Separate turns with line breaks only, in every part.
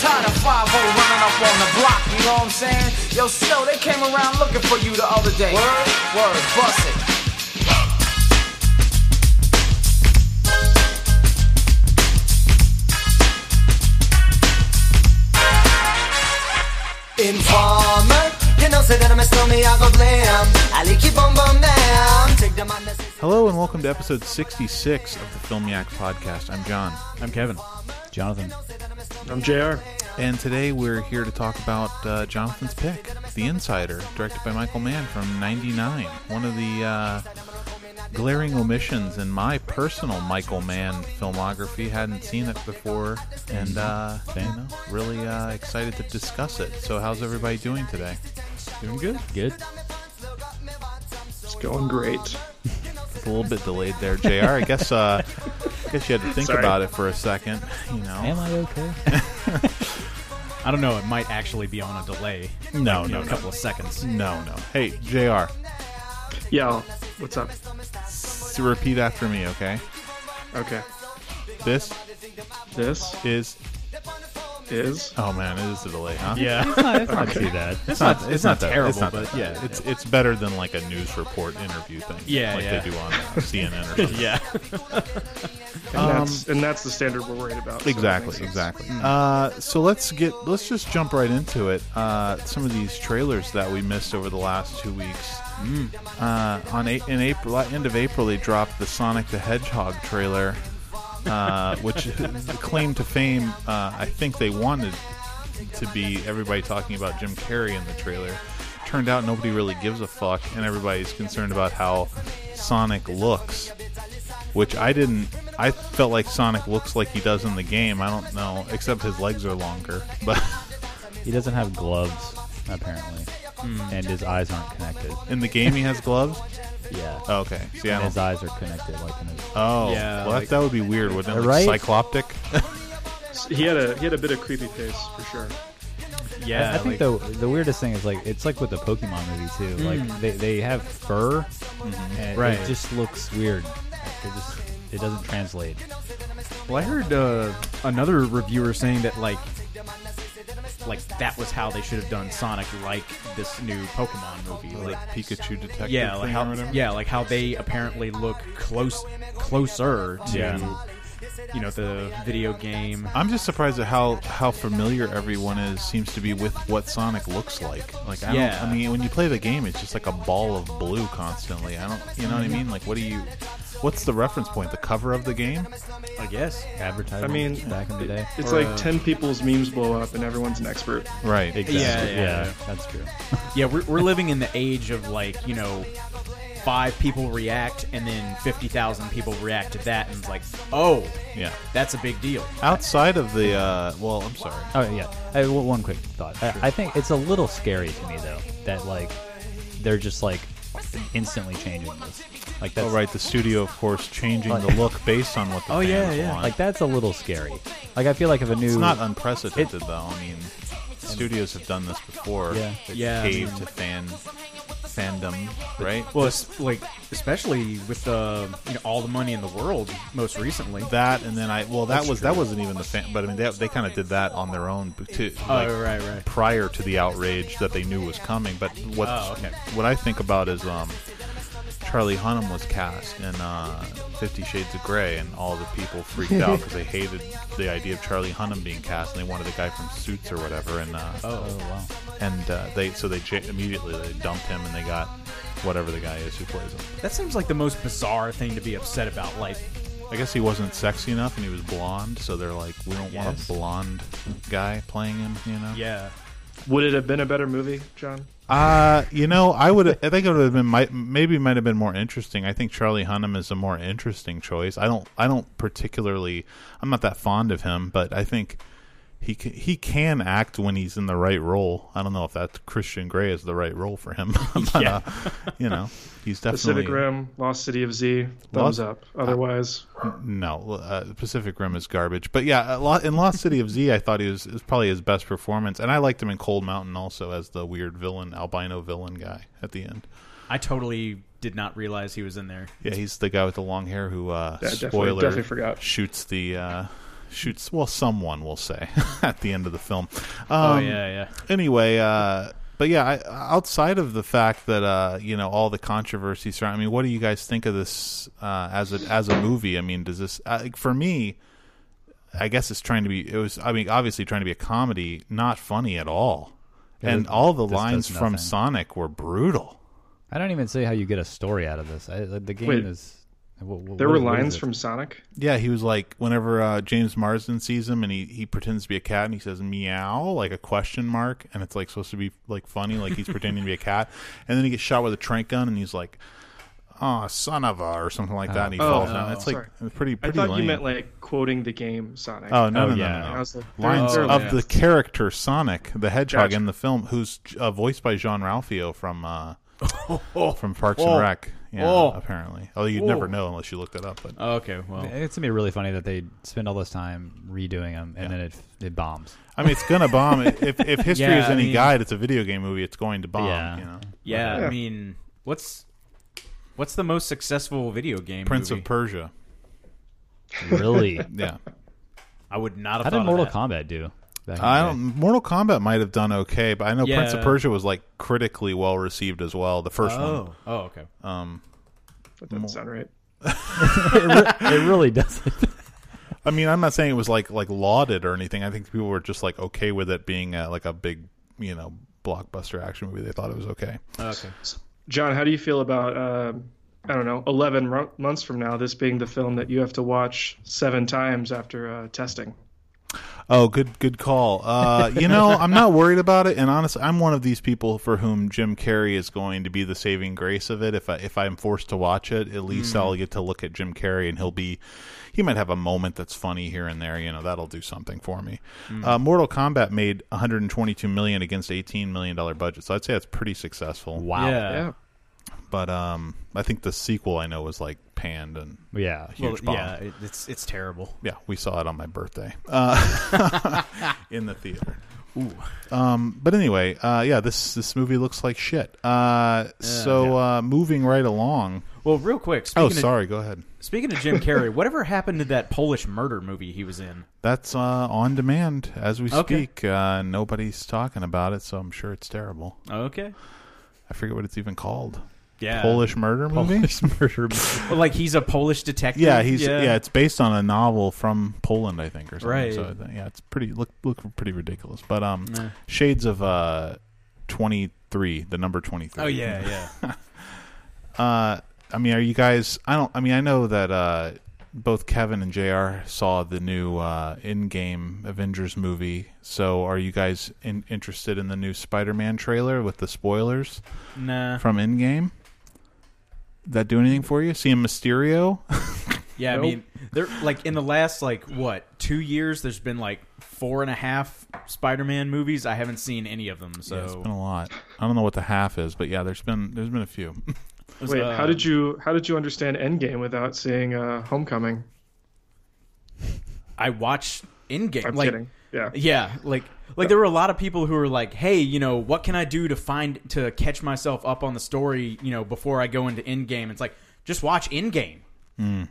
Tired of 5 running up on the block, you know what I'm saying? Yo, Snow, they came around looking for you the other day. Word? Word, bust it.
Informer, you know, say that I'm a stormy, I go blam. I like you bum bum down. Take the madness.
Hello and welcome to episode 66 of the Film Yak podcast. I'm John. I'm Kevin.
Jonathan.
I'm JR.
And today we're here to talk about uh, Jonathan's pick, The Insider, directed by Michael Mann from 99. One of the uh, glaring omissions in my personal Michael Mann filmography. Hadn't seen it before and uh, you know, really uh, excited to discuss it. So, how's everybody doing today? Doing good.
Good.
It's going great.
It's a little bit delayed there, JR. I guess, uh, I guess you had to think
Sorry.
about it for a second, you know.
Am I okay? I don't know. It might actually be on a delay.
No,
Like, you
no,
know, a
no.
couple of seconds.
No, no. Hey, JR,
Yo, what's up?
s- repeat after me, okay?
Okay.
This
This
is.
is
Oh man, it is a delay, huh?
Yeah, it's not, it's not too bad. It's, not, It's, not,
that-
terrible,
it's not
but
that bad.
yeah,
it's it's better than like a news report interview thing.
Yeah,
like
yeah.
they do on uh, CNN or something.
yeah.
and that's and that's the standard we're worried about. so that makes
Um, Exactly,
sense.
exactly. Uh, so let's get let's just jump right into it. Uh, some of these trailers that we missed over the last two weeks. Uh, on a- in April, end of April, they dropped the Sonic the Hedgehog trailer, uh, which the claim to fame. Uh, I think they wanted to be everybody talking about Jim Carrey in the trailer. Turned out nobody really gives a fuck, and everybody's concerned about how Sonic looks which I didn't. I felt like Sonic looks like he does in the game. I don't know, except his legs are longer. But
He doesn't have gloves, apparently,
Hmm.
and his eyes aren't connected.
in the game, he has gloves.
Yeah,
Oh, okay, see, I
and his
don't.
eyes are connected, like in his.
Oh,
Yeah,
well,
like-
that, that would be weird, wouldn't it? Like
Right?
Cycloptic.
He had a he had a bit of creepy face for sure.
Yeah,
I, I think
like, Hmm.
the the weirdest thing is like it's like with the Pokemon movie too. Like they, they have fur, and
Mm-hmm. Right.
it just looks weird. Like, it just it doesn't translate.
Well, I heard uh, another reviewer saying that like, like that was how they should have done Sonic, like this new Pokemon movie, like.
Like Pikachu detective
Yeah,
thing
like
or
how,
whatever.
yeah, like how they apparently look close, closer to,
Yeah.
you know, the video game.
I'm just surprised at how how familiar everyone is seems to be with what Sonic looks like. Like I
Yeah.
don't I mean when you play the game it's just like a ball of blue constantly. I don't you know what
Mm-hmm.
I mean? Like what do you what's the reference point? The cover of the game?
I guess.
Advertising.
I mean,
back in the day.
it's
Or,
like
uh,
ten people's memes blow up and everyone's an expert.
Right.
Exactly.
Yeah, yeah, yeah.
that's true.
Yeah, we're, we're living in the age of like, you know, five people react and then 50,000 people react to that and it's like, oh,
Yeah.
that's a big deal.
outside of the uh, well i'm sorry
Oh yeah. I, w- one quick thought. I, I think it's a little scary to me though that like they're just like instantly changing this. Like that's
oh right the studio of course changing the look based on what the
Oh,
fans
yeah, yeah.
want
Like that's a little scary. Like I feel like if a new
it's not unprecedented though i mean studios have done this before
Yeah.
They've
Yeah, I
caved
mean-
to fan fandom right
Well, it's like, especially with uh, you know, all the money in the world most recently.
that and then i well that was that wasn't even the fan but i mean they, they kind of did that on their own b- to
Oh,
like,
right, right.
prior to the outrage that they knew was coming but what
Oh, okay.
what i think about is um Charlie Hunnam was cast in uh, Fifty Shades of Grey, and all the people freaked out because they hated the idea of Charlie Hunnam being cast, and they wanted the guy from Suits or whatever. And uh,
Oh wow.
and uh, they so they j- immediately they dumped him, and they got whatever the guy is who plays him.
That seems like the most bizarre thing to be upset about. Like,
I guess he wasn't sexy enough, and he was blonde, so they're like, we don't want
guess.
a blonde guy playing him, you know?
yeah.
Would it have been a better movie, John?
Uh, you know, I would. I think it would have been might maybe might have been more interesting. I think Charlie Hunnam is a more interesting choice. I don't. I don't particularly. I'm not that fond of him, but I think he ca- he can act when he's in the right role. I don't know if that Christian Grey is the right role for him. but,
Yeah.
uh, you know, he's definitely
Pacific Rim, Lost City of Z,
Oh, Lost-
thumbs up. Otherwise,
No, uh, Pacific Rim is garbage. But yeah, a lo- in Lost City of Z, I thought he was, it was probably his best performance, and I liked him in Cold Mountain also as the weird villain, albino villain guy at the end.
I totally did not realize he was in there.
Yeah, he's the guy with the long hair who uh
Yeah, definitely-
spoiler
definitely forgot.
shoots the uh shoots. Well, someone will say at the end of the film. Um,
oh yeah, yeah.
anyway, uh, but yeah, I, outside of the fact that uh, you know all the controversy surrounding, I mean, what do you guys think of this uh, as a as a movie? I mean, does this uh, for me? I guess it's trying to be. It was. I mean, obviously trying to be a comedy, not funny at all. and
it-
all the
this does
lines from
nothing.
Sonic were brutal.
I don't even see how you get a story out of this. I, like, the game
Wait.
is. What, what,
There
what
were
is- what is
lines
it?
from Sonic.
Yeah, he was like whenever uh, James Marsden sees him and he, he pretends to be a cat and he says meow like a question mark and it's like supposed to be like funny like he's pretending to be a cat and then he gets shot with a trank gun and he's like oh son of a or something like that and he falls down. It's like
Oh. sorry.
pretty
I
pretty
thought you
lame.
meant like quoting the game Sonic.
Oh no
Oh,
no, no,
yeah.
no, no.
I was like,
Lines
oh,
of
yeah.
the character Sonic the Hedgehog
Gotcha.
in the film, who's uh, voiced by John Ralphio from uh, from Parks and
Oh.
Rec. Yeah,
Oh.
apparently. Although you'd
Oh.
never know unless you looked it up. But
Oh, okay, well,
It's gonna be really funny that they spend all this time redoing them and then it it bombs.
I mean, it's gonna bomb. if if history
Yeah,
is
I
any
mean-
guide, it's a video game movie. It's going to bomb.
Yeah.
You know,
yeah,
Yeah.
I mean, what's what's the most successful video game?
Prince
movie?
of Persia.
Really?
Yeah,
I would not have.
How
thought
did
of
Mortal
that.
Kombat do? back in the
I
day?
don't. Mortal Kombat might have done okay, but I know Prince of
Yeah.
Persia was like critically well received as well. The first one.
Oh, oh, okay.
that doesn't sound right.
it really doesn't.
I mean, I'm not saying it was like like lauded or anything. I think people were just like okay with it being uh like a big you know blockbuster action movie. They thought it was okay.
okay.
John, how do you feel about uh, I don't know, eleven ro- months from now, this being the film that you have to watch seven times after uh, testing?
Oh, good good call. Uh, you know, I'm not worried about it, and honestly, I'm one of these people for whom Jim Carrey is going to be the saving grace of it. If I if I'm forced to watch it, at least I'll get to look at Jim Carrey, and he'll be. He might have a moment that's funny here and there. You know, that'll do something for me. Uh, Mortal Kombat made 122 million against 18 million dollar budget, so I'd say that's pretty successful.
Wow.
Yeah.
Yeah.
But um, I think the sequel I know was like panned and.
Yeah.
Huge bomb.
yeah, it, it's it's terrible.
Yeah, we saw it on my birthday uh, in the theater. Um, but anyway, uh, yeah, this this movie looks like shit. Uh, so Uh, moving right along.
Well, real quick.
Oh,
Speaking Of,
sorry. Go ahead.
speaking of Jim Carrey, whatever happened to that Polish murder movie he was in?
That's uh, on demand as we
Okay.
speak. Uh, nobody's talking about it, so I'm sure it's terrible.
Okay.
I forget what it's even called.
Yeah.
Polish murder movie.
murder.
Well, like he's a Polish detective.
Yeah, he's yeah. It's based on a novel from Poland, I think, or something.
Right.
So I thi- yeah, it's pretty look look pretty ridiculous. But um, shades of uh, twenty three, the number twenty three.
Oh yeah, yeah.
Uh, I mean, are you guys? I don't. I mean, I know that uh, both Kevin and Jr. saw the new uh, in-game Avengers movie. So, are you guys in, interested in the new Spider-Man trailer with the spoilers
nah.
from in-game? That do anything for you? Seeing Mysterio?
Yeah,
Nope.
I mean, there like in the last like what two years, there's been like four and a half Spider-Man movies. I haven't seen any of them. So
Yeah, it's been a lot. I don't know what the half is, but yeah, there's been there's been a few.
Wait, how
uh,
did you how did you understand Endgame without seeing uh, Homecoming?
I watched Endgame?
I'm
like,
kidding. Yeah.
Yeah, like like there were a lot of people who were like, "Hey, you know, what can I do to find to catch myself up on the story? You know, before I go into Endgame." It's like just watch Endgame.
You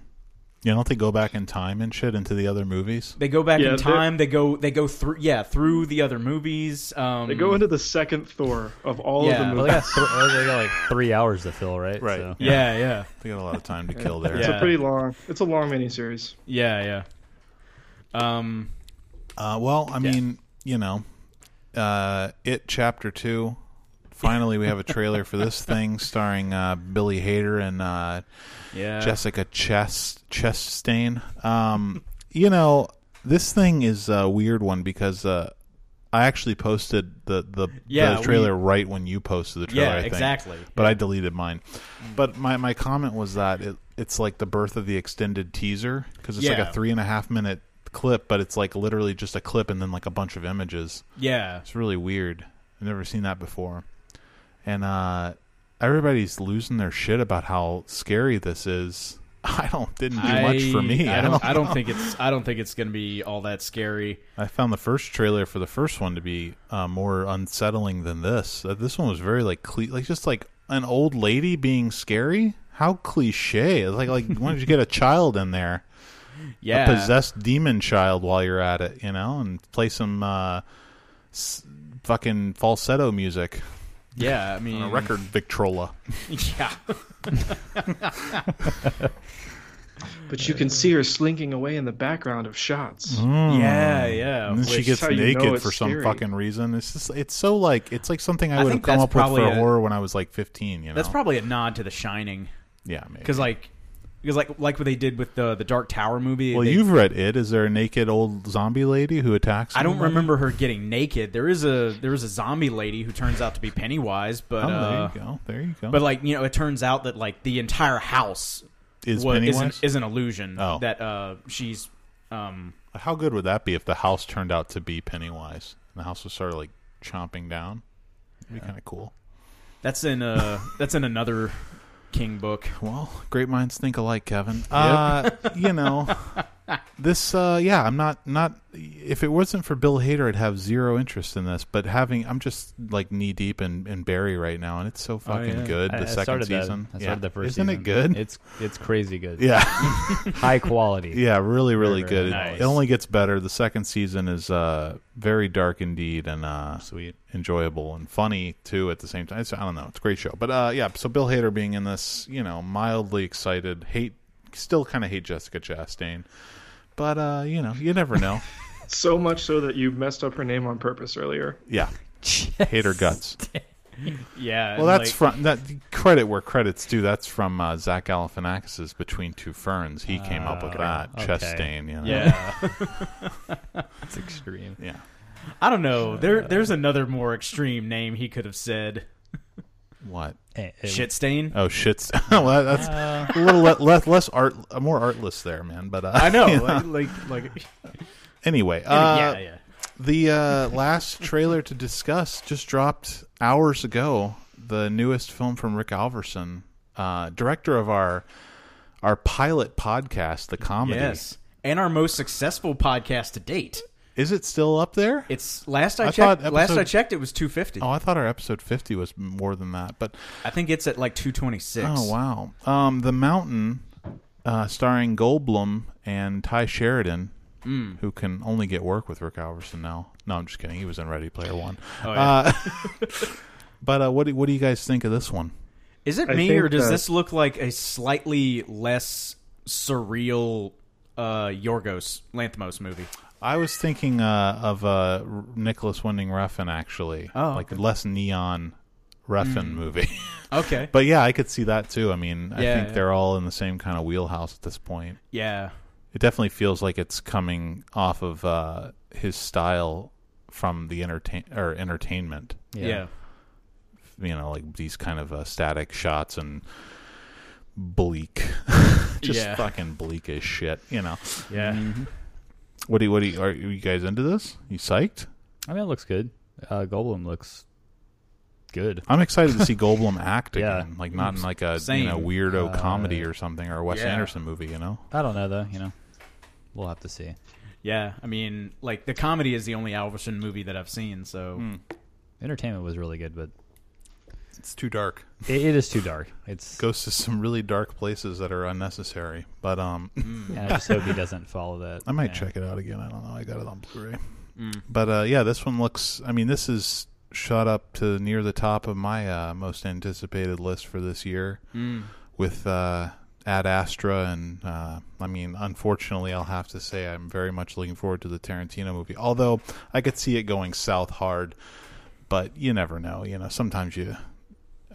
don't think go back in time and shit into the other movies?
They go back
Yeah,
in
they're-
time. They go they go through yeah through the other movies. Um,
They go into the second Thor of all
Yeah.
of the
well, they,
movies.
got th- oh, they got like three hours to fill, right?
Right.
So-
yeah yeah
They got a lot of time to kill there.
It's
Yeah.
a pretty long. It's a long miniseries.
yeah yeah. Um,
Uh, well, I mean, you know, uh, it chapter two. Finally, we have a trailer for this thing starring uh, Billy Hader and uh,
yeah.
Jessica Chest Chastain. Um, you know, this thing is a weird one because uh, I actually posted the the,
Yeah,
the
we-
trailer right when you posted the trailer.
Yeah,
I think.
exactly.
But I deleted mine. But my my comment was that it, it's like the birth of the extended teaser because it's like
Yeah.
a three and a half minute clip, but it's like literally just a clip and then like a bunch of images.
yeah.
It's really weird. I've never seen that before. And uh everybody's losing their shit about how scary this is. I don't didn't do much for me.
I don't. I don't think it's. I don't think it's going to be all that scary.
I found the first trailer for the first one to be uh, more unsettling than this. Uh, this one was very like cle- like just like an old lady being scary. How cliche! It's like like why don't you get a child in there?
yeah.
a possessed demon child while you're at it, you know, and play some uh, s- fucking falsetto music
Yeah, I mean
on a record Victrola.
Yeah,
But you can see her slinking away in the background of shots.
Mm. yeah, yeah.
Hmm. And then she
which-
gets
how you
naked
know it's
for some
scary.
fucking reason. It's just it's so like it's like something I
I
would have
think
come
that's
up with for
probably a-
horror when I was like 15. You know,
that's probably a nod to The Shining,
yeah. Maybe.
because like, because like, like what they did with the the Dark Tower movie.
well,
they-
you've read it. Is there a naked old zombie lady who attacks?
I don't
somebody?
remember her getting naked. There is a there is a zombie lady who turns out to be Pennywise, but
Oh,
uh,
there you go. There you go.
but like you know, it turns out that like the entire house
Is
wa- is, an,
Pennywise?
is an illusion
Oh.
that uh, she's um,
How good would that be if the house turned out to be Pennywise? And the house was sort of like chomping down. It'd be kind of cool.
that's in uh that's in another King book.
Well, great minds think alike, Kevin. Uh, you know, this. Uh, yeah, I'm not not. If it wasn't for Bill Hader, I'd have zero interest in this. But having, I'm just like knee deep in, in Barry right now, and it's so fucking
yeah.
good. The
Oh, I, I
second
started
season.
That, I
Yeah.
started the first
Isn't
season.
it good?
It's it's crazy good.
yeah,
High quality.
yeah, really, really
Very,
good.
very
It-
nice.
It only gets better. The second season is uh, very dark indeed, and uh,
Sweet.
enjoyable and funny too at the same time. It's, I don't know, it's a great show. But uh, yeah, so Bill Hader being in this, you know, mildly excited, hate, still kind of hate Jessica Chastain, but uh, you know, you never know.
So much so that you messed up her name on purpose earlier.
yeah, hater guts.
Yeah,
Well,
and,
that's
like,
from that credit where credits due. That's from uh, Zach Galifianakis's Between Two Ferns. He came up with that
Ah, okay.
Chastain. You know?
yeah.
It's extreme.
yeah.
I don't know. There, there's another more extreme name he could have said.
What?
Eh, eh,
Shit stain.
Oh shit! well, that's
Uh.
a little le- less, less art, more artless there, man. But uh,
I know.
you
Like, like, like
Anyway, uh,
yeah, yeah.
The uh, last trailer to discuss just dropped hours ago. The newest film from Rick Alverson, uh, director of our our pilot podcast, the comedy.
Yes, and our most successful podcast to date.
Is it still up there?
It's last I,
I
checked.
thought
Last I
episode-
checked, it was 250.
oh, I thought our episode fifty was more than that, but
I think it's at like 226.
oh wow, um, The Mountain, uh, starring Goldblum and Ty Sheridan.
Hmm.
Who can only get work with Rick Alverson now? No, I'm just kidding. He was in Ready Player One.
Oh,
uh, but uh, what do, what do you guys think of this one?
Is it
I
me
think
or does
that-
this look like a slightly less surreal uh, Yorgos Lanthimos movie?
I was thinking uh, of uh, R- Nicholas Winding Refn actually,
Oh,
like
okay. Hmm.
less neon Refn movie.
Okay.
but yeah, I could see that too. I mean, I
Yeah,
think
yeah.
they're all in the same kind of wheelhouse at this point.
yeah.
It definitely feels like it's coming off of uh, his style from the entertain or entertainment.
Yeah.
You know, like these kind of uh, static shots and bleak, just
Yeah.
fucking bleak as shit. You know,
Yeah.
what do you, what do you, are you guys into this? You psyched?
I mean, it looks good. Uh, Goldblum looks good.
I'm excited to see Goldblum act
Yeah.
again, like not in like a
Same. Uh,
you know weirdo comedy or something or a Wes
yeah.
Anderson movie, you know.
I don't know though. You know, we'll have to see.
Yeah. I mean, like the comedy is the only Alverson movie that I've seen, so
Hmm.
Entertainment was really good, but
It's too dark.
it, it is too dark. It's.
Goes to some really dark places that are unnecessary, but um,
I just hope he doesn't follow that.
I might check it out again. I don't know. I got it on Blu-ray, but uh, yeah, this one looks. I mean, this is shot up to near the top of my uh, most anticipated list for this year, with uh, Ad Astra, and uh, I mean, unfortunately, I'll have to say I'm very much looking forward to the Tarantino movie. Although I could see it going south hard, but you never know. You know, sometimes you.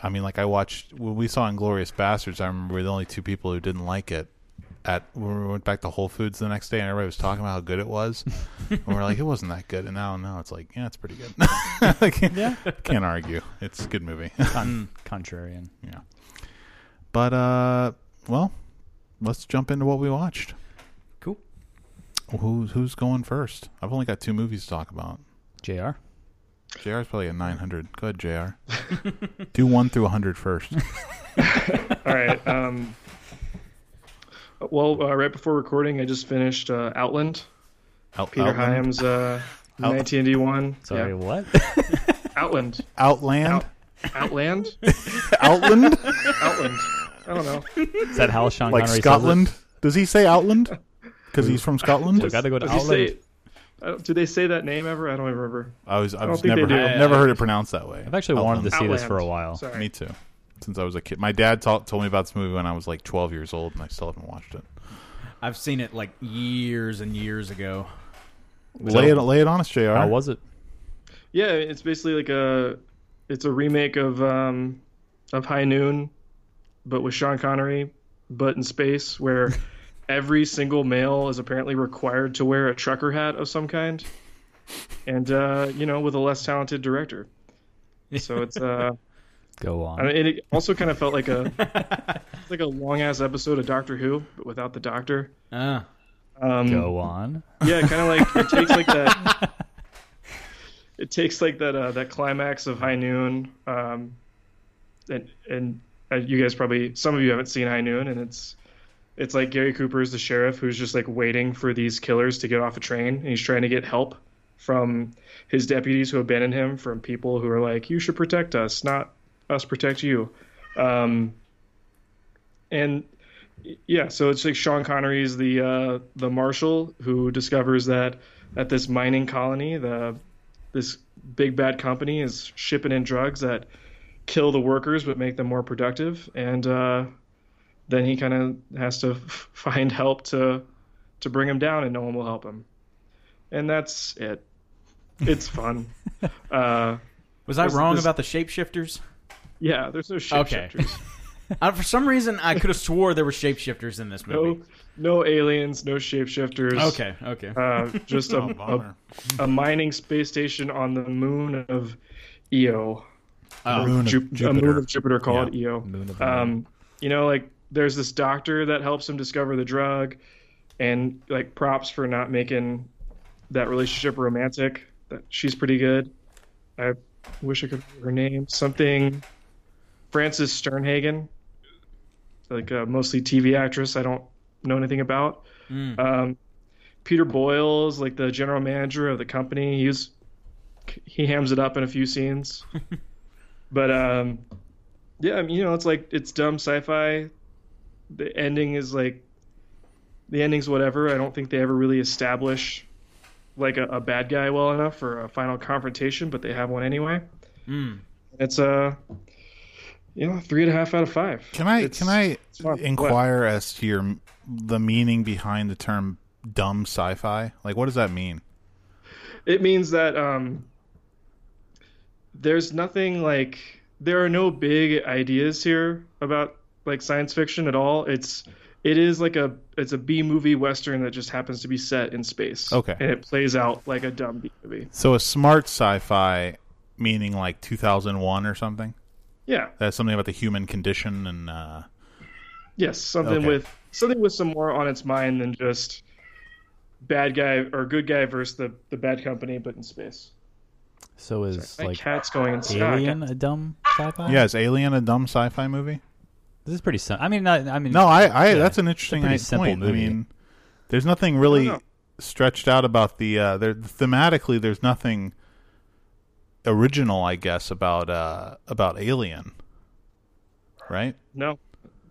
I mean, like I watched when we saw Inglorious Bastards. I remember we we're the only two people who didn't like it. At when we went back to Whole Foods the next day, and everybody was talking about how good it was, and we we're like, it wasn't that good. And now, now it's like, yeah, it's pretty good. I can't, can't argue. It's a good movie.
Con- contrarian.
Mm. yeah. But uh, well, let's jump into what we watched.
cool.
Who's who's going first? I've only got two movies to talk about.
Jr.
Jr's probably at nine hundred. Go ahead, Jr. Do one through 100 first.
All right. Um, well, uh, right before recording, I just finished uh, Outland.
Out-
Peter
Outland?
Hyams, uh,
Out-
1981.
Sorry,
Yeah.
what?
Outland.
Outland.
Out- Outland.
Outland?
Outland. I don't know.
Is that how Sean
like
Connery says it?
Scotland? Does he say Outland? because he's from Scotland.
We gotta go to
Does he say-
Outland.
I don't- do they say that name ever? I don't remember.
I was I've
don't think
never
they do.
heard, never heard it pronounced that way.
I've actually wanted to see this for a
Outland.
while.
Sorry.
Me too. Since I was a kid, my dad ta- told me about this movie when I was like 12 years old, and I still haven't watched it.
I've seen it like years and years ago.
Lay it lay it on us, Jr.
How was it?
Yeah, it's basically like a it's a remake of um of High Noon, but with Sean Connery, but in space, where every single male is apparently required to wear a trucker hat of some kind, and uh, you know, with a less talented director. So it's uh,
Go
I
on.
mean, it also kind of felt like a it's like a long ass episode of Doctor Who, but without the Doctor.
Ah,
Um,
Go on.
Yeah, kind of like it takes like that. It takes like that uh, that climax of High Noon, um, and and uh, you guys probably some of you haven't seen High Noon, and it's it's like Gary Cooper is the sheriff who's just like waiting for these killers to get off a train, and he's trying to get help from his deputies who abandoned him, from people who are like, "You should protect us, not us protect you," um, and yeah, so it's like Sean Connery's the uh, the marshal who discovers that at this mining colony, the this big bad company is shipping in drugs that kill the workers but make them more productive, and uh, then he kind of has to f- find help to to bring him down, and no one will help him, and that's it. It's fun. uh,
was I wrong
this-
about the shapeshifters?
yeah, there's no
Okay.
shapeshifters.
I, for some reason, I could have swore there were shapeshifters in this
No,
movie.
no aliens, no shapeshifters.
Okay, Oh, okay.
Uh, just a, a
Oh, Bummer.
a mining space station on the moon of Io,
Moon of
Ju- a moon
Jupiter.
of Jupiter called
Yeah,
Io.
moon of
um, you know, like there's this doctor that helps him discover the drug, and like props for not making that relationship romantic. That she's pretty good. I wish I could remember her name. Something Frances Sternhagen, like a mostly TV actress. I don't know anything about. Um, Peter Boyle's like the general manager of the company. He's he hams it up in a few scenes, but um, yeah, I mean, you know, it's like it's dumb sci-fi. The ending is like the ending's whatever. I don't think they ever really establish like a, a bad guy well enough for a final confrontation, but they have one anyway. It's uh, you know, three and a half out of five.
Can I
It's-
can I
not-
inquire as to your the meaning behind the term dumb sci-fi? Like, what does that mean?
it means that um, there's nothing like there are no big ideas here about like science fiction at all. It's it is like a it's a B movie western that just happens to be set in space.
Okay.
and it plays out like a dumb B movie.
So a smart sci-fi meaning like 2001 or something.
Yeah.
That's something about the human condition and uh,
Yes, something
Okay.
with something with some more on its mind than just bad guy or good guy versus the the bad company, but in space.
So is
My
like
cat's going insane.
Alien a dumb sci-fi?
yeah, is Alien a dumb sci-fi movie?
This is pretty simple. I mean, not, I mean,
No, I, I
yeah.
that's an interesting
pretty
nice
simple
point.
movie.
I mean, there's nothing really
know.
stretched out about the uh, there thematically. There's nothing original, I guess, about uh, about Alien, right?
No,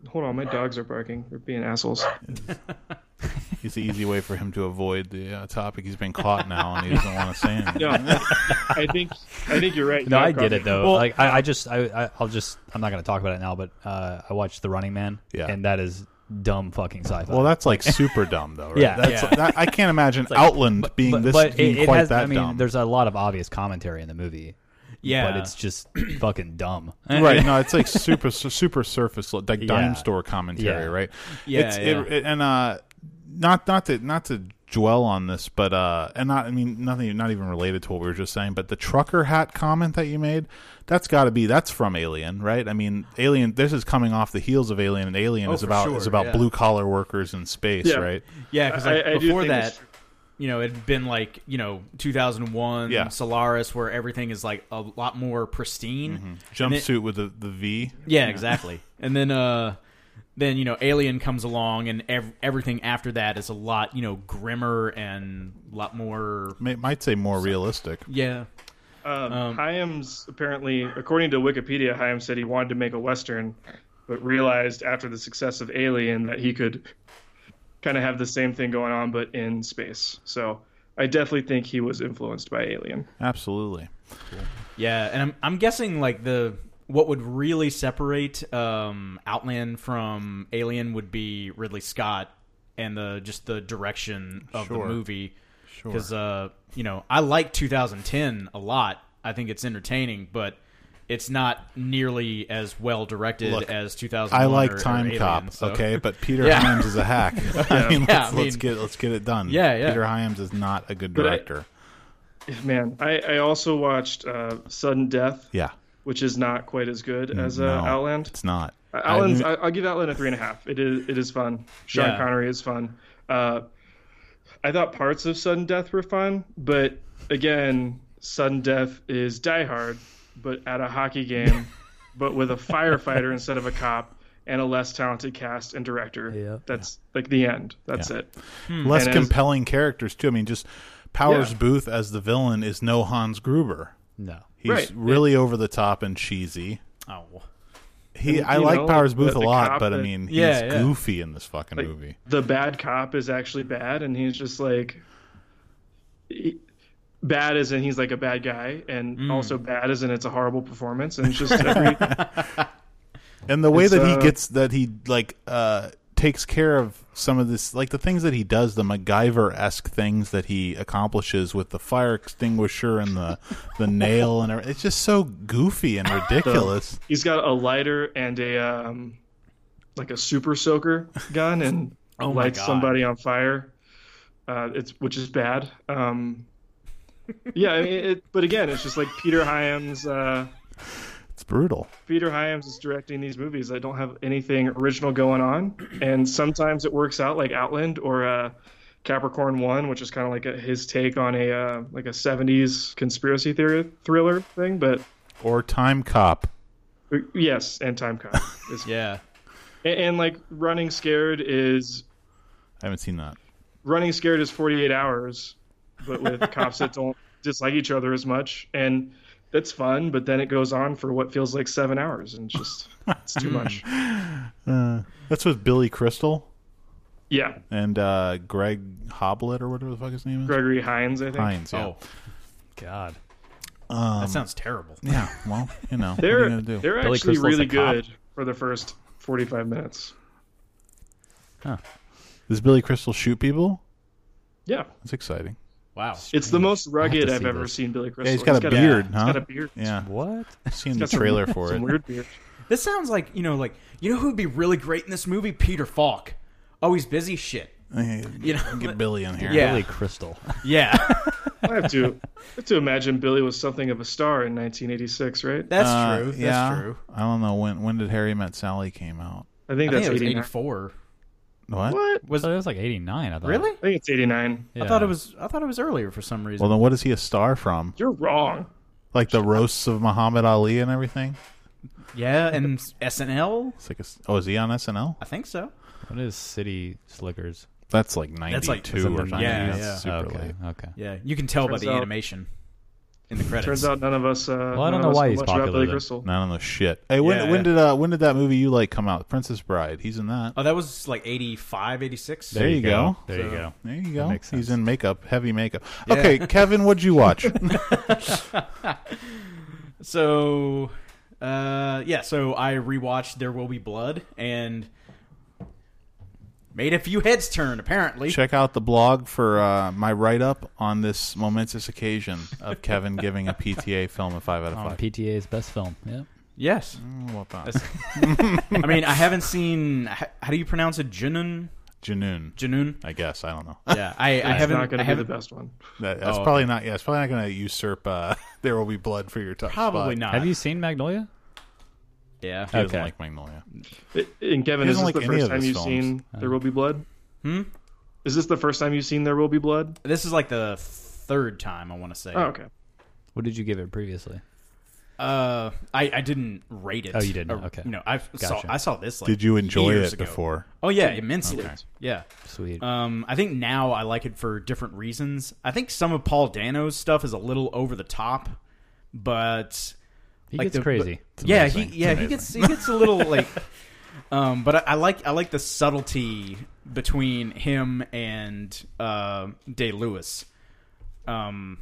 hold on, my dogs are barking. They're being assholes.
It's the easy way for him to avoid the uh, topic. He's been caught now, and he doesn't want to say anything.
No, I think I think you're right.
No,
Yeah,
I get it
Carl.
though. like I, I just, I, I, I'll just, I'm not gonna talk about it now. But uh, I watched The Running Man,
Yeah.
and that is dumb fucking sci-fi.
Well, that's like super dumb, though. Right?
Yeah.
that's, That, I can't imagine Outland being
but,
this
but
being
it, it
quite
has.
that
I mean,
dumb.
there's a lot of obvious commentary in the movie.
yeah, Eh.
but it's just fucking dumb.
right no it's like super su- super surface like
Yeah.
dime store commentary
Yeah.
right
Yeah,
it's It,
yeah.
it- and uh not not to not to dwell on this but uh and not i mean nothing not even related to what we were just saying but the trucker hat comment that you made that's got to be that's from alien right i mean alien this is coming off the heels of alien and alien is
Oh, for
about
sure,
is about
yeah.
blue collar workers in space
Yeah.
right
yeah. Because
I-
like,
I do
before
think it's
that, you know, it'd been like you know 2001
Yeah.
Solaris, where everything is like a lot more pristine.
Mm-hmm.
And it-
jumpsuit with the the v
Yeah, exactly. And then uh then you know Alien comes along and ev- everything after that is a lot, you know, grimmer and a lot more
may, might say more realistic
yeah.
Um, Hyams apparently, according to Wikipedia, Hyams said he wanted to make a western, but realized after the success of Alien that he could kind of have the same thing going on, but in space. So I definitely think he was influenced by Alien.
Absolutely.
Yeah, and I'm I'm guessing like the what would really separate um, Outland from Alien would be Ridley Scott and the just the direction of
Sure.
the movie.
Sure.
Because uh, you know, I like 2010 a lot. I think it's entertaining, but it's not nearly as well directed
Look,
as 2000.
I like Time
Alien,
Cop,
so-
okay, but Peter
Yeah.
Hyams is a hack. I mean, let's,
Yeah, I
let's
mean-
get let's get it done.
Yeah, yeah.
Peter Hyams is not a good
I-
director.
Man, I, I also watched uh, Sudden Death,
yeah,
which is not quite as good as uh,
No,
Outland.
It's not.
Outland's, I,
I-
I'll give Outland a three and a half. It is it is fun. Sean
Yeah.
Connery is fun. Uh, I thought parts of Sudden Death were fun, but again, Sudden Death is Die Hard, but at a hockey game, but with a firefighter instead of a cop and a less talented cast and director.
Yeah.
That's like the end. That's
Yeah.
it.
less
um, And as-
compelling characters too. I mean, just Powers
Yeah.
Booth as the villain is no Hans Gruber.
No.
He's
Right.
really over the top and cheesy.
Oh,
He,
And,
I
you
like
know,
Powers
the-
Booth a
the
lot,
cop
but I
that-
mean, he's
Yeah, yeah.
goofy in this fucking movie.
the bad cop is actually bad and he's just like he- bad as in he's like a bad guy and also bad as in it's a horrible performance and it's just every,
and the way
It's,
that he
uh,
gets that he like uh takes care of some of this like the things that he does the MacGyver esque things that he accomplishes with the fire extinguisher and the the nail and everything. it's just so goofy and ridiculous.
he's got a lighter and a um like a super soaker gun and
Oh my
lights
God.
somebody on fire uh it's which is bad um yeah I mean, it, but again it's just like peter hyams uh
It's brutal.
Peter Hyams is directing these movies that don't have anything original going on, and sometimes it works out like Outland or uh, Capricorn One, which is kind of like a, his take on a uh, like a '70s conspiracy theory thriller thing. But uh,
Or Time Cop.
yes, and Time Cop, is,
yeah.
and, and like Running Scared is
I haven't seen that.
Running Scared is 48 hours, but with cops that don't dislike each other as much, and that's fun. But then it goes on for what feels like seven hours, and just it's too much.
Hmm. That's with Billy Crystal
Yeah,
and uh Greg Hoblet or whatever the fuck his name is.
Gregory Hines, I think.
Hines, yeah.
Oh,
God.
that sounds terrible.
Um, Yeah. Well, you know. what are
They're
you gonna do?
they're
Billy
actually
Crystal's
really
the cop.
good for the first forty five minutes.
Does Billy Crystal shoot people?
Yeah,
That's exciting.
Wow.
it's the most rugged
see
I've ever
this.
seen Billy Crystal.
Yeah, he's got a beard, huh?
He's got a beard.
Yeah.
What?
I've seen the
got some-
trailer for
some
it.
weird beard.
This sounds like you know, like you know who would be really great in this movie? Peter Falk. Oh, he's busy. Shit.
You
You know.
get Billy in here.
Yeah.
Billy Crystal.
Yeah.
I have to I have to imagine Billy was something of a star in 1986, right?
That's
Uh,
true. That's
yeah.
true.
I don't know when when did Harry Met Sally came out.
I think
I
that's
think it was
89.
84.
What?
What?
Was it was like 89, I thought.
Really?
I think it's 89.
I thought it was. I thought it was earlier for some reason.
Well, then what is he a star from?
You're wrong.
Like the roasts of Muhammad Ali and everything.
yeah, and SNL.
It's like a, s- oh, is he on SNL?
I think so.
What is City Slickers?
That's like ninety
like-
two
that's
or
like
ninety.
yeah,
that's
yeah.
super
okay.
late.
Okay.
Yeah, you can tell by
Turns
the
out-
animation in the credits.
Turns out none of us. Uh,
Well, I
none
don't know
of us
why
know
he's
much
popular
about Billy
then.
Crystal.
None of the shit. Hey, when
Yeah,
when
yeah.
did uh when did that movie you like come out? Princess Bride. He's in that.
Oh, that was like 85, 86?
There you go.
There you go.
There you go.
makes
He's
sense.
in makeup, heavy makeup. Okay, Kevin, what'd you watch?
So, uh, yeah, so I rewatched There Will Be Blood and made a few heads turn, apparently.
Check out the blog for uh, my write up on this momentous occasion of Kevin giving a PTA film a five out of
Oh,
On
five.
PTA's best film. Yep.
Yes.
What about
I mean, I haven't seen. h- How do you pronounce it? Junun?
Janoon?
Junun?
I guess I don't know.
Yeah, I, I
It's
haven't.
not going
I
to be the
haven't.
best one.
That, that's
Oh,
probably not. Yeah, it's probably not going to usurp. Uh, there will be blood for your top.
Probably
spot.
not.
Have you seen Magnolia?
Yeah.
He doesn't
Okay.
like Magnolia.
And Kevin,
He
is
doesn't
this
like
the
any of
first time
his
you've
films.
seen There Will Be Blood?
Hmm?
Is this the first time you've seen There Will Be Blood?
This is like the third time I want to say.
Oh, okay.
What did you give it previously?
Uh, I, I didn't rate it.
Oh, you didn't?
Or,
Okay.
You know, I saw
Gotcha.
I saw this. Like
Did you enjoy
years
it
ago.
before?
Oh yeah, immensely.
Okay.
Yeah.
Sweet.
Uh,
Um, I think now I like it for different reasons. I think some of Paul Dano's stuff is a little over the top, but
he
like
gets
the-
crazy.
yeah,
amazing.
he yeah he gets he gets a little like Um, but I, I like I like the subtlety between him and uh, Day Lewis. Um,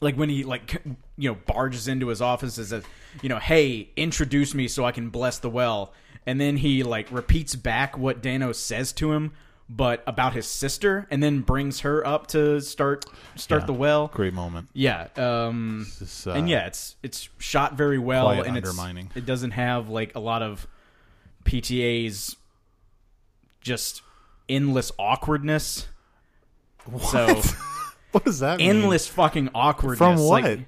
like when he like c- you know barges into his office and says, you know, hey, introduce me so I can bless the well, and then he like repeats back what Dano says to him. But about his sister, and then brings her up to start start the well.
Oh, Great moment.
Yeah. Um,
This, uh,
and yeah, it's it's shot very well,
quiet
and it's,
undermining.
it doesn't have like a lot of PTA's just endless awkwardness. So
What does that mean?
endless fucking awkwardness.
From what?
Like,
Can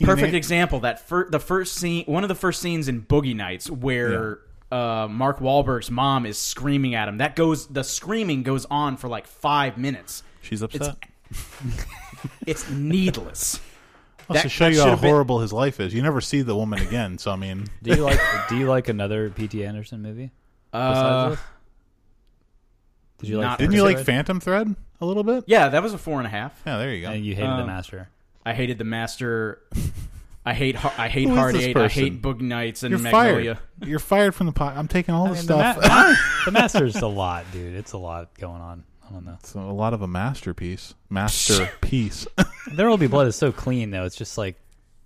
you
perfect
name-
example that fir- the first scene, one of the first scenes in Boogie Nights where. Uh, Mark Wahlberg's mom is screaming at him. That goes the screaming goes on for like five minutes.
She's upset.
It's needless.
Well, to
that-
show
that
you how
should've been-
horrible his life is, you never see the woman again. So I mean,
Do you like Do you like another P.T. Anderson movie?
Uh,
this? Did you like?
not-
didn't you like
Parasite?
Phantom Thread a little bit?
yeah, that was a four and a half.
Yeah, there you go.
And Uh, you hated the
Um,
master.
I hated the Master. I hate Har- I hate
Who is
Hard
this
Eight. I
person?
hate Boog Nights and
You're
Magnolia.
fired. You're fired from the pot. I'm taking all the
I mean,
stuff.
The, ma- the master's a lot, dude. It's a lot going on. I don't know.
It's a lot of a masterpiece. Masterpiece.
There will be blood is so clean though. It's just like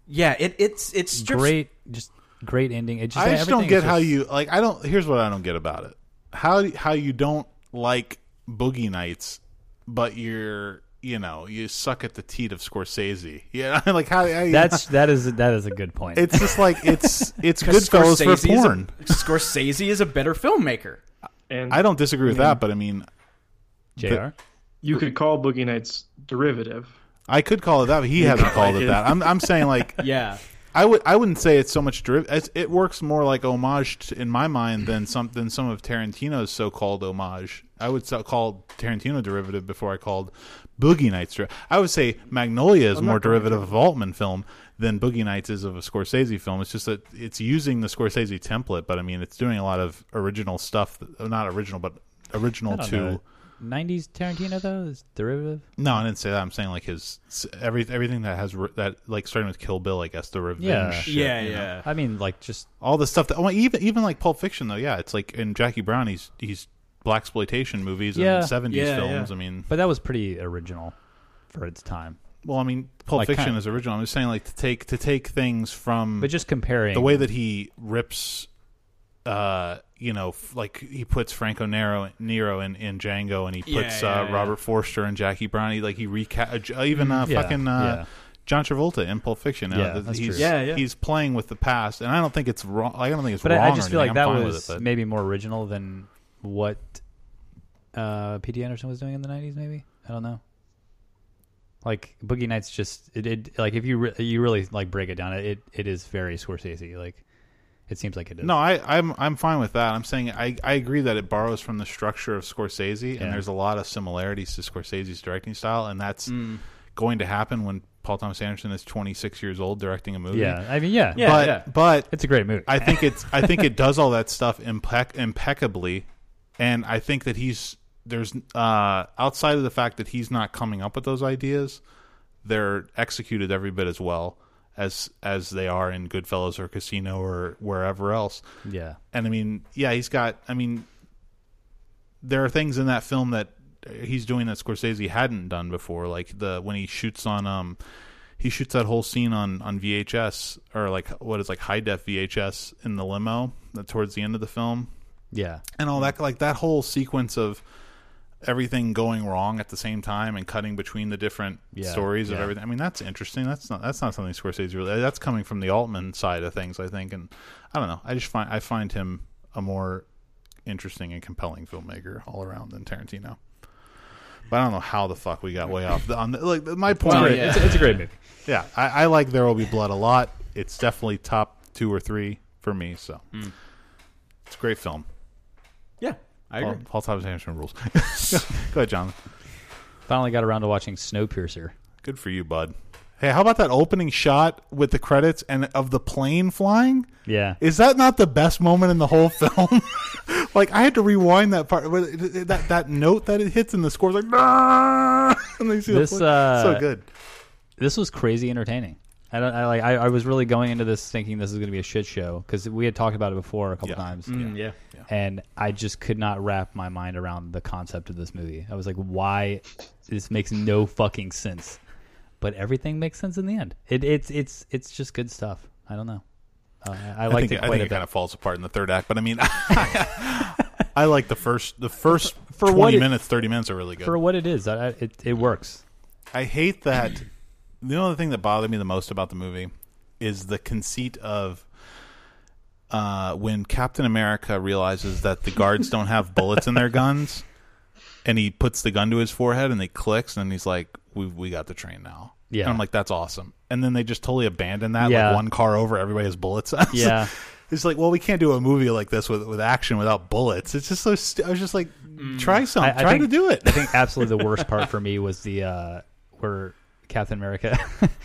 Yeah, it it's it's strips.
great, just great ending. It just
I just don't
everything
get
is
how
just-
you like. I don't. Here's what I don't get about it. How how you don't like Boogie Nights, but you're you know you suck at the teat of Scorsese. Yeah, like how, how you-
That's that is that is a good point.
it's just like it's it's Goodfellas for
Scorsese is a-
porn.
Scorsese is a better filmmaker.
And
I don't disagree with that, but I mean,
Jr.
you could call Boogie Nights derivative.
I could call it that. But he hasn't called it
it.
that. I'm I'm saying like
Yeah,
I would I wouldn't say it's so much derivative. It's, it works more like homage t in my mind than some than some of Tarantino's so called homage. I would so call Tarantino derivative before I called Boogie Nights. der- I would say Magnolia is more derivative of Altman film than Boogie Nights is of a Scorsese film. It's just that it's using the Scorsese template, but I mean it's doing a lot of original stuff. That, not original, but original
I don't
to.
know. 90s Tarantino though is derivative.
No, I didn't say that. I'm saying like his every everything that has re- that like starting with Kill Bill, I guess the revenge.
Yeah.
shit,
yeah,
you know?
yeah.
I mean, like just
all the stuff that well, even even like Pulp Fiction though, yeah, it's like in Jackie Brown, he's he's black exploitation movies
Yeah.
and seventies
Yeah,
films.
yeah.
I mean,
but that was pretty original for its time.
well, I mean, Pulp
Like,
Fiction
kinda-
is original. I'm just saying like to take to take things from
But just comparing
the way that he rips, uh, you know, f- like he puts Franco Nero Nero in, in Django, and he
Yeah,
puts
yeah,
uh,
yeah.
Robert Forster and Jackie Brown. He like he reca- uh, even uh,
Mm, yeah,
fucking uh,
yeah.
John Travolta in Pulp Fiction. uh,
Yeah,
th-
that's
he's,
true.
Yeah, yeah.
he's playing with the past, and I don't think it's wrong. I don't think it's
But
wrong.
I, I
or
just feel like
anything.
that
I'm fine with
was
it, but-
maybe more original than what uh, P.T. Anderson was doing in the '90s. Maybe I don't know. Like Boogie Nights, just it, it like if you re- you really like break it down, it it is very Scorsese. Like it seems like it is.
No, I, I'm I'm fine with that. I'm saying I, I agree that it borrows from the structure of Scorsese,
Yeah.
and there's a lot of similarities to Scorsese's directing style, and that's going to happen when Paul Thomas Anderson is 26 years old directing a movie.
yeah, I mean, yeah,
Yeah.
but but
It's a great movie.
I think it's I think it does all that stuff impec- impeccably, and I think that he's there's uh, outside of the fact that he's not coming up with those ideas, they're executed every bit as well as as they are in Goodfellas or Casino or wherever else
yeah,
and I mean, yeah, he's got. I mean, there are things in that film that he's doing that Scorsese hadn't done before, like the when he shoots on um, he shoots that whole scene on on VHS or like what is like high def VHS in the limo that towards the end of the film
yeah.
and all that like that whole sequence of everything going wrong at the same time and cutting between the different
Yeah,
stories of
yeah.
everything. I mean, that's interesting. That's not that's not something Scorsese really. That's coming from the Altman side of things, I think. And I don't know. I just find I find him a more interesting and compelling filmmaker all around than Tarantino. But I don't know how the fuck we got way off. The, on the, like my point.
Well,
is-
Oh, yeah.
It's, a- it's a great movie.
yeah, I, I like There Will Be Blood a lot. It's definitely top two or three for me. So
Hmm.
it's a great film.
yeah. I
Paul,
agree.
Paul Thomas Anderson rules. Go ahead, John.
Finally got around to watching Snowpiercer.
Good for you, bud. Hey, how about that opening shot with the credits and of the plane flying?
Yeah,
Is that not the best moment in the whole film? like I had to rewind that part. where- That that note that it hits in the score, like "Ah!" and they see
This,
the plane.
uh,
so good.
this was crazy entertaining. I don't. I like. I, I was really going into this thinking this is going to be a shit show because we had talked about it before a couple
Yeah. Mm-hmm.
times,
Mm, yeah.
and I just could not wrap my mind around the concept of this movie. I was like, why? This makes no fucking sense. But everything makes sense in the end. It, it's it's it's just good stuff. I don't know. Uh, I, I
I
liked
think,
it
I
quite
think
a
it kind
bit.
of falls apart in the third act, but I mean, I like the first the first
For what
twenty
it-
minutes, thirty minutes are really good.
For what it is, I, I- it it works.
I hate that. the only thing that bothered me the most about the movie is the conceit of uh, when Captain America realizes that the guards don't have bullets in their guns, and he puts the gun to his forehead and it clicks, and he's like, "We we got the train now."
Yeah.
and I'm like, "That's awesome." And then they just totally abandon that.
Yeah.
Like one car over, everybody has bullets. I was
Yeah.
like- It's like, well, we can't do a movie like this with, with action without bullets. It's just so. St- I was just like, try something,
Mm. I- I
try
think-
to do it.
I think absolutely the worst part for me was the uh, where Captain America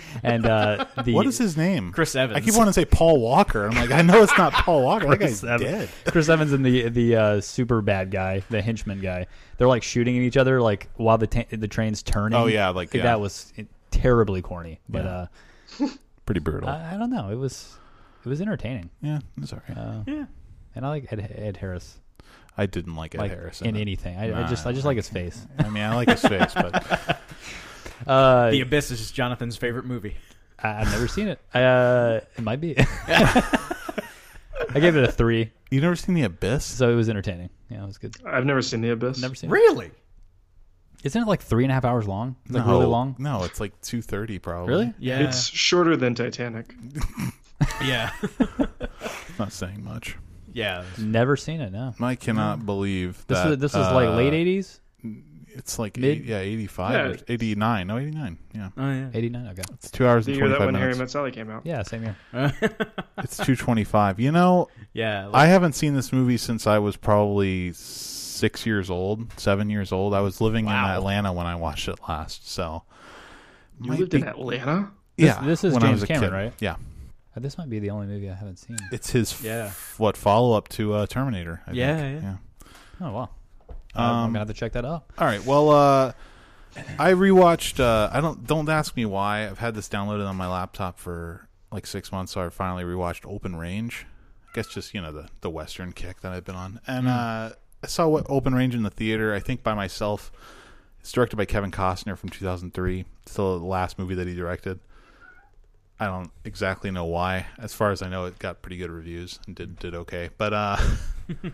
and uh, the
What is his name?
Chris Evans.
I keep wanting to say Paul Walker. I'm like, I know it's not Paul Walker. That guy's
Chris Evans.
dead.
Chris Evans and the the uh, super bad guy, the henchman guy. They're like shooting at each other like while the ta- the train's turning.
Oh, yeah, like, yeah.
that was terribly corny. But
Yeah.
uh,
Pretty brutal.
I, I don't know. It was it was entertaining,
yeah, it's all right.
uh,
yeah.
and I like Ed, Ed Harris
I didn't like Ed
like
Harris
in
it.
anything. I,
Nah,
I just I just like his face.
I mean, I like his face, but
Uh,
The Abyss is Jonathan's favorite movie.
I, I've never seen it. Uh, it might be. I gave it a three,
you never seen The Abyss?
so it was entertaining. Yeah, it was good.
I've never seen The Abyss.
Never seen.
Really?
It. Isn't it like three and a half hours long? It's like
no,
really long.
No, it's like two thirty probably.
Really?
Yeah.
It's shorter than Titanic.
yeah.
Not saying much.
yeah.
Never seen it. No.
I cannot believe
This
that
was this was like
uh,
late eighties,
It's like
mid-
eight, yeah, eighty five,
Yeah.
or eighty nine. No, eighty nine. Yeah,
Oh yeah.
eighty nine. Okay.
it's two hours
The
and
year
twenty
that
five
when Harry
minutes.
Met Sally came out.
Yeah, same year.
It's two twenty five. You know,
Yeah. Like,
I haven't seen this movie since I was probably six years old, seven years old. I was living in Atlanta when I watched it last, so
You
Might
lived
be-
in Atlanta?
yeah.
this is
when I
James
was a
Cameron,
kid.
right?
Yeah,
Uh, This might be the only movie I haven't seen.
it's his f-
Yeah.
what follow up to uh, Terminator. I
Yeah,
think.
yeah.
Oh wow. Uh, I'm
Um,
gonna have to check that out.
All right. Well, uh, I rewatched. Uh, I don't don't ask me why. I've had this downloaded on my laptop for like six months, so I finally rewatched Open Range. I guess just you know the the Western kick that I've been on, and uh, I saw what Open Range in the theater. I think by myself. It's directed by Kevin Costner from 2003. It's the last movie that he directed. I don't exactly know why. As far as I know, it got pretty good reviews and did did okay. But uh,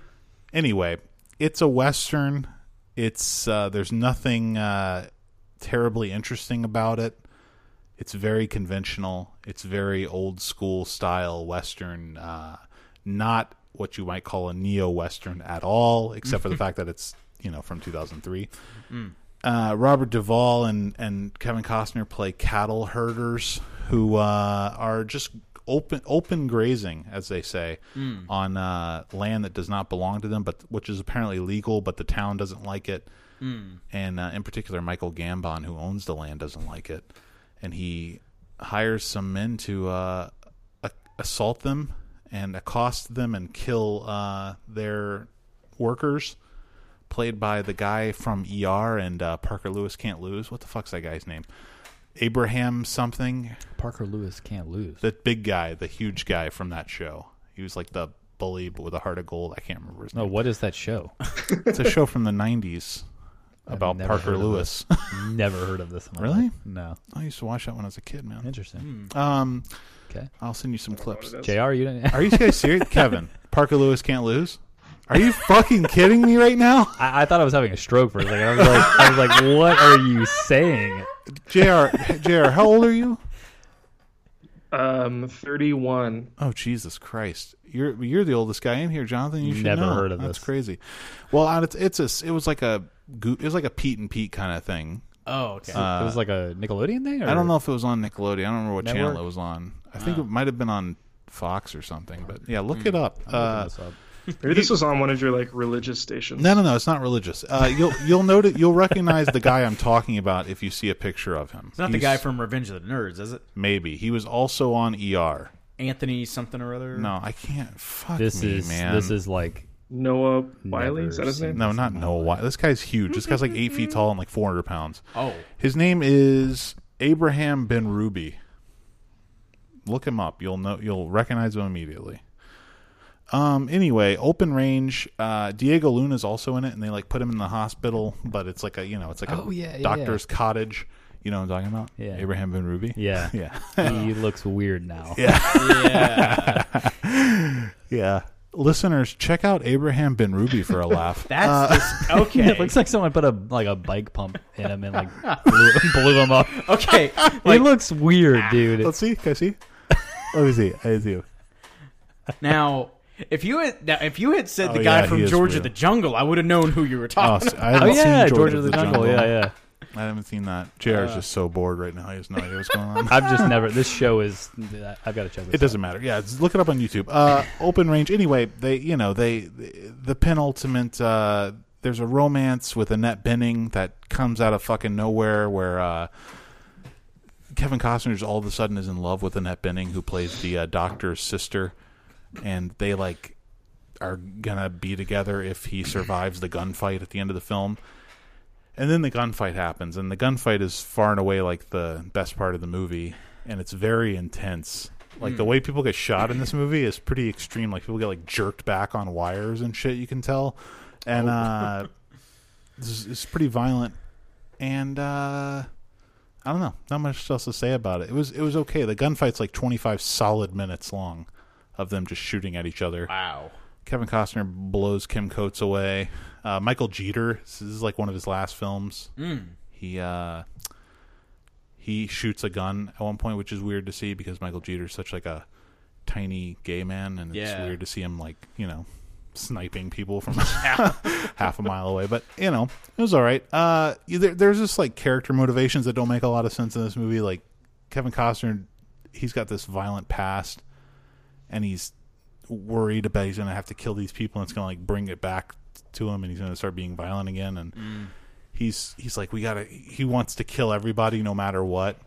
anyway, it's a western. It's uh, there's nothing uh, terribly interesting about it. It's very conventional. It's very old school style western. Uh, not what you might call a neo western at all, except for the fact that it's you know from 2003. Uh, Robert Duvall and and Kevin Costner play cattle herders who uh, are just open open grazing, as they say, on uh, land that does not belong to them, but which is apparently legal, but the town doesn't like it and uh, in particular Michael Gambon, who owns the land, doesn't like it, and he hires some men to uh, a- assault them and accost them and kill uh, their workers, played by the guy from ER and uh, Parker Lewis can't lose. What the fuck's that guy's name? Abraham something,
Parker Lewis can't lose.
the big guy, the huge guy from that show. He was like the bully but with a heart of gold. I can't remember his
No,
name.
Oh, what is that show?
It's a show from the '90s about
never
Parker
heard of
Lewis.
Never heard of this. in my
Really?
life. No.
I used to watch that when I was a kid, man.
Interesting.
Um,
Okay.
I'll send you some clips.
Jr. You didn't.
Are you guys serious, Kevin? Parker Lewis can't lose. Are you fucking kidding me right now,
I, I thought I was having a stroke for a second. I was like, I was like, what are you saying?
Jr. Jr. How old are you?
Um, 31.
Oh Jesus Christ! You're you're the oldest guy in here, Jonathan. You should
Never
know.
heard of
That's
this.
crazy. Well, and it's it's a s- it was like a goo- it was like a Pete and Pete kind of thing.
oh, okay.
it was like a Nickelodeon thing. Or?
Uh, I don't know if it was on Nickelodeon. I don't remember what channel
Network? Oh.
it was on. I think it might have been on Fox or something. But yeah, look it up.
Hmm. I'm
Uh,
looking this up.
Maybe this was on one of your like religious stations.
No, no, no. It's not religious. Uh, you'll you'll notice you'll recognize the guy I'm talking about if you see a picture of him.
it's not the guy from Revenge of the Nerds, is it?
maybe he was also on ER.
Anthony something or other.
No, I can't. Fuck
This
me,
is
man.
this is like
Noah Wiley, is that his
seen
name?
no, not Noah. Wy- This guy's huge. This guy's like eight feet tall and like 400 pounds.
Oh.
His name is Abraham Ben Ruby. Look him up. You'll know. You'll recognize him immediately. Um. Anyway, Open Range. Uh, Diego Luna's also in it, and they like put him in the hospital, but it's like a you know, it's like
Oh,
a
yeah, yeah,
doctor's cottage. You know what I'm talking about?
Yeah.
Abraham Van Ruby.
Yeah.
Yeah.
he looks weird now.
yeah. Listeners, check out Abraham Ben Ruby for a laugh.
That's just, okay.
it looks like someone put a like a bike pump in him and like blew, blew him up.
Oh,
okay.
he
Like,
looks weird, dude.
Let's see. Can I see? Let me see. I see.
now, if you had now, if you had said the
Oh,
guy
yeah, he
from
is
Georgia
weird.
the Jungle, I would have known who you were
Oh,
talking.
s- I
oh
haven't
yeah,
seen
Georgia,
Georgia
the Jungle. Yeah, yeah.
I haven't seen that. JR is just so bored right now. He has no idea what's going on.
I've just never. This show is. I've got to check. This
Ah. It doesn't matter. Yeah, just look it up on YouTube. Uh, open range. Anyway, they you know they the penultimate. Uh, there's a romance with Annette Benning that comes out of fucking nowhere where uh, Kevin Costner all of a sudden is in love with Annette Benning, who plays the uh, doctor's sister, and they like are gonna be together if he survives the gunfight at the end of the film. And then the gunfight happens, and the gunfight is far and away like the best part of the movie, and it's very intense. Like the way people get shot in this movie is pretty extreme. Like people get like jerked back on wires and shit. You can tell, and uh, this is- it's pretty violent. And uh, I don't know, not much else to say about it. It was it was okay. The gunfight's like twenty five solid minutes long, of them just shooting at each other.
Wow.
Kevin Costner blows Kim Coates away. Uh, Michael Jeter, this is like one of his last films. He uh, he shoots a gun at one point, which is weird to see because Michael Jeter's such like a tiny gay man, and it's
Yeah.
weird to see him like you know sniping people from half a mile away. But you know, it was all right. Uh, you- there, there's just like character motivations that don't make a lot of sense in this movie. Like Kevin Costner, he's got this violent past, and he's worried about he's going to have to kill these people, and it's going to like bring it back to him, and he's going to start being violent again. And he's he's like, we got to. He wants to kill everybody, no matter what,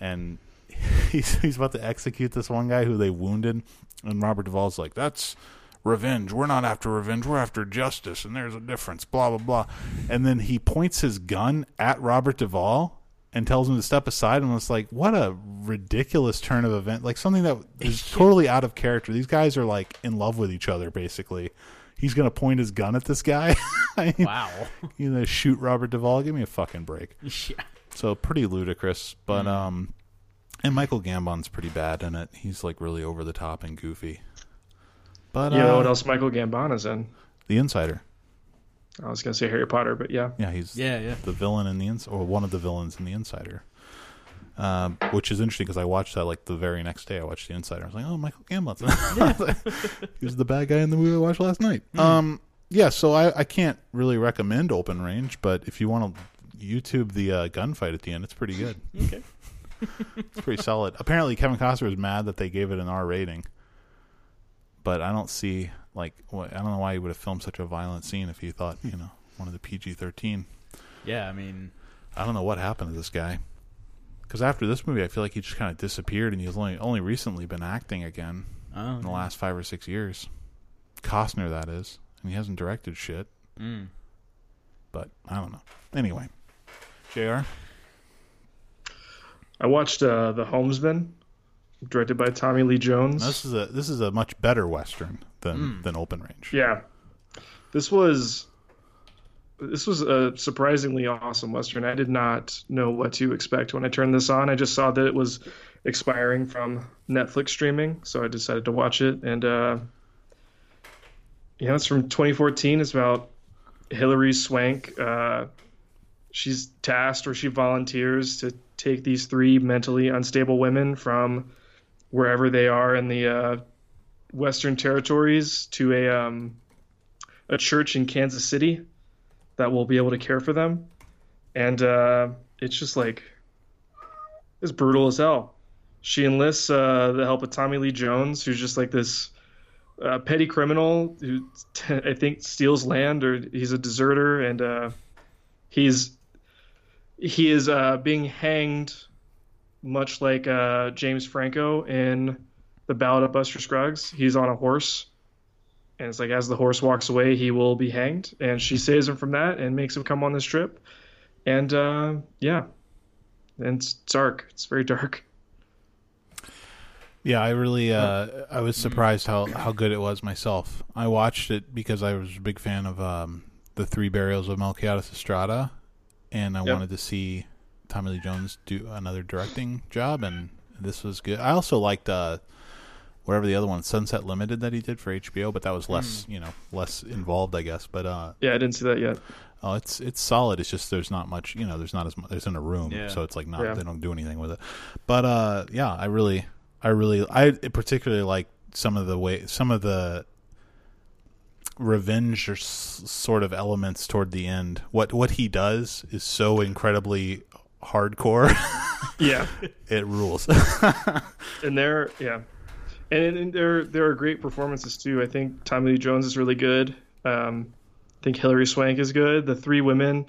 and. He's, he's about to execute this one guy who they wounded, and Robert Duvall's like, "That's revenge. We're not after revenge. We're after justice, and there's a difference. Blah blah blah. And then he points his gun at Robert Duvall and tells him to step aside. And it's like, what a ridiculous turn of event! Like something that is totally out of character. These guys are like in love with each other, basically. He's gonna point his gun at this guy. I mean,
Wow.
You know, shoot Robert Duvall. Give me a fucking break.
Yeah.
So pretty ludicrous, but um, and Michael Gambon's pretty bad in it. He's like really over the top and goofy. But
You know
uh,
what else Michael Gambon is in?
the Insider.
I was gonna say Harry Potter, but yeah.
Yeah, he's
Yeah. Yeah.
the villain in the ins or one of the villains in the Insider. Um, which is interesting because I watched that like the very next day. I watched the Insider. I was like, oh, Michael Gambon's. he was the bad guy in the movie I watched last night. Um, yeah, so I, I can't really recommend Open Range, but if you want to YouTube the uh, gunfight at the end, it's pretty good.
Okay.
it's pretty solid. Apparently, Kevin Costner was mad that they gave it an R rating, but I don't see like wh- I don't know why he would have filmed such a violent scene if he thought you know wanted the PG thirteen.
Yeah. I mean,
I don't know what happened to this guy. Because after this movie, I feel like he just kind of disappeared, and he's only only recently been acting again
oh,
in the last five or six years. Costner, that is, and he hasn't directed shit. But I don't know. Anyway, Jr.
I watched uh, The Homesman, directed by Tommy Lee Jones.
This is a this is a much better western than than Open Range.
Yeah, this was this was a surprisingly awesome western. I did not know what to expect when I turned this on. I just saw that it was expiring from Netflix streaming, so I decided to watch it. And uh, yeah, it's from 2014. It's about Hillary Swank. Uh, she's tasked or she volunteers to take these three mentally unstable women from wherever they are in the uh, Western territories to a um, a church in Kansas City that will be able to care for them, and uh, it's just like it's brutal as hell. She enlists uh, the help of Tommy Lee Jones, who's just like this uh, petty criminal who I think steals land or he's a deserter, and uh, he's he is uh, being hanged, much like uh, James Franco in the Ballad of Buster Scruggs. He's on a horse, and it's like as the horse walks away, he will be hanged. And she saves him from that and makes him come on this trip. And uh, yeah, and it's dark. It's very dark.
Yeah, I really uh, I was surprised how, how good it was myself. I watched it because I was a big fan of um, the Three Burials of Melchiades Estrada, and I
Yep.
wanted to see Tommy Lee Jones do another directing job, and this was good. I also liked uh, whatever the other one, Sunset Limited, that he did for HBO, but that was less you know less involved, I guess. But uh,
Yeah, I didn't see that yet.
Oh, it's it's solid. It's just there's not much, you know. There's not as much. There's in a room,
Yeah.
so it's like not.
Yeah.
They don't do anything with it. But uh, yeah, I really, I really, I particularly like some of the way some of the revenge or s- sort of elements toward the end. What what he does is so incredibly hardcore.
Yeah,
it rules.
and they're yeah, and, and there there are great performances too. I think Tommy Lee Jones is really good. Um, I think Hilary Swank is good. The three women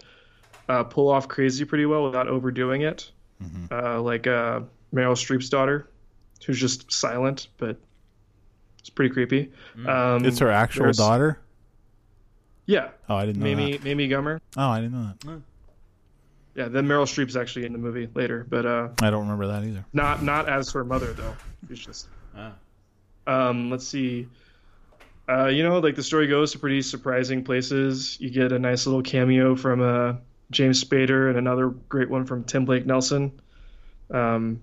uh, pull off crazy pretty well without overdoing it. Uh, like uh, Meryl Streep's daughter, who's just silent, but it's pretty creepy. Um,
it's her actual
there's-
daughter.
Yeah,
Oh, I didn't know
Mamie Mamie Gummer.
that. Oh, I didn't know that.
Yeah, then Meryl Streep's actually in the movie later, but uh,
I don't remember that either.
not not as her mother though. She's just.
Ah.
Um, let's see. Uh, you know, like the story goes to pretty surprising places. You get a nice little cameo from uh, James Spader and another great one from Tim Blake Nelson. Um,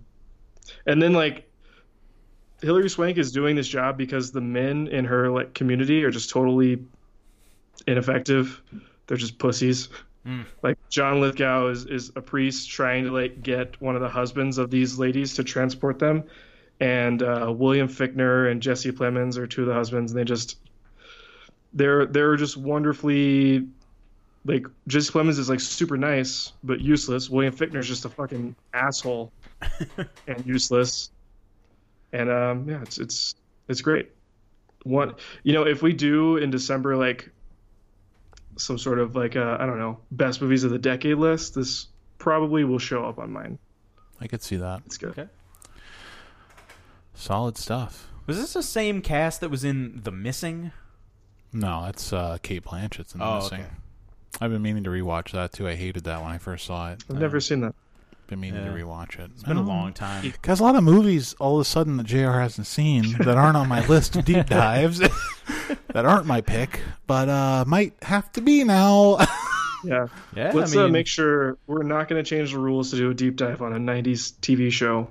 and then like Hillary Swank is doing this job because the men in her like community are just totally ineffective. They're just pussies. Like John Lithgow is, is a priest trying to like get one of the husbands of these ladies to transport them, and uh, William Fickner and Jesse Plemons are two of the husbands, and they just they're they're just wonderfully like Jesse Plemons is like super nice but useless. William Fickner's just a fucking asshole and useless. And um, yeah, it's it's it's great. One, you know, if we do in December like some sort of like uh, I don't know best movies of the decade list, this probably will show up on mine.
I could see that.
It's good.
Okay.
Solid stuff.
Was this the same cast that was in The Missing?
No, that's uh, Kate Blanchett's in the
Oh,
missing.
okay.
I've been meaning to rewatch that too. I hated that when I first saw it.
I've never seen that.
Been meaning
Yeah.
to rewatch it. It's
It's been a long time.
Cause a lot of movies all of a sudden that Jr. hasn't seen that aren't on my list of deep dives that aren't my pick, but uh, might have to be now.
Yeah.
Yeah,
Let's
I mean,
uh, make sure we're not going to change the rules to do a deep dive on a '90s TV show.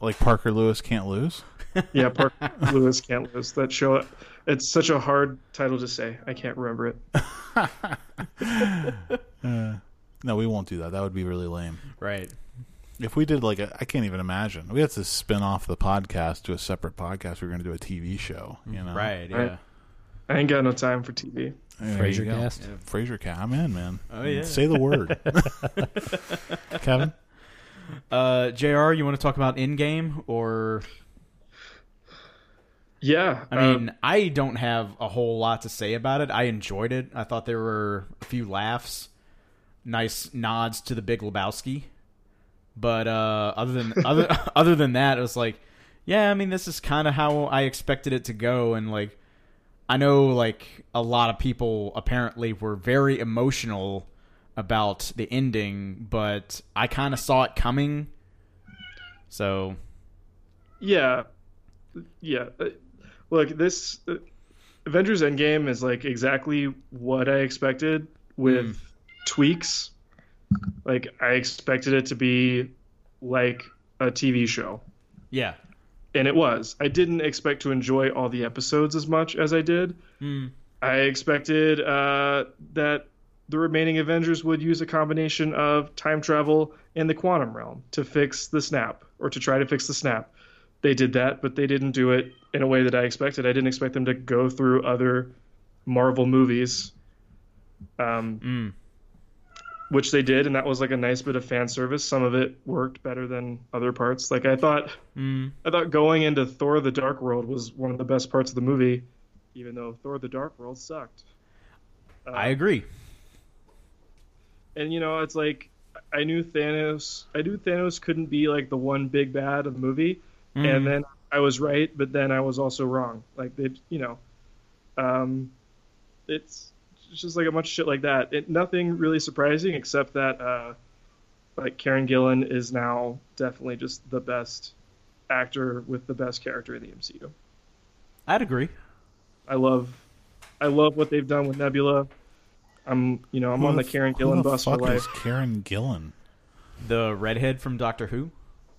like Parker Lewis can't lose.
Yeah, Park Lewis can't lose that show. It's such a hard title to say. I can't remember it.
No, we won't do that. That would be really lame.
right.
If we did like a, I can't even imagine. We had to spin off the podcast to a separate podcast. We were going to do a TV show. You know,
Mm, Right, yeah.
Right. I ain't got no time for TV.
There you
Fraser
go.
cast.
Fraser Cat. I'm in, man.
Oh, yeah.
Say the word. Kevin?
Uh, JR, you want to talk about Endgame? Or,
Yeah,
I
uh,
mean, I don't have a whole lot to say about it. I enjoyed it. I thought there were a few laughs, nice nods to the Big Lebowski. But uh, other than other other than that, it was like, yeah, I mean, this is kind of how I expected it to go, and like, I know like a lot of people apparently were very emotional about the ending, but I kind of saw it coming. So
yeah, yeah. Uh, Look, this uh, Avengers Endgame is like exactly what I expected with tweaks. Like I expected it to be like a TV show.
yeah,
and it was. I didn't expect to enjoy all the episodes as much as I did. I expected uh, that the remaining Avengers would use a combination of time travel and the quantum realm to fix the snap, or to try to fix the snap. They did that, but they didn't do it in a way that I expected. I didn't expect them to go through other Marvel movies, um, which they did, and that was like a nice bit of fan service. Some of it worked better than other parts. Like I thought. I thought going into Thor: The Dark World was one of the best parts of the movie, even though Thor: The Dark World sucked. Uh,
I agree.
And you know, it's like I knew Thanos. I knew Thanos couldn't be like the one big bad of the movie,
Mm,
and then I was right, but then I was also wrong. Like they, you know, um, it's it's just like a bunch of shit like that. It, nothing really surprising except that uh, like Karen Gillan is now definitely just the best actor with the best character in the MCU.
I'd agree.
I love, I love what they've done with Nebula. I'm, you know, I'm on the Karen Gillan bus for
fuck
life.
Is Karen Gillan.
The redhead from Doctor Who.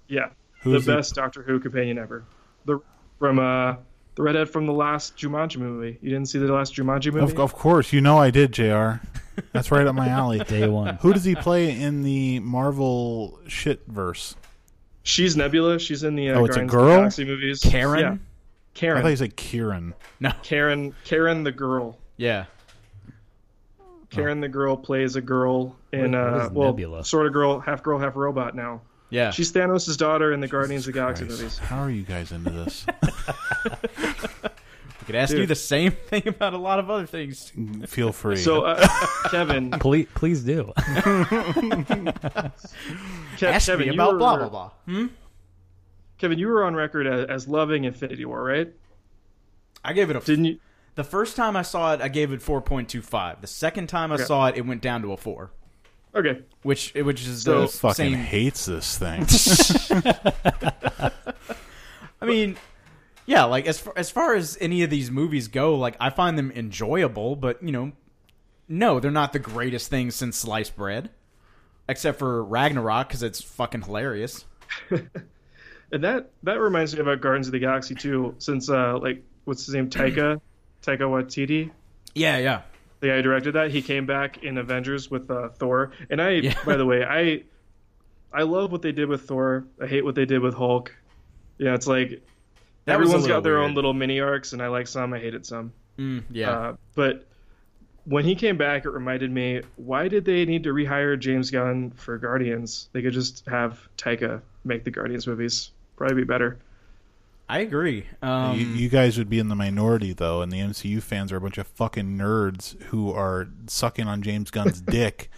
Yeah,
Who's
the
the-
best Doctor Who companion ever. The from uh, the redhead from the last Jumanji movie. You didn't see the last Jumanji movie?
Of, of course, you know I did, Jr. That's right up my alley.
Day one.
Who does he play in the Marvel shit verse?
She's Nebula. She's in the uh,
Oh, it's a
Guardians
girl?
Of the Galaxy movies.
Karen?
Yeah.
I
Karen.
thought he said Kieran.
Karen. Karen the girl.
Oh.
Yeah.
Karen the girl plays a girl in
What- what
uh,
is
well,
Nebula?
sort of girl, half girl, half robot now.
Yeah.
She's Thanos' daughter in the Guardians of the Galaxy
Christ,
movies.
How are you guys into this?
I could ask you
Dude.
the same thing about a lot of other things.
Feel free.
So, uh, Kevin, Ke-
Please, please do.
Ask
Kevin,
me
you
about
were,
blah blah blah.
Kevin, you were on record as, as loving Infinity War, right?
I gave it a
Didn't you?
The first time I saw it, I gave it 4.25. The second time I
Okay.
saw it, it went down to a 4,
Okay,
which which is
So-
the
fucking
same.
hates this thing.
I mean, yeah, like as far, as far as any of these movies go, like I find them enjoyable, but you know, no, they're not the greatest thing since sliced bread, except for Ragnarok because it's fucking hilarious.
and that that reminds me about Guardians of the Galaxy too, since uh, like what's his name, Taika, Taika Waititi,
Yeah, yeah.
the guy who directed that, he came back in Avengers with uh, Thor. And I,
Yeah.
by the way, I I love what they did with Thor. I hate what they did with Hulk. Yeah, it's like
That was a
everyone's got
little
their
weird.
own little mini arcs, and I like some, I hated some.
Mm, yeah.
Uh, but when he came back, it reminded me why did they need to rehire James Gunn for Guardians? They could just have Taika make the Guardians movies. Probably be better.
I agree. Um,
you, you guys would be in the minority though, and the MCU fans are a bunch of fucking nerds who are sucking on James Gunn's dick,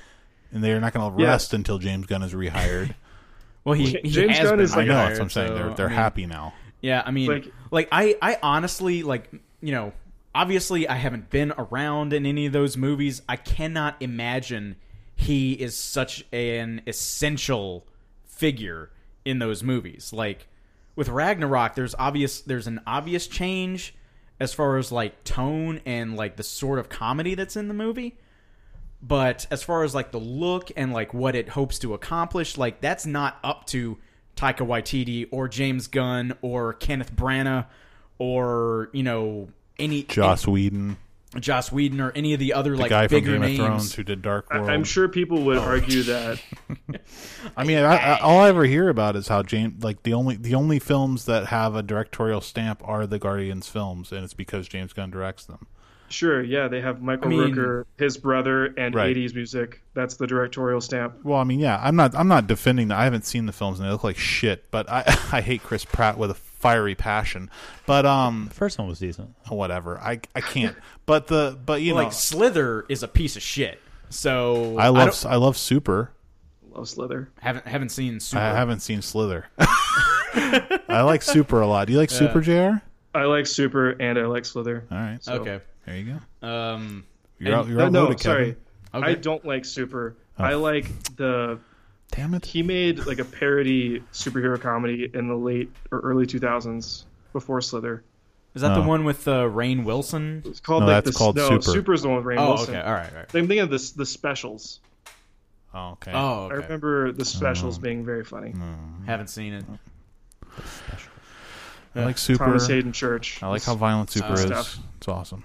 and they're not going to
Yeah.
rest until James Gunn is rehired.
well, he, he
James
has
Gunn
been
is
I
like-
know
hired,
that's what I'm saying.
so,
they're they're
I mean,
happy now.
Yeah, I mean,
Like-
like, I, I honestly like you know, obviously I haven't been around in any of those movies. I cannot imagine he is such an essential figure in those movies. Like with Ragnarok, there's obvious there's an obvious change as far as like tone and like the sort of comedy that's in the movie. But as far as like the look and like what it hopes to accomplish, like that's not up to Taika Waititi or James Gunn or Kenneth Branagh or you know any
Joss Whedon,
any- Joss Whedon or any of the other
the
like
guy from
bigger
Game
names.
of Thrones who did Dark World.
I'm sure people would argue that
I mean, I, I, all I ever hear about is how James, like the only the only films that have a directorial stamp are the Guardians films, and it's because James Gunn directs them.
Sure, yeah, they have Michael
I mean-
Rooker, his brother, and
Right.
80s music. That's the directorial stamp.
Well, I mean, yeah, I'm not I'm not defending that. I haven't seen the films and they look like shit, but I I hate Chris Pratt with a fiery passion. But um,
First one was decent.
whatever. I I can't. But the but you
like
know,
Slither is a piece of shit. So
I
I
love
don't-
I, love Super.
Love Slither.
haven't haven't seen Super.
I haven't seen Slither. I like Super a lot. Do you like Super Jr? All
I like Super and I like Slither.
right, so
Okay.
there you go.
Um.
You're out. You're
No,
out.
no, sorry.
Okay.
I don't like Super. I like the
Damn it.
he made like a parody superhero comedy in the late or early 2000s before Slither.
Is that the
No.
one with uh, Rain Wilson?
It's called
No,
like
that's
the
called
no,
Super.
Super's the one with Rain
Oh,
Wilson.
okay. All right. All right.
I'm thinking of this the specials.
Oh, okay.
Oh, okay.
I remember the specials being very funny.
Haven't seen it.
I like Super.
Thomas Hayden Church.
I like how violent Super is.
stuff.
It's awesome.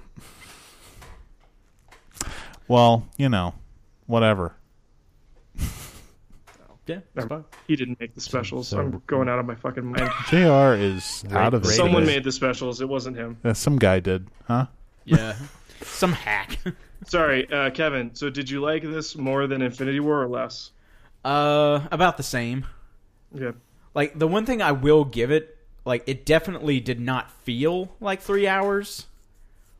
Well, you know, whatever.
Yeah.
Never mind. he didn't make the specials.
so-
I'm going out of my fucking mind.
Jr. is out of it.
Rated
Someone
is-
made the specials. It wasn't him.
Uh, some guy did, huh?
Yeah. Some hack.
Sorry, uh, Kevin. So did you like this more than Infinity War or less?
Uh, about the same.
Yeah.
Like the one thing I will give it, like it definitely did not feel like three hours.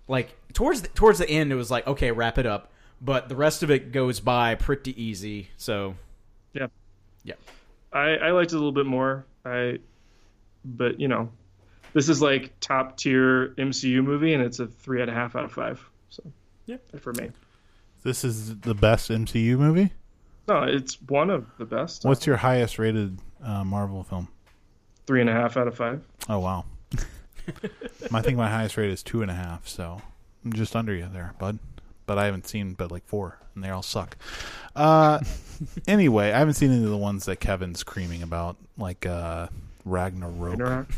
Like towards the, towards the end, it was like okay, wrap it up. But the rest of it goes by pretty easy. So
Yeah.
Yeah.
I, I liked it a little bit more. I, but you know, this is like top tier MCU movie, and it's a three and a half out of five. So
Yeah.
for me.
This is the best MCU movie.
No, it's one of the best.
What's your highest rated uh, Marvel film?
three and a half out of five.
Oh wow. My- I think my highest rate is two and a half, so I'm just under you there, bud. But I haven't seen but like four, and they all suck. Uh, anyway, I haven't seen any of the ones that Kevin's screaming about, like uh, Ragnarok
Ragnarok.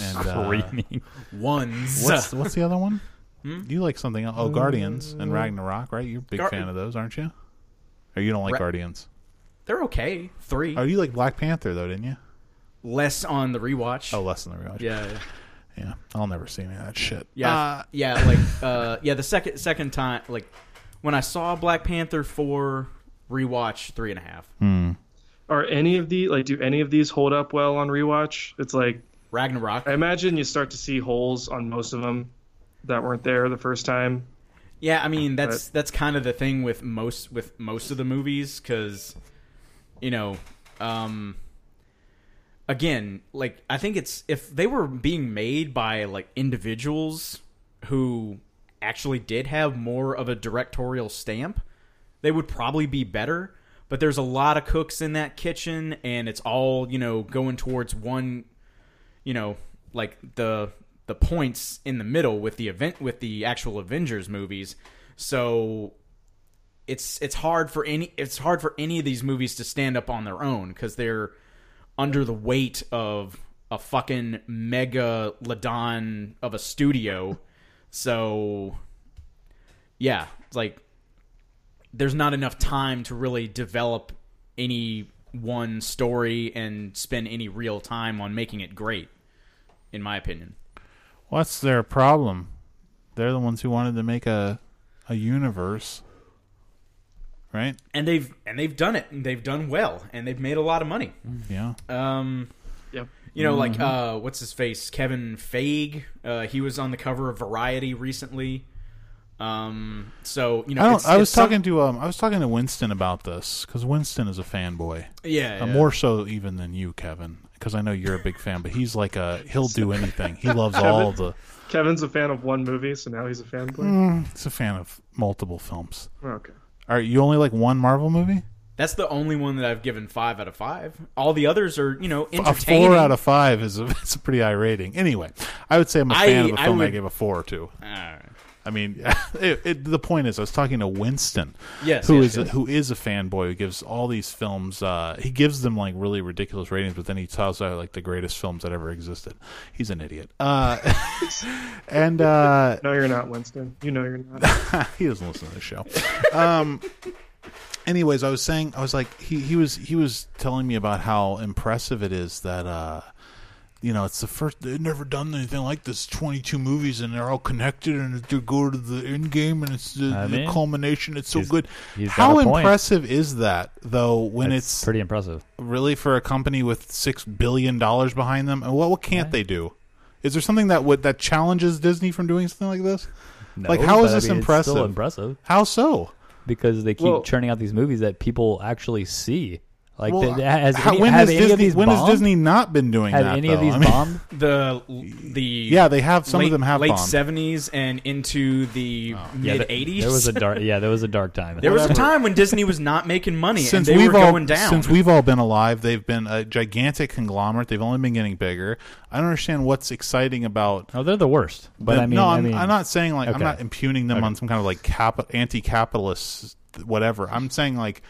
and uh,
Screaming.
Ones.
what's what's the other one? You like something else? Oh, Guardians and Ragnarok, right? You're a big
Hmm? Uh, Gar-
fan of those, aren't you? Or you don't like
Ra-
Guardians?
They're okay. Three.
Oh, you like Black Panther though, didn't you?
Less on the rewatch.
Oh, less than the real.
Yeah.
yeah. I'll never see any of that shit. Uh,
Yeah, yeah, like uh, yeah. The second second time, like when I saw Black Panther four rewatch three and a half.
Hmm.
Are any of the like do any of these hold up well on rewatch? It's like
Ragnarok.
I imagine you start to see holes on most of them that weren't there the first time.
Yeah, I mean that's that's kind of the thing with most with most of the movies because you know, um, again, like I think it's if they were being made by like individuals who actually did have more of a directorial stamp, they would probably be better. But there's a lot of cooks in that kitchen, and it's all you know going towards one you know, like the the points in the middle with the event with the actual Avengers movies. So it's it's hard for any it's hard for any of these movies to stand up on their own cuz they're under the weight of a fucking mega ladon of a studio. So yeah, it's like there's not enough time to really develop any one story and spend any real time on making it great in my opinion
What's their problem? They're the ones who wanted to make a a universe, right?
and they've and they've done it and they've done well and they've made a lot of money
Yeah.
um
Yep.
you know
Mm-hmm.
like uh what's his face kevin feige uh he was on the cover of variety recently um so you know
I don't.
it's-
I was
it's some-
talking to um. I was talking to Winston about this because Winston is a fanboy,
yeah,
Uh,
yeah.
more so even than you, Kevin. Because I know you're a big fan, but he's like a he'll do anything. He loves all the.
Kevin's a fan of one movie, so now he's a fanboy.
He's a fan of multiple films.
Okay.
All right, you only like one Marvel movie?
that's the only one that i've given five out of five all the others are you know
A
entertaining
four out of five is a, it's a pretty high rating. Anyway, I would say I'm a
I-
fan of a
I
film. I,
would-
gave a four to.
Alright.
I mean, it, it, the point is, I was talking to Winston,
Yes,
who
yes,
is a,
yes.
who is a fanboy who gives all these films. Uh, he gives them like really ridiculous ratings, but then he tells out like the greatest films that ever existed. He's an idiot, uh, and uh,
No, you're not, Winston. You know you're not.
he doesn't listen to the show. Um, anyways, I was saying, I was like, he, he was he was telling me about how impressive it is that uh, you know it's the first they've never done anything like this. Twenty two movies and they're all connected and they go to the end game and it's the,
I
the
mean,
culmination. It's so
he's-
good.
he's
how
got a point.
impressive is that though? When
That's
it's
pretty impressive.
really for a company with six billion dollars behind them, and what what can't they do? Is there something that would that challenges Disney from doing something like this? like
No,
how is
but I
this
mean, it's
impressive?
still impressive
How so?
because they keep
Well-
churning out these movies that people actually see. Like,
Well,
th- th- has
how-
any,
when
have
has
any
Disney,
of these
when has
bombed?
Disney not been doing
Have
that?
any
though?
of these
I mean,
bombed?
the the
Yeah, they have. Some
late,
of them have
late
bombed.
seventies and into the
Oh. Yeah,
mid
th-
eighties.
There was a dark. Yeah, there was a dark time.
there was a
Whatever.
time when Disney was not making money
Since
and they
we've
were
all
going down.
since we've all been alive, they've been a gigantic conglomerate. They've only been getting bigger. I don't understand what's exciting about.
oh, they're the worst. But I mean,
no, I'm,
I mean,
am not saying like I'm
okay.
not impugning them on some kind of like capi- anti-capitalist whatever. I'm saying like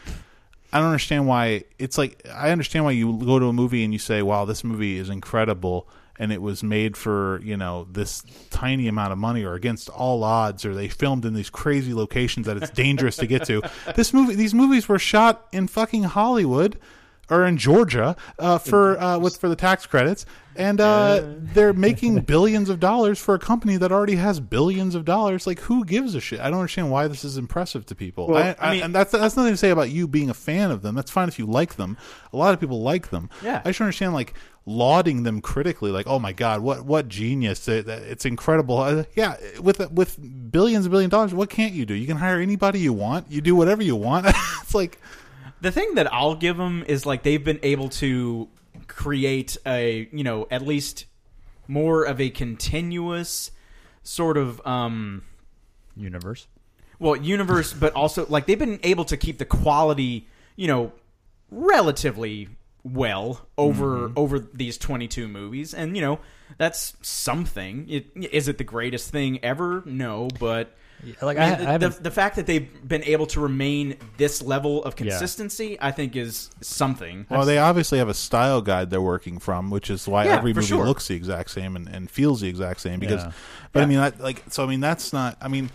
I don't understand why it's like I understand why you go to a movie and you say, "Wow, this movie is incredible." And it was made for you know this tiny amount of money, or against all odds, or they filmed in these crazy locations that it's dangerous to get to. This movie, these movies were shot in fucking Hollywood or in Georgia uh, for uh, with for the tax credits, and uh, they're making billions of dollars for a company that already has billions of dollars. Like, who gives a shit? I don't understand why this is impressive to people. I, I,
I mean-
and that's that's nothing to say about you being a fan of them. That's fine if you like them. A lot of people like them.
Yeah.
I just don't understand like lauding them critically. Like, oh my god, what what genius! It- It's incredible. Uh, yeah, with with billions and billion dollars, what can't you do? You can hire anybody you want. You do whatever you want. it's like
the thing that I'll give them is like they've been able to create a you know at least more of a continuous sort of um
universe.
well universe but also like they've been able to keep the quality you know relatively well over over these 22 movies and you know that's something it, is it the greatest thing ever no but
Like
I
I,
mean,
I
the,
haven't.
the fact that they've been able to remain this level of consistency i think is something
Well, they obviously have a style guide they're working from, which is why
Yeah,
every
for
movie
sure.
looks the exact same and, and feels the exact same. Because,
Yeah.
but I mean, that, like, so I mean, that's not. I mean,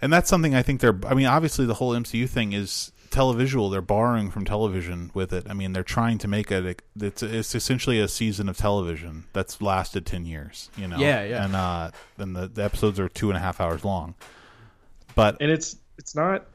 and that's something I think they're. I mean, obviously, the whole MCU thing is televisual. They're borrowing from television with it. I mean, they're trying to make it. It's it's essentially a season of television that's lasted ten years. You know.
Yeah, yeah.
And uh, and the, the episodes are two and a half hours long. But
and it's it's not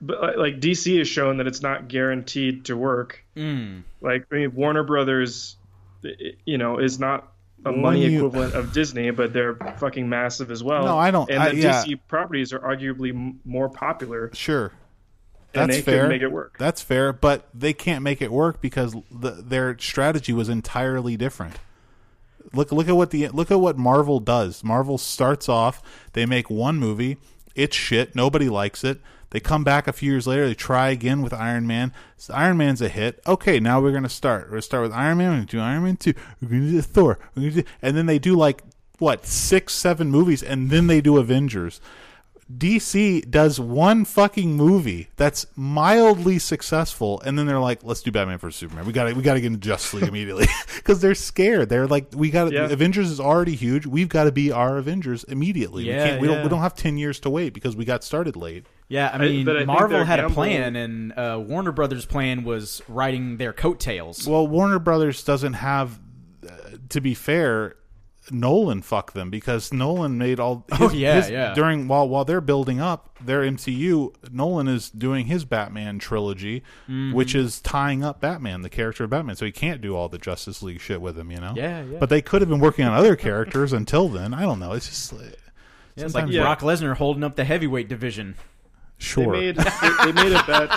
but like- like dc has shown that it's not guaranteed to work like I mean, warner brothers i- i- you know is not a money
you-
equivalent of disney but they're fucking massive as well
No, I don't-
and
I-
the
yeah.
dc properties are arguably m- more popular
sure,
and
That's
they
fair.
can make it work
That's fair, but they can't make it work because the, their strategy was entirely different. Look look at what the look at what Marvel does. Marvel starts off, they make one movie, it's shit, nobody likes it. They come back a few years later, they try again with Iron Man. So Iron Man's a hit. Okay, now we're gonna start. We're gonna start with Iron Man. We're gonna do Iron Man two. We're gonna do Thor. We're gonna do, and then they do like what six, seven movies, and then they do Avengers. DC does one fucking movie that's mildly successful, and then they're like, "Let's do Batman vs Superman. We got to we got to get into Justice League immediately because they're scared. They're like, we got to
Yeah.
Avengers is already huge. We've got to be our Avengers immediately.
Yeah,
we can't. We,
yeah.
don't, we don't have ten years to wait because we got started late.
Yeah, I mean,
but I think
Marvel
their
had a
gamble-
plan, and uh, Warner Brothers' plan was riding their coattails.
Well, Warner Brothers doesn't have. uh, to be fair, Nolan fucked them because Nolan made all. His,
Oh, yeah,
his-
yeah.
During while while they're building up their MCU, Nolan is doing his Batman trilogy,
Mm-hmm.
which is tying up Batman, the character of Batman. So he can't do all the Justice League shit with him, you know.
Yeah, yeah.
But they could have been working on other characters until then. I don't know. It's just uh,
Yeah, it's like
sometimes-
Brock Lesnar holding up the heavyweight division.
they
sure.
made they, they made a bet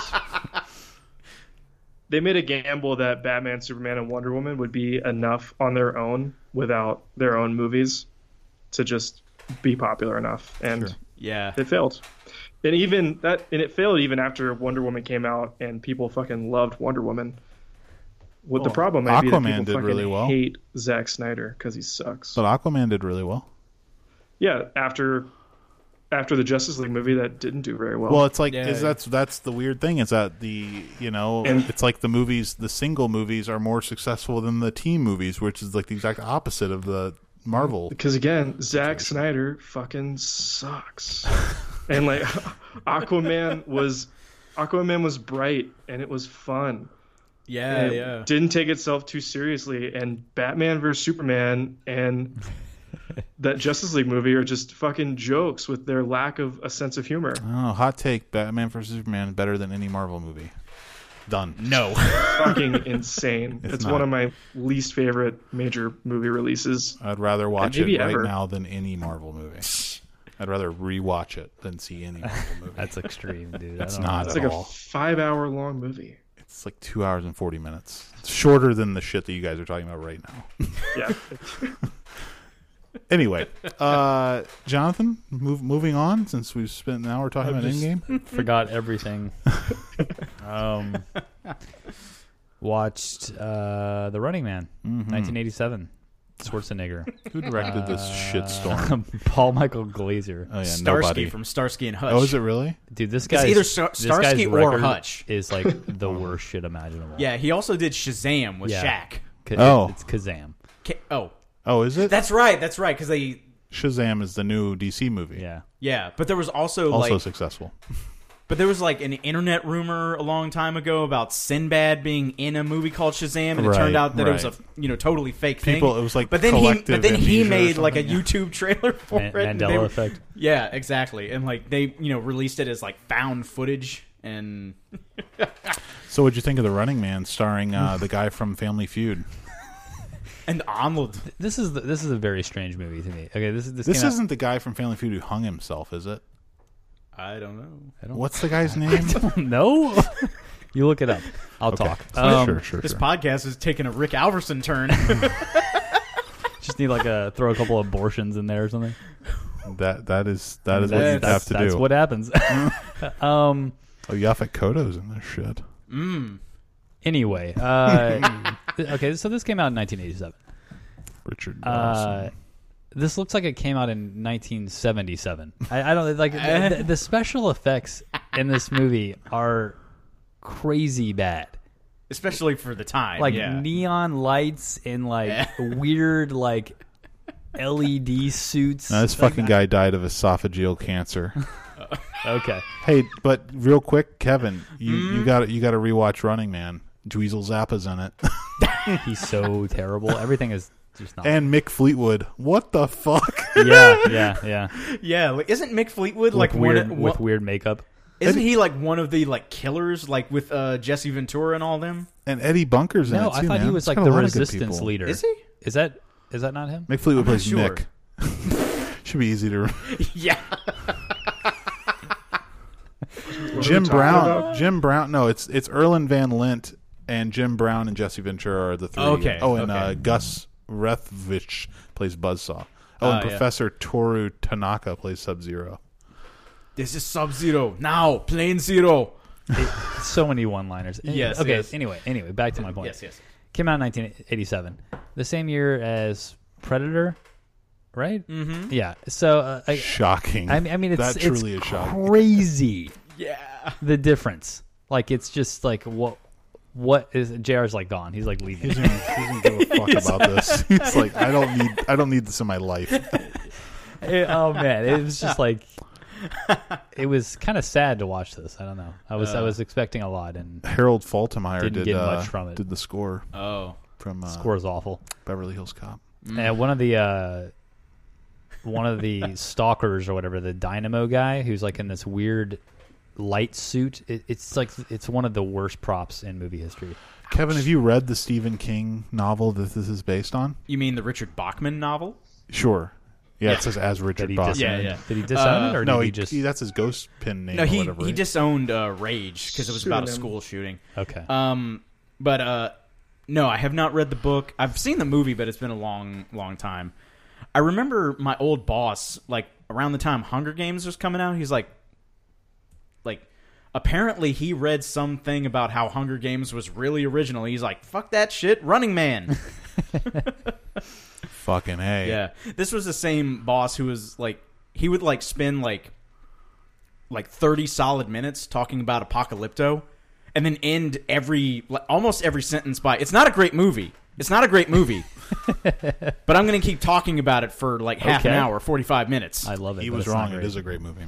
they made a gamble that batman superman and wonder woman would be enough on their own without their own movies to just be popular enough and
Yeah,
it failed. And even that, and it failed even after Wonder Woman came out, and people fucking loved Wonder Woman. What the problem might be that
Oh, Aquaman
people
did
fucking
really well.
hate Zack Snyder because he sucks.
but Aquaman did really well.
yeah, after after the Justice League movie, that didn't do very well.
Well, it's like
Yeah,
is
yeah.
that's that's the weird thing is that the you know
And-
it's like the movies the single movies are more successful than the team movies, which is like the exact opposite of the Marvel.
because again, Zack Snyder fucking sucks. and like Aquaman was Aquaman was bright and it was fun.
yeah,
it
yeah.
didn't take itself too seriously and batman versus superman and that justice league movie are just fucking jokes with their lack of a sense of humor
Oh, hot take: Batman vs Superman is better than any Marvel movie. Done.
No,
fucking insane it's,
not.
one of my least favorite major movie releases
I'd rather watch it
Maybe
right
ever.
now than any Marvel movie. I'd rather rewatch it than see any Marvel movie.
that's extreme, dude. That's
not
it's
at
like a
all.
five hour long movie
It's like two hours and forty minutes. It's shorter than the shit that you guys are talking about right now.
yeah
Anyway, uh, Jonathan, move, moving on since we've spent an hour talking about Endgame.
forgot everything. um, watched uh, The Running Man,
Mm-hmm.
1987. Schwarzenegger, Um,
Who directed this shitstorm?
Paul Michael Glazer.
Oh yeah,
Starsky
nobody.
from Starsky and Hutch.
oh, is it really?
Dude, this
It's
guy
either Star-
this guy's
Starsky or
record
Hutch.
is like the
Oh.
worst shit imaginable.
Yeah, he also did Shazam with
Yeah.
Shaq.
Ka-
Oh.
it's Kazam.
K- oh,
Oh, is it?
that's right, that's right. Because they,
Shazam is the new DC movie.
Yeah,
yeah, but there was also,
Also
like,
successful.
but there was like an internet rumor a long time ago about Sinbad being in a movie called Shazam, and it
Right,
turned out that it was a
right.
you know totally fake
People-
thing.
it was like
but then he,
collective
but then he
amnesia or
made like a
something, yeah.
YouTube trailer for
Man-
it. and they
Mandela
were-
effect.
Yeah, exactly. And like they, you know, released it as like found footage and
So, what'd you think of the Running Man, starring uh, the guy from Family Feud?
and Arnold.
this is the, this is a very strange movie to me. Okay, this is this,
This
came out-
isn't the guy from Family Feud who hung himself, is it?
I don't know.
What's the guy's name?
no. you look it up. I'll talk. Um,
sure, sure,
This
sure.
podcast is taking a Rick Alverson turn.
Just need like a throw a couple abortions in there or something.
that that is that is what
That's-
you
that's,
have to
that's
do.
what happens. um,
oh, Yaphet Koto's in this shit.
Anyway, uh, th- okay, so this came out in 1987.
Richard
Uh, this looks like it came out in 1977. I, I don't like the, the- the special effects in this movie are crazy bad.
especially for the time.
Like
yeah.
neon lights and like weird like LED suits.
Now, this
Like,
fucking guy died of esophageal cancer.
okay.
hey, but real quick, Kevin, you you got you got to rewatch Running Man. Dweezil Zappa's in it,
He's so terrible. Everything is just not.
and Mick Fleetwood. What the fuck?
yeah, yeah, yeah.
yeah, like, isn't Mick Fleetwood like
Like weird
one,
with
one-
weird makeup.
Isn't he like one of the like killers, like with uh, Jesse Ventura and all them?
And Eddie Bunker's in
No,
it
I
too,
thought
man.
he was
It's
like
got a
the
lot of good
resistance
people.
leader.
Is he?
Is that is that not him?
Mick Fleetwood plays
sure.
Nick. Should be easy to.
Yeah,
talking
Jim Brown.
about?
Jim Brown. No, it's it's Erlen Van Lint and Jim Brown and Jesse Ventura are the three.
Okay,
Oh, and
okay.
Uh, Gus Rethvich plays Buzzsaw. Oh, and
Oh, yeah.
Professor Toru Tanaka plays Sub Zero.
this is Sub Zero now, Plane Zero.
so many one-liners. Anyway,
Yes,
Okay.
yes.
Anyway. Anyway. Back to my point.
Yes, yes.
Came out in 1987, the same year as Predator, right? Mm-hmm. Yeah. So uh, I,
Shocking.
I mean, I mean, it's
that truly
it's
is shocking.
crazy
Yeah,
the difference. Like it's just like what what is JR's like gone. He's like leaving.
He doesn't, he doesn't give a fuck about this. He's like, I don't need, I don't need this in my life.
It- oh man, it was just like it was kind of sad to watch this. I don't know. I was I
Uh.
was expecting a lot, and
Harold Faltermeyer
Didn't
did
get
uh,
much from it.
did the score
Oh,
from uh,
score's awful.
Beverly Hills Cop.
And one of the uh, one of the stalkers or whatever, the Dynamo guy, who's like in this weird light suit. It, it's like it's one of the worst props in movie history.
Kevin, have you read the Stephen King novel that this is based on?
you mean the Richard Bachman novel?
Sure. Yeah, it says as
Did
Richard
he
Bachman.
disown?
Yeah, yeah.
Did he disown it or
Uh, No,
did
he,
he, just?
he- that's his ghost pin name.
No,
or
he
whatever,
he
right?
disowned uh, Rage because it was about a school shooting.
okay.
Um, but uh, no, I have not read the book. I've seen the movie, but it's been a long, long time. I remember my old boss, like around the time Hunger Games was coming out, he's like, like apparently he read something about how Hunger Games was really original. He's like, fuck that shit, Running Man.
fucking hey.
yeah, this was the same boss who was like, he would like spend like like 30 solid minutes talking about Apocalypto and then end every like, almost every sentence by it's not a great movie. It's not a great movie. but I'm going to keep talking about it for like half an
Okay.
hour, 45 minutes.
I love it.
he
but
was
it's not
wrong. It
great.
is a great movie.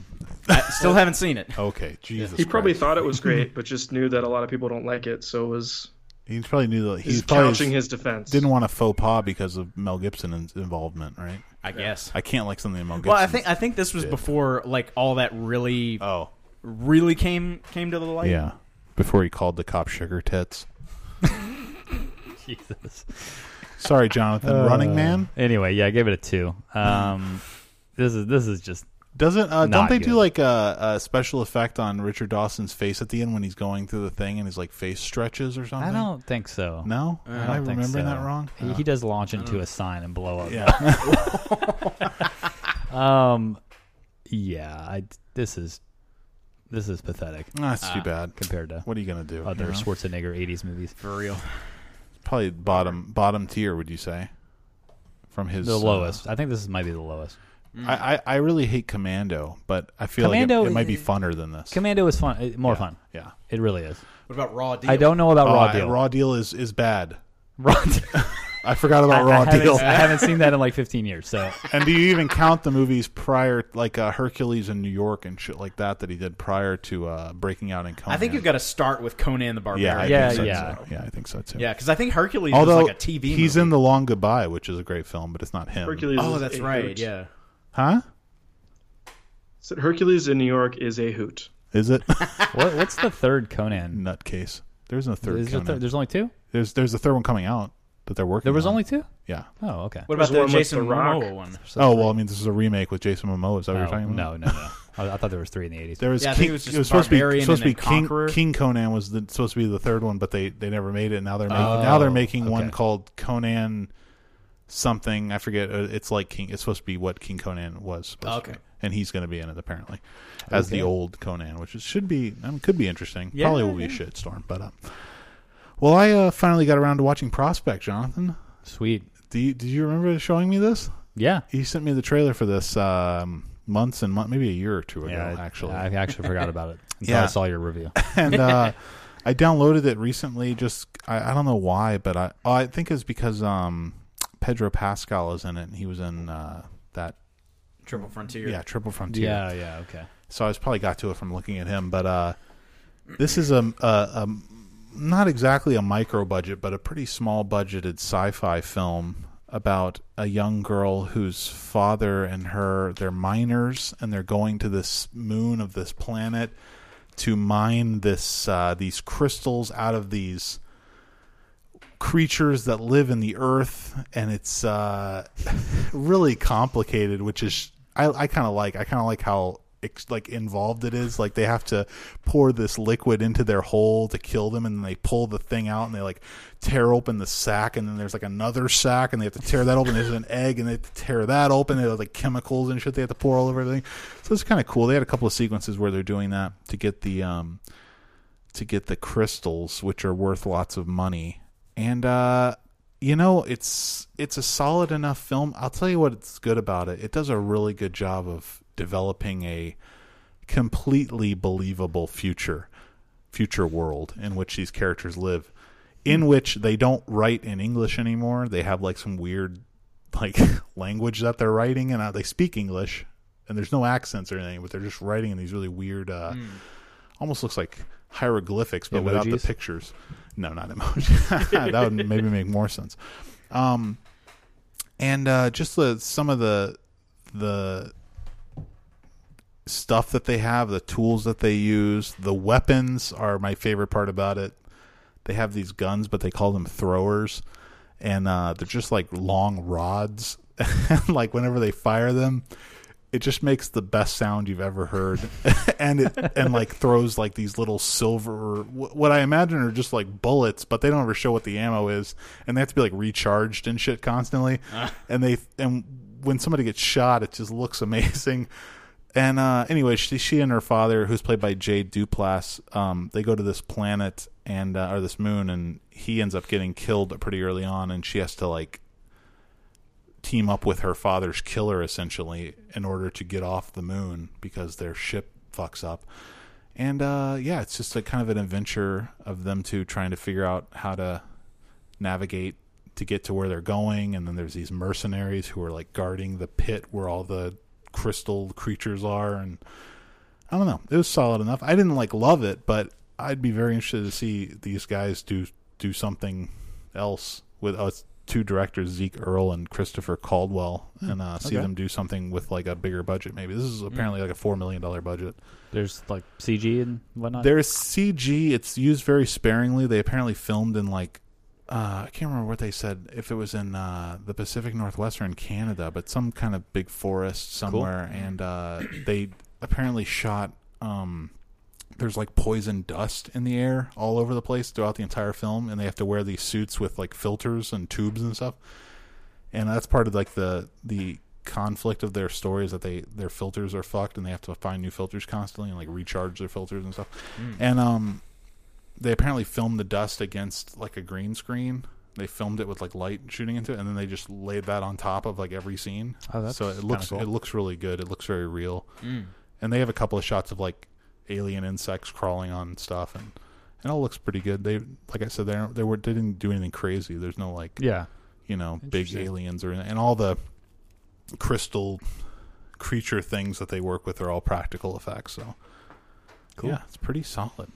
I still haven't seen it.
Okay, Jesus.
He probably
Christ.
thought it was great, but just knew that a lot of people don't like it, so was
he probably knew that he
he's
probably
couching his defense.
didn't want a faux pas because of Mel Gibson's involvement, right?
I guess.
I can't like something that Mel Gibson.
Well, I think I think this was before like all that really
oh
really came came to the light.
yeah, before he called the cop sugar tits.
Jesus.
Sorry, Jonathan. Running Man
Anyway, yeah, I gave it a two. Um, this is this is just
doesn't. Uh, don't
Not
they do
good.
like a, a special effect on Richard Dawson's face at the end when he's going through the thing and his like face stretches or something?
I don't think so.
No, am I
don't think
remembering
so.
that wrong?
He, he does launch
Mm.
into a sign and blow up.
Yeah,
Um, yeah. I, this is this is pathetic
Ah, that's too bad.
compared to
What are you gonna do?
other
you know?
Schwarzenegger '80s movies.
For real.
probably bottom bottom tier would you say from his
The
uh,
lowest. I think this is, might be the lowest.
I, I I really hate commando but i feel
Commando
like it- it, might be
is-
funner than this
Commando is fun. uh, More fun.
yeah
It really is.
What about Raw Deal?
I don't know about
oh,
Raw
I-
Deal.
raw deal is is bad
Raw Deal.
i forgot
I,
about
I
raw
haven't,
deal
I haven't seen that in like 15 years. So
and do you even count the movies prior like uh, hercules in new york and shit like that that he did prior to uh, breaking out in conan
I think you've got to start with Conan the Barbarian.
yeah I
Yeah,
think so
yeah.
too. yeah i think so too
Yeah, because I think Hercules
although
is like a TV.
he's
movie.
in the long goodbye which is a great film but it's not him
Hercules.
Oh,
is
that's
a
right.
hoot.
Yeah.
huh
So Hercules in New York is a hoot.
is it
what, what's the third Conan?
nutcase there's no third
Is there
conan.
thir- there's only two.
There's there's a third one coming out that they're working.
There was
on.
only two.
yeah.
Oh, okay.
What
There's
about the
one with
Jason
The Rock.
Momoa one?
oh well, I mean, this is a remake with Jason Momoa. Is that what
Oh,
you're talking about?
no, no, no. I, I thought there was three in the '80s.
There was
Yeah, I
King,
think it was just
supposed to be
Barbarian
supposed to be
and then
King,
Conqueror.
King Conan was the, supposed to be the third one, but they they never made it. Now they're making, now
Oh,
they're making one
okay.
called Conan something. I forget. Uh, It's like King. It's supposed to be what King Conan was. Supposed To
Okay.
be. And he's going to be in it apparently, as the
Okay.
old Conan, which is, should be I mean, could be interesting. Probably will be a shitstorm, but um, Well, I uh, finally got around to watching Prospect, Jonathan.
Sweet.
Do you, did you remember showing me this?
Yeah.
He sent me the trailer for this um, months and months, maybe a year or two ago,
Yeah, I-
actually.
I actually forgot about it until
Yeah.
I saw your review.
and uh, I downloaded it recently. Just I, I don't know why, but I oh, I think it's because um, Pedro Pascal is in it. and He was in uh, that
Triple Frontier.
yeah Triple Frontier.
yeah, yeah, okay.
So I was probably got to it from looking at him. But uh, this is a, a, a not exactly a micro budget, but a pretty small budgeted sci-fi film about a young girl whose father and her they're miners and they're going to this moon of this planet to mine this uh, these crystals out of these creatures that live in the earth and it's uh really complicated which is i, I kind of like i kind of like how ex- like involved it is like they have to pour this liquid into their hole to kill them and then they pull the thing out and they like tear open the sack and then there's like another sack and they have to tear that open there's an egg and they have to tear that open they have like chemicals and shit they have to pour all over everything so it's kind of cool they had a couple of sequences where they're doing that to get the um to get the crystals, which are worth lots of money. And uh, you know, it's it's a solid enough film. I'll tell you what it's good about it. It does a really good job of developing a completely believable future future world in which these characters live in which they don't write in english anymore they have like some weird like language that they're writing and uh, they speak english and there's no accents or anything but they're just writing in these really weird uh almost looks like hieroglyphics but without the
Emojis?
pictures no not emoji that would maybe make more sense um and uh just the some of the the stuff that they have, the tools that they use, the weapons are my favorite part about it. They have these guns, but they call them throwers, and uh, they're just like long rods. like whenever they fire them, it just makes the best sound you've ever heard, and it and like throws like these little silver, wh- what I imagine are just like bullets, but they don't ever show what the ammo is, and they have to be like recharged and shit constantly, and they and when somebody gets shot, it just looks amazing. And uh, anyway, she, she and her father, who's played by Jay Duplass, um, they go to this planet and uh, or this moon, and he ends up getting killed pretty early on, and she has to like team up with her father's killer essentially in order to get off the moon because their ship fucks up. And uh, yeah, it's just a kind of an adventure of them two trying to figure out how to navigate to get to where they're going and then there's these mercenaries who are like guarding the pit where all the crystal creatures are and I don't know. It was solid enough. I didn't like love it, but I'd be very interested to see these guys do do something else with us two directors, Zeke Earl and Christopher Caldwell, and uh, see
okay.
them do something with like a bigger budget. Maybe this is apparently like a four million dollar budget.
There's like CG and whatnot.
There's CG. It's used very sparingly. They apparently filmed in like uh, I can't remember what they said if it was in uh, the Pacific Northwest or in Canada, but some kind of big forest somewhere. And uh, they apparently shot. Um, there's like poison dust in the air all over the place throughout the entire film, and they have to wear these suits with like filters and tubes and stuff. And that's part of like the the conflict of their stories that they their filters are fucked and they have to find new filters constantly and like recharge their filters and stuff. And um they apparently filmed the dust against like a green screen. They filmed it with like light shooting into it, and then they just laid that on top of like every scene.
Oh, that's
so it looks
kinda cool.
it looks really good. It looks very real. And they have a couple of shots of like alien insects crawling on stuff, and and it all looks pretty good. They like I said, they don't, they were they didn't do anything crazy. There's no like
yeah.
you know big
Interesting.
aliens or and all the crystal creature things that they work with are all practical effects. So cool. Yeah, it's pretty solid.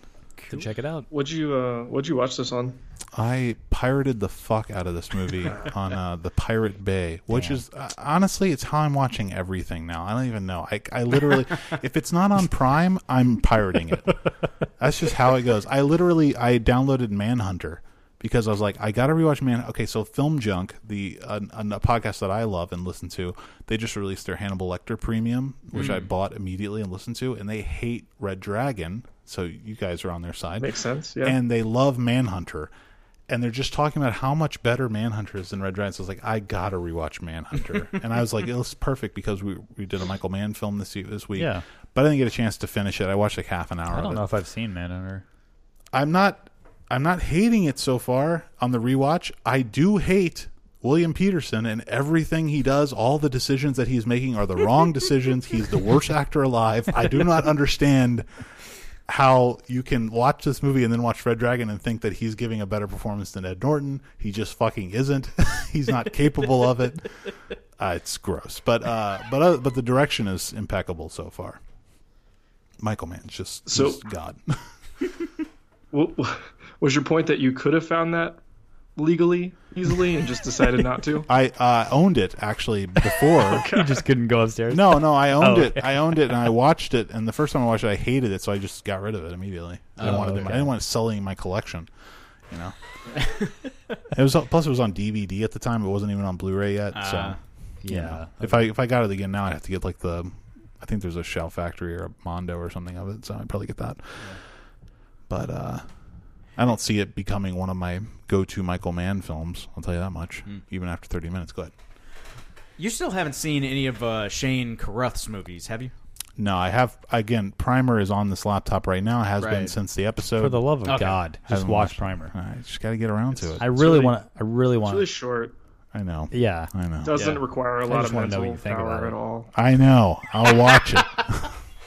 So check it out.
What'd you uh, What'd you watch this on?
I pirated the fuck out of this movie on uh, the Pirate Bay, which is uh, honestly, it's how I'm watching everything now. I don't even know. I, I literally, if it's not on Prime, I'm pirating it. That's just how it goes. I literally, I downloaded Manhunter because I was like, I gotta rewatch Man. Okay, so Film Junk, the uh, a podcast that I love and listen to, they just released their Hannibal Lecter Premium, which I bought immediately and listened to, and they hate Red Dragon. So you guys are on their side
Makes sense. Yeah.
and they love Manhunter. And they're just talking about how much better Manhunter is than Red Dragon. So I was like, I gotta rewatch Manhunter, and I was like, it was perfect because we we did a Michael Mann film this e- this week.
Yeah.
but I didn't get a chance to finish it. I watched like half an hour.
I don't
of
know
It.
if I've seen Manhunter.
I'm not. I'm not hating it so far on the rewatch. I do hate William Peterson and everything he does. All the decisions that he's making are the wrong decisions. He's the worst actor alive. I do not understand how you can watch this movie and then watch Red Dragon and think that he's giving a better performance than Ed Norton. He just fucking isn't. he's not capable of it. Uh, it's gross, but uh, but uh, but the direction is impeccable so far. Michael Mann's just
So-
just God.
Wa- wa- Was your point that you could have found that legally easily and just decided not to?
I uh, owned it actually before.
You just couldn't go upstairs.
No, no, I owned
Oh,
it. I owned it, and I watched it. And the first time I watched it, I hated it, so I just got rid of it immediately. I didn't,
Oh,
want, it, I
okay.
didn't want it selling my collection. You know, it was plus it was on DVD at the time. It wasn't even on Blu-ray yet. so
Ah,
you know. if I if I got it again now, I'd have to get like the. I think there's a Shell Factory or a Mondo or something of it, so I'd probably get that. But uh, I don't see it becoming one of my go-to Michael Mann films. I'll tell you that much.
Hmm.
Even after 30 minutes, go ahead.
You still haven't seen any of uh, Shane Carruth's movies, have you?
No, I have again. Primer is on this laptop right now. Has been
Right.
since the episode.
For the love of
Okay.
God, just
Haven't
watch
watched it.
Primer.
I just got to get around to it.
I
I,
really
really-
want to. I really
It's
want.
really short.
know.
yeah,
I know.
Doesn't
Yeah.
require a
I
lot
just
of
wanna know what
mental
you think about
power
it.
at all.
I know. I'll watch it.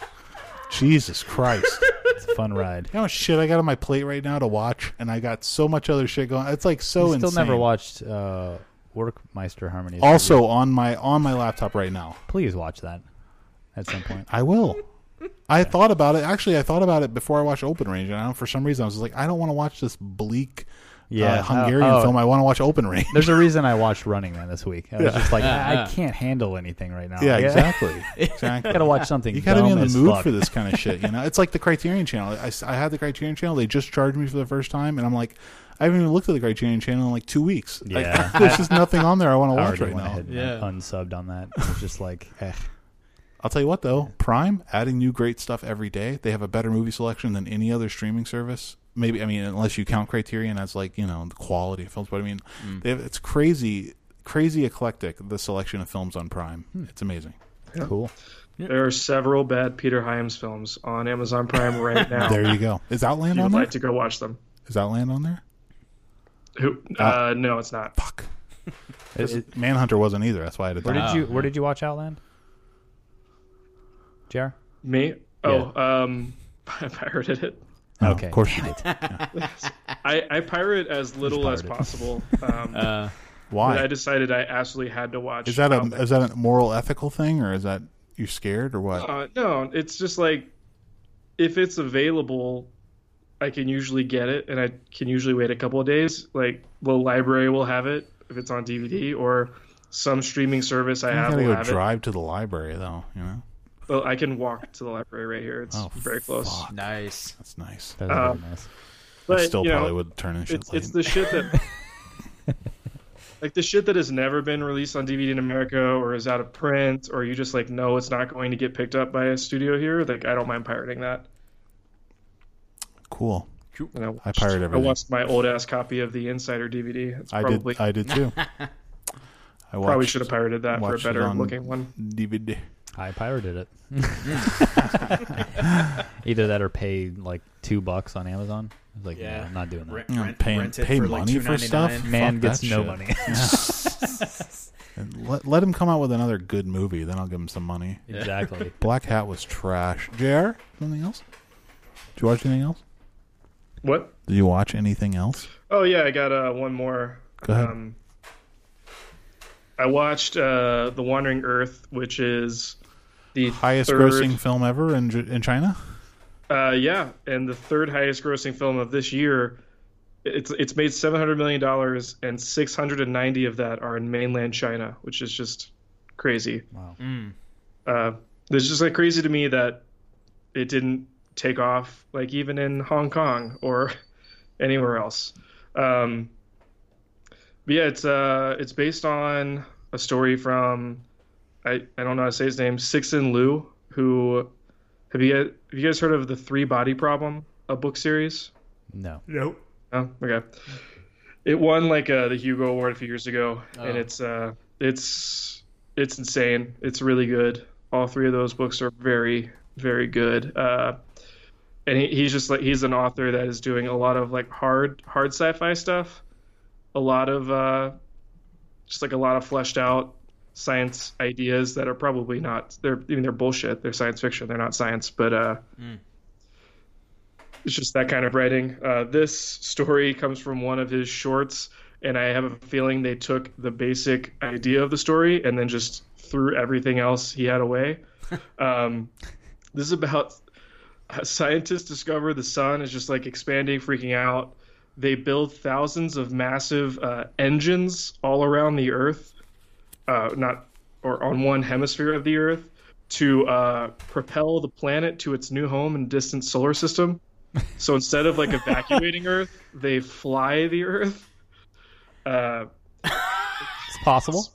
Jesus Christ! You
it's a fun ride.
know what shit I got on my plate right now to watch, and I got so much other shit going. It's like so
I still
insane.
never watched uh, Workmeister Harmony.
Also on my on my laptop right now.
please watch that at some point.
I will. I thought about it. Actually, I thought about it before I watched Open Range, and I don't, for some reason I was just like, I don't want to watch this bleak
Yeah,
uh, Hungarian
oh, oh.
film. I want to watch Open Range.
There's a reason I watched Running Man this week. I was just like,
Yeah,
I,
yeah.
I can't handle anything right now.
Yeah,
Like,
exactly. exactly.
I gotta watch something.
You gotta be
dumb
in the
as
mood
fuck.
for this kind of shit. You know, it's like the Criterion Channel. I, s- I had the Criterion Channel. They just charged me for the first time, and I'm like, I haven't even looked at the Criterion Channel in like two weeks. Like,
Yeah.
there's just nothing on there I want to
I
watch right
already went
now.
ahead and
Yeah.
unsubbed on that. I was just like, eh.
I'll tell you what though, Prime adding new great stuff every day. They have a better movie selection than any other streaming service. Maybe I mean, unless you count Criterion as like you know the quality of films, but I mean,
Mm.
they have, it's crazy, crazy eclectic the selection of films on Prime.
Hmm.
It's amazing.
cool.
There are several bad Peter Hyams films on Amazon Prime right now.
There you go. Is Outland
you
on
would
there?
like to go watch them.
Is Outland on there?
Who? Uh, no, it's not.
Fuck. Manhunter wasn't either. That's why I had to.
Where
download
did
Oh,
you Where did you watch Outland? Jr.
Me? Oh, um, I pirated it.
Oh,
Okay.
Of course you did.
I, I pirate as little as
pirated.
possible. Um, but I
Why?
decided I absolutely had to watch.
Uh, Is that a
Outland.
is that a moral ethical thing or is that you scared or what?
Uh, no, it's just like if it's available, I can usually get it, and I can usually wait a couple of days. Like the library will have it if it's on DVD, or some streaming service I
you
have
gotta
will
go
have
drive to the library though. You know
it. Well, I can walk to the library right here. It's
Oh,
very close.
fuck.
Nice.
that's nice.
That was
Uh,
really nice.
But
I still
you know,
probably would turn and shit.
it's,
late.
it's the shit that like the shit that has never been released on dvd in america or is out of print or you just like know it's not going to get picked up by a studio here like i don't mind pirating that
cool.
and watched,
I pirate
i
everything.
watched my old ass copy of the insider dvd it's
I
probably
did. I did too. I watched
probably should have pirated that for a
watched it
better
on-
looking one
DVD.
I pirated it. Either that or pay like two bucks on Amazon. I was like,
Yeah.
yeah, I'm not doing that.
Rent,
Yeah,
rent,
pay
rent it
pay
for
money
like
for stuff.
$2.99.
Man
Fuck
gets
that
no
shit.
money.
And let let him come out with another good movie, then I'll give him some money.
exactly.
Black Hat was trash. Jr. Something else? Did you watch anything else?
what
Did you watch anything else?
oh yeah i got uh, one more
Go ahead.
um i watched uh the wandering earth which is the
Highest
third-
grossing film ever in J- in China.
Uh, yeah, and the third highest grossing film of this year. It's it's made seven hundred million dollars, and six hundred and ninety of that are in mainland China, which is just crazy.
Wow.
Uh, it's just like crazy to me that it didn't take off, like even in Hong Kong or anywhere else. Um, but yeah, it's uh, it's based on a story from I I don't know how to say his name, Sixin Liu, who have you guys, have you guys heard of the Three Body Problem, a book series?
No.
Nope.
Oh, okay. It won like uh, the Hugo Award a few years ago, and
Oh.
it's uh, it's it's insane. It's really good. All three of those books are very very good. Uh, and he, he's just like he's an author that is doing a lot of like hard hard sci-fi stuff, a lot of uh, just like a lot of fleshed out science ideas that are probably not they're I mean they're bullshit they're science fiction they're not science but uh, it's just that kind of writing. Uh, this story comes from one of his shorts, and I have a feeling they took the basic idea of the story and then just threw everything else he had away. um, this is about uh, scientists discover the sun is just like expanding, freaking out. They build thousands of massive uh, engines all around the Earth, uh, not or on one hemisphere of the Earth, to uh, propel the planet to its new home in distant solar system. So instead of like evacuating Earth, they fly the Earth. Uh,
It's possible.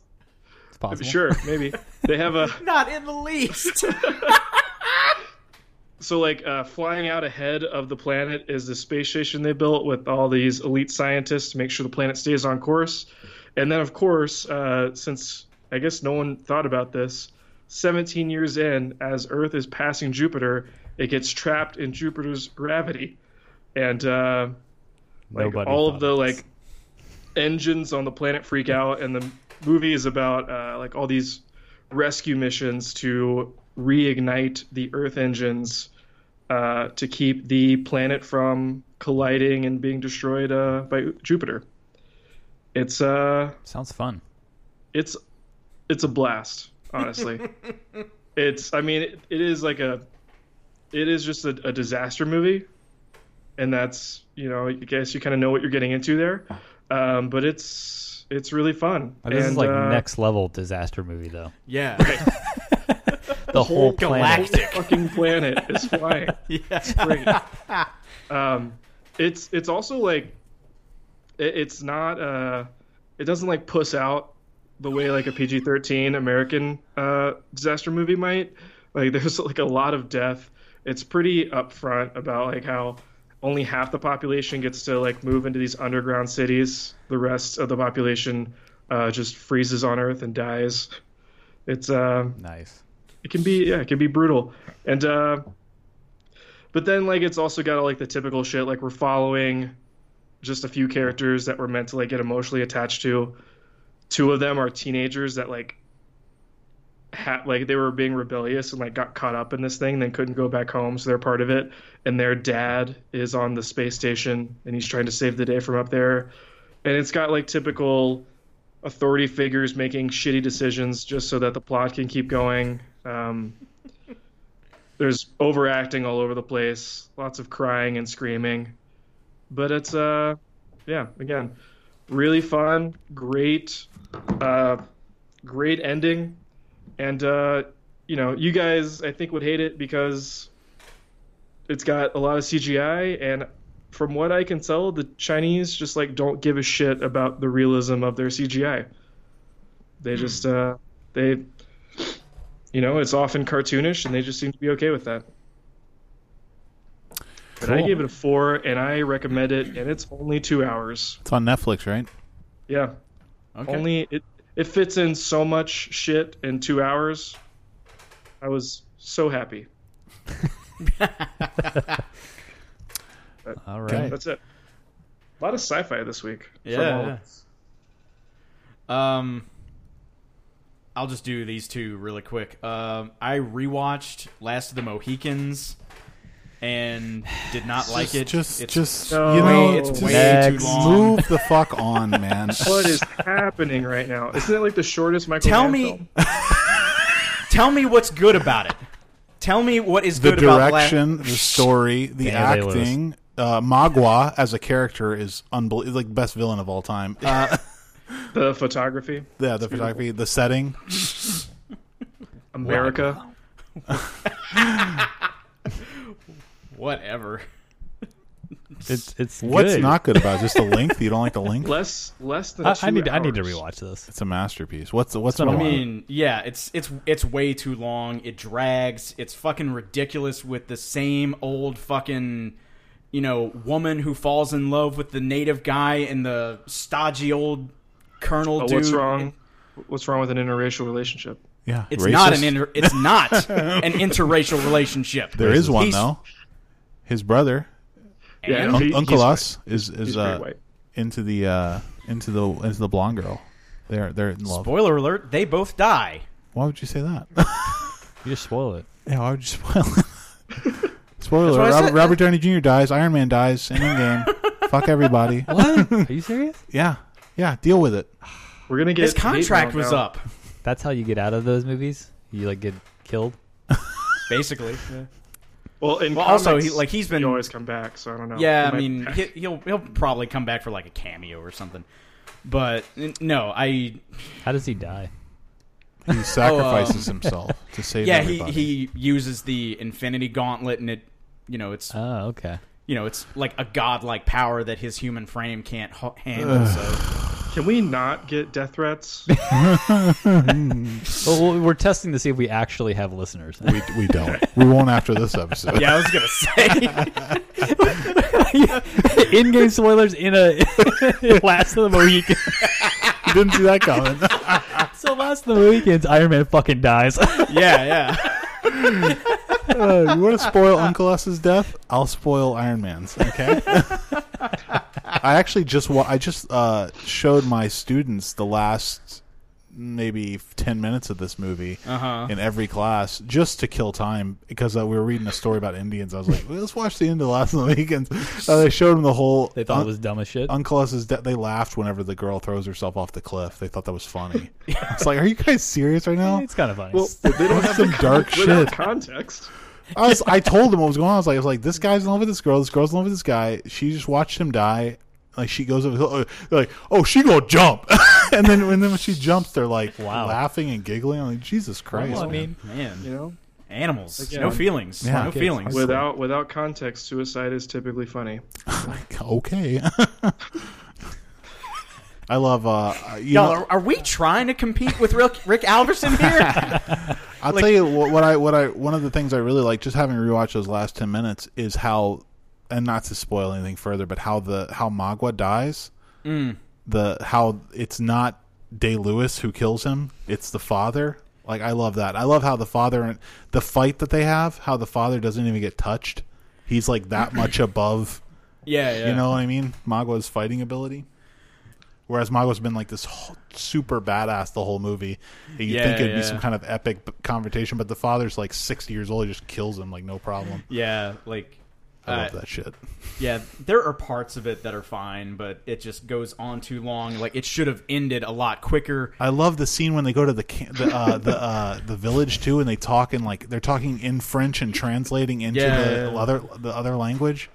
It's possible.
sure, maybe they have a
Not in the least.
so like uh, flying out ahead of the planet is the space station they built with all these elite scientists to make sure the planet stays on course and then of course uh, since i guess no one thought about this 17 years in as earth is passing jupiter it gets trapped in jupiter's gravity and uh, like
Nobody
all
thought
of the
of
like engines on the planet freak out and the movie is about uh, like all these rescue missions to reignite the earth engines uh, to keep the planet from colliding and being destroyed uh, by jupiter it's uh
Sounds fun.
it's it's a blast honestly it's i mean it, it is like a it is just a, a disaster movie and that's you know i guess you kind of know what you're getting into there um, but it's it's really fun
This
and,
is like
uh,
next level disaster movie though.
yeah.
The whole planet.
Galactic.
fucking planet is flying
Yeah.
um, it's it's also like it, it's not uh it doesn't like puss out the way like a PG-13 American uh, disaster movie might. Like there's like a lot of death. It's pretty upfront about like how only half the population gets to like move into these underground cities. The rest of the population uh, just freezes on Earth and dies. It's uh,
Nice.
it can be yeah it can be brutal and uh but then like it's also got like the typical shit like we're following just a few characters that we're meant to like get emotionally attached to two of them are teenagers that like ha- like they were being rebellious and like got caught up in this thing and then couldn't go back home so they're part of it and their dad is on the space station and he's trying to save the day from up there and it's got like typical authority figures making shitty decisions just so that the plot can keep going. Um, there's overacting all over the place, lots of crying and screaming, but it's uh, yeah, again, really fun, great, uh, great ending, and uh, you know, you guys I think would hate it because it's got a lot of CGI and from what I can tell, the Chinese just like don't give a shit about the realism of their CGI. They
Hmm.
just uh they you know, it's often cartoonish and they just seem to be okay with that. But I
Cool.
gave it a four and I recommend it and it's only two hours.
It's on Netflix, right?
Yeah.
Okay.
Only it it fits in so much shit in two hours. I was so happy.
All right.
That's it. A lot of sci fi this week. from all of
Yeah.
us.
Um, I'll just do these two really quick. Um, I rewatched Last of the Mohicans and did not like
just,
it.
Just,
It's-
just,
No.
you know,
Wait, it's
just
way
too
next.
long.
move the fuck on, man.
What is happening right now? Isn't it like the shortest Michael?
tell
Mann
me,
film?
tell me what's good about it. Tell me what is
the
good about La-
direction, the story, the
Damn, they lose.
acting. Uh, Magua as a character is unbelievable, like best villain of all time. Uh,
the photography,
yeah, the photography, the setting.
America.
Whatever.
It's it's
What's
good.
not good about it? Just the length. You don't like the length.
Less, less than.
I,
two
I need I need to
hours.
rewatch this.
It's a masterpiece. What's the what's
not
wrong?
a
I mean, yeah, it's it's it's way too long. It drags. It's fucking ridiculous with the same old fucking you know woman who falls in love with the native guy and the stodgy old colonel
Oh,
dude.
what's wrong? What's wrong with an interracial relationship?
yeah,
It's not an
racist?
inter- it's not an interracial relationship.
There is one
He's-
though. his brother
Yeah,
And?
he-
Uncle
he's
Us is is
He's pretty
uh,
white.
into the uh, into the into the blonde girl. They're they're in love.
Spoiler alert: they both die.
Why would you say that?
You just spoil it.
yeah, why would you spoil? it? Spoiler:
what I
Robert,
said.
Robert Downey Jr. dies. Iron Man dies. In game. Fuck everybody.
What? Are you serious?
Yeah, yeah. Deal with it.
We're gonna get
His
hate
contract
mail
was
now.
up,
That's how you get out of those movies. You like get killed.
basically.
Well, in
Well, also,
comics,
he- like, he's been-
you always come back, so I don't know.
Yeah,
He
I
might-
mean, he, he'll he'll probably come back for like a cameo or something. But n- no, I
How does he die?
He sacrifices himself to save.
Oh, um, yeah he
everybody.
he uses the Infinity Gauntlet and it you know it's
Uh.
Oh, okay.
you know it's like a godlike power that his human frame can't ho- handle. so
can we not get death threats?
Well, well, we're testing to see if we actually have listeners.
We, we don't. We won't after this episode.
yeah, I was gonna say.
In-game spoilers in a last of the Mohicans.
You didn't see that coming.
So last of the Mohicans, Iron Man fucking dies.
yeah, yeah.
Uh, you want to spoil Uncle Us's death? I'll spoil Iron Man's. Okay. I actually just wa- I just uh, showed my students the last maybe ten minutes of this movie
Uh-huh.
in every class just to kill time because uh, we were reading a story about Indians. I was like, let's watch the end of Last of the Mohicans. Uh, they showed them the whole.
They thought it was dumb as shit.
Uncle Us's death. They laughed whenever the girl throws herself off the cliff. They thought that was funny. It's like, are you guys serious right now?
It's kind of funny.
well, they don't have
Some dark
without
shit.
context.
I, was, I told him what was going on. I was like, I was like, this guy's in love with this girl. This girl's in love with this guy. She just watched him die. Like she goes over, uh, they're like, oh, she gonna jump, and then and then when she jumps, they're like
Wow.
laughing and giggling. I'm like, Jesus Christ!
Well, I
man.
mean,
Oh, Man,
You know,
animals,
Again.
no feelings,
Yeah.
no
Okay.
feelings.
without without context, suicide is typically funny.
Like, okay. I love. Uh, you
Y'all,
know-
are, are we trying to compete with Rick, Rick Alverson here?
I'll tell you what, what I what I one of the things I really like just having rewatched those last ten minutes is how, and not to spoil anything further, but how the how Magua dies, the how it's not Day Lewis who kills him, it's the father. Like I love that. I love how the father and the fight that they have, how the father doesn't even get touched. He's like that much above,
yeah, yeah.
you know what I mean? Magua's fighting ability. Whereas Magua's been like this whole, super badass the whole movie. You'd
Yeah,
think it'd
yeah.
be some kind of epic b- confrontation, but the father's like 60 years old. He just kills him like no problem.
yeah, like.
I
uh,
love that shit.
yeah, there are parts of it that are fine, but it just goes on too long. Like it should have ended a lot quicker.
I love the scene when they go to the ca- the uh, the, uh, the village too, and they talk in like they're talking in French and translating into
Yeah,
the
yeah, yeah.
other the other language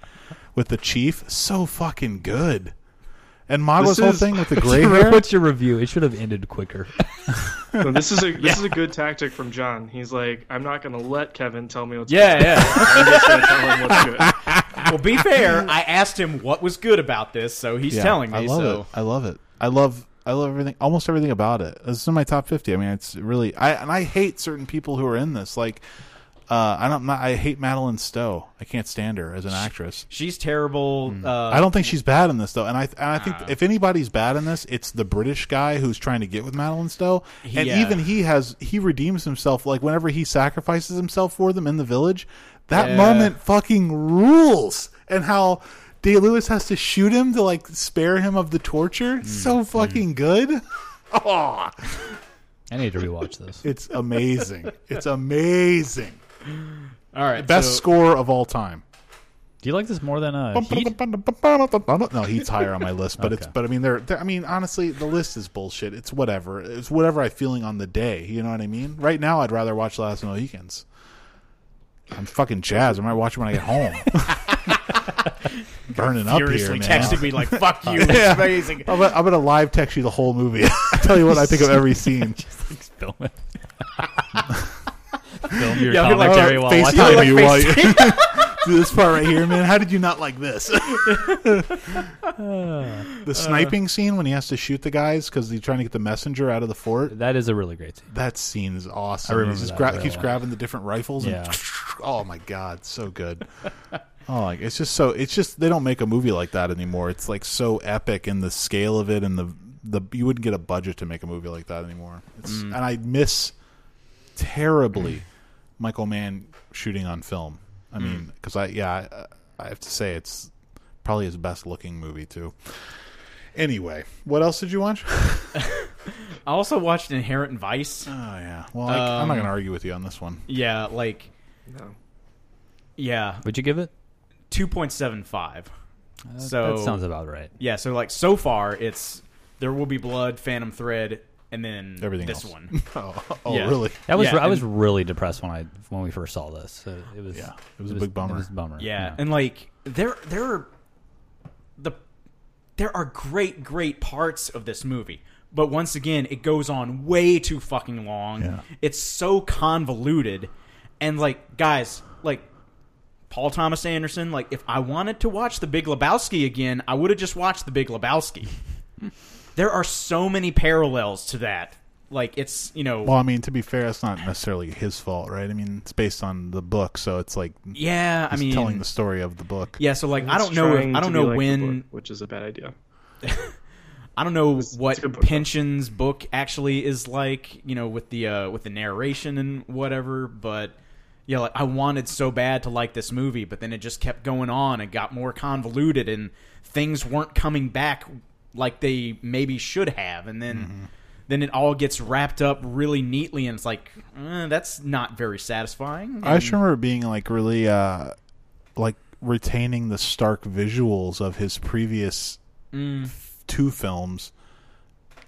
with the chief. So fucking good. And Magua's
This
whole
is-
thing with the gray hair.
What's your review? It should have ended quicker.
So this is a this is a good tactic from John. He's like, I'm not gonna let Kevin tell me what's
Yeah, yeah.
good. I'm just gonna tell him what's good.
well, be fair. I asked him what was good about this, so he's
Yeah,
telling me.
I love
so
it. I love it. I love. I love everything. Almost everything about it. This is in my top fifty. I mean, it's really. I and I hate certain people who are in this. Like, uh, I don't. I hate Madeline Stowe. I can't stand her as an actress.
she's terrible. Uh,
I don't think she's bad in this though, and I and I think if anybody's bad in this, it's the British guy who's trying to get with Madeline Stowe, and
Yeah.
even he has he redeems himself. Like whenever he sacrifices himself for them in the village, that
Yeah.
moment fucking rules. And how Day Lewis has to shoot him to like spare him of the torture,
Mm.
so fucking good. Oh,
I need to rewatch this.
it's amazing! it's amazing.
all right,
Best
so-
score of all time.
Do you like this more than uh, Heat?
No, heat's higher on my list, but it's
Okay.
but I mean they're, they're- I mean honestly the list is bullshit. It's whatever. It's whatever I'm feeling on the day. You know what I mean? Right now I'd rather watch Last of the Mohicans. I'm fucking jazzed. I might watch it when I get home. Burning up here,
Furiously
man.
texted me like "fuck you." It's amazing.
I'm gonna, I'm gonna live text you the whole movie. Tell you what I think of every scene.
Film it. Film your
Yeah, I'll be like,
commentary
I'll
while watching.
FaceTime
it.
you
Like
while you. Dude, this part right here, man. How did you not like this? the sniping scene when he has to shoot the guys because he's trying to get the messenger out of the fort.
That is a really great scene.
That scene is awesome.
I remember
he just
that
gra-
very
keeps
well.
grabbing the different rifles. And
Yeah.
oh my god, so good. Oh, like it's just so. It's just they don't make a movie like that anymore. It's like so epic in the scale of it, and the the you wouldn't get a budget to make a movie like that anymore. It's,
Mm.
And I miss
Mm.
terribly Michael Mann shooting on film. I mean, because I yeah, I, I have to say it's probably his best looking movie too. Anyway, what else did you watch? oh
I also watched Inherent Vice.
yeah. Well, I, I'm not going to
Um,
argue with you on this one.
Yeah, like
No.
yeah,
Would you give it?
two point seven five.
That,
So-
that sounds about right.
Yeah, so like so far it's There Will Be Blood, Phantom Thread, and then
Everything
this
else.
one.
Oh, oh
Yeah.
really?
That was
Yeah,
I was
and-
really depressed when I when we first saw this. So it was
Yeah, it was a big bummer.
It was a bummer.
Yeah, and like there there are the there are great great parts of this movie. But once again, it goes on way too fucking long.
Yeah.
It's so convoluted. And like guys, like Paul Thomas Anderson, like if I wanted to watch The Big Lebowski again, I would have just watched The Big Lebowski. there are so many parallels to that. Like it's, you know,
Well, I mean, to be fair, it's not necessarily his fault, right? I mean, it's based on the book, so it's like
yeah, I
he's
mean
telling the story of the book.
Yeah, so like I
It's
don't know if,
trying
I
to
don't
be
know
like the
when
book, which is a bad idea.
I don't know
it's a
what
good book, though.
Pension's book actually is like, you know, with the uh, with the narration and whatever, but yeah, like I wanted so bad to like this movie, but then it just kept going on and got more convoluted and things weren't coming back like they maybe should have and then
Mm-hmm.
then it all gets wrapped up really neatly and it's like, eh, that's not very satisfying.
I just remember being like really uh like retaining the stark visuals of his previous
Mm.
f- two films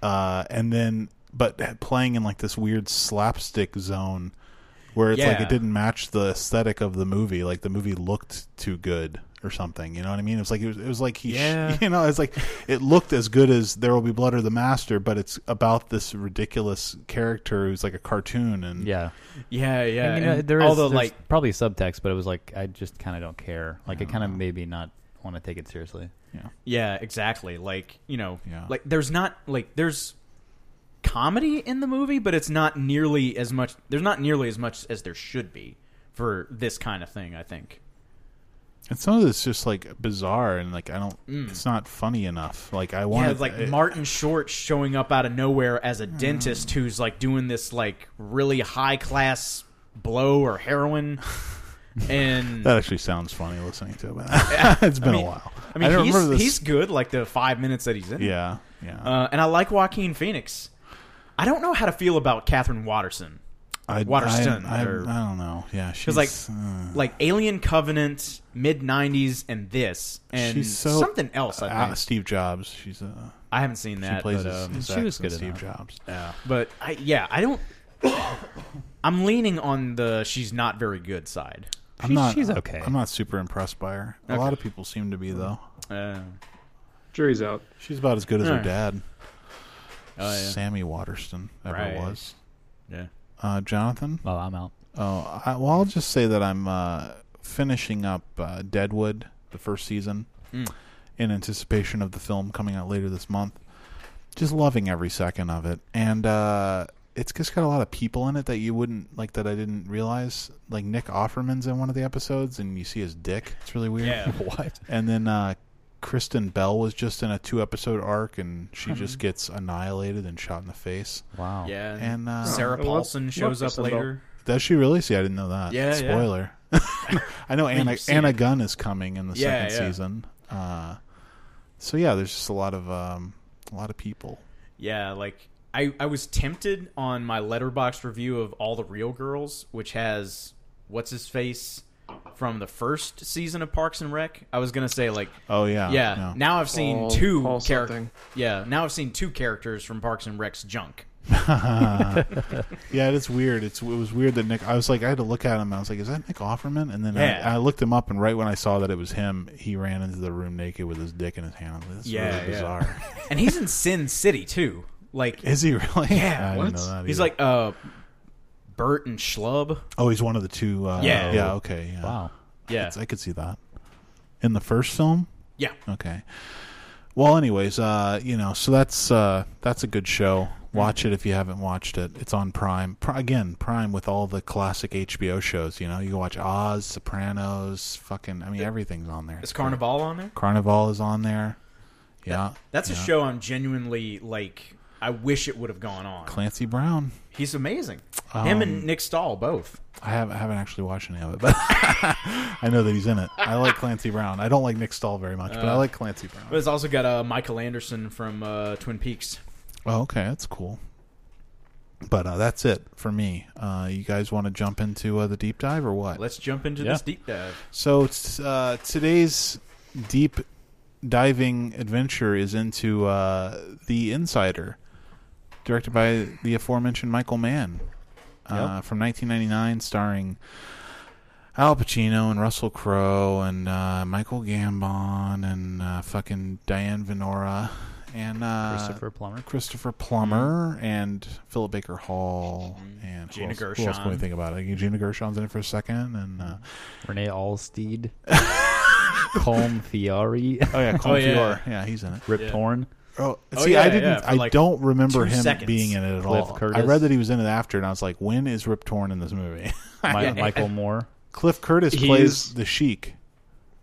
uh and then but playing in like this weird slapstick zone where it's like
Yeah.
it didn't match the aesthetic of the movie like the movie looked too good or something you know what i mean it was like it was, it was like he sh-
Yeah.
you know it's like it looked as good as there will be blood or the master but it's about this ridiculous character who's like a cartoon and
yeah.
yeah, yeah.
I mean, uh,
and
there is
although
there's
like
probably subtext, but it was like I just kind of don't care. Like it kind of made me not want to take it seriously.
Yeah, exactly. Like, you know,
Yeah.
like there's not like there's comedy in the movie, but it's not nearly as much there's not nearly as much as there should be for this kind of thing, I think.
And some of it's just like bizarre and like I don't. It's not funny enough. Like I
Mm. Yeah,
want
it's like
it,
Martin Short showing up out of nowhere as a
Hmm.
dentist who's like doing this like really high class blow or heroin and
that actually sounds funny listening to it. But it's been
mean-
a while.
I mean
don't
he's, he's good like the 5 minutes that he's in.
yeah, yeah.
Uh, and I like Joaquin Phoenix. I don't know how to feel about Catherine Watterson.
I,
Waterston,
I, I,
or-
I don't know. Yeah, she's uh,
Because like, like Alien Covenant, mid '90s, and this, and
She's so-
something else. I,
uh,
think.
Steve Jobs. She's uh,
I haven't seen
she
that,
plays
but,
his,
um,
his
she
ex
was
in
good
Steve
enough.
Jobs.
but I, yeah, I don't. I'm leaning on the she's not very good side.
I'm
She's-
not. uh,
she's okay.
I'm not super impressed by her. A lot of people seem to be though.
Uh,
Jury's out.
She's about as good as her
Alright.
dad,
oh yeah,
Sammy Waterston, ever
Right.
was.
yeah.
Uh, Jonathan.
Well, I'm out.
Oh, I, well, I'll just say that I'm uh, finishing up uh, Deadwood, the first season, in anticipation of the film coming out later this month. Just loving every second of it, and uh, it's just got a lot of people in it that you wouldn't like that I didn't realize. Like Nick Offerman's in one of the episodes, and you see his dick. It's really weird.
Yeah.
What?
And then uh, Kristen Bell was just in a two episode arc, and she just gets annihilated and shot in the face.
Wow.
Yeah,
And uh,
Sarah
I love-
Paulson
love
shows up
Kristen Bell.
later.
Does she really? See, I didn't know that.
Yeah, yeah.
Spoiler. I know Anna
you've seen
Anna
it.
Gunn is coming in the
Yeah,
second
yeah.
season. Uh, so yeah, there's just a lot of um, a lot of people.
Yeah, like I, I was tempted on my letterbox review of All the Real Girls, which has what's his face from the first season of Parks and Rec. I was gonna say like
Oh yeah,
yeah.
no.
Now I've seen
Paul-
two
Paul
characters.
something.
Yeah, now I've seen two characters from Parks and Rec's junk.
yeah, it is weird. It's it was weird that Nick. I was like, I had to look at him. and I was like, is that Nick Offerman? And then
Yeah.
I, I looked him up, and right when I saw that it was him, he ran into the room naked with his dick in his hand. I was Like, this is
Yeah,
really
yeah.
bizarre.
And he's in Sin City too. Like
is he really?
Yeah,
I
what?
didn't know that.
he's
either.
like uh Bert and Schlub.
oh, he's one of the two. Uh,
Yeah.
yeah, okay, yeah.
Wow.
Yeah.
I could see that in the first film.
Yeah.
Okay. Well, anyways, uh, you know, so that's uh, that's a good show. Watch it if you haven't watched it. It's on Prime. Pri again, Prime with all the classic HBO shows. You know, you can watch Oz, Sopranos, fucking. I mean, everything's on there.
Is Carnival on there?
Carnival is on there. Yeah,
That's a show I'm genuinely like. I- I wish it would have gone on.
Clancy Brown.
He's amazing. Him and Nick Stahl both.
I, have, I haven't actually watched any of it, but I know that he's in it. I like Clancy Brown. I don't like Nick Stahl very much, but I like Clancy
But
Brown.
it's also got uh, Michael Anderson from uh, Twin Peaks.
Oh, okay, that's cool. But uh, that's it for me. Uh, you guys want to jump into uh, the deep dive or what?
Let's jump into
Yeah.
this deep dive.
So t- uh, today's deep diving adventure is into uh, The Insider, directed by the aforementioned Michael Mann uh, from 1999, starring Al Pacino and Russell Crowe and uh, Michael Gambon and uh, fucking Diane Venora and uh,
Christopher Plummer.
Christopher Plummer and Philip Baker Hall and
Mm-hmm. Gina
who else, Who else can we
Gershon.
think about? Like, Gina Gershon's in it for a second, and uh,
Renee Allsteed. Colm Fiore.
Oh yeah, Colin
Oh, yeah.
Fiore. Yeah, he's in it.
Rip Torn.
Oh, see,
yeah,
I didn't.
yeah, for
I
like
don't remember
two
him
seconds.
being in it at
Cliff
all. I
Curtis.
read that he was in it after, and I was like, when is Rip Torn in this movie?
Mi-
Yeah.
Michael Moore.
Cliff Curtis
He's-
plays the Sheik.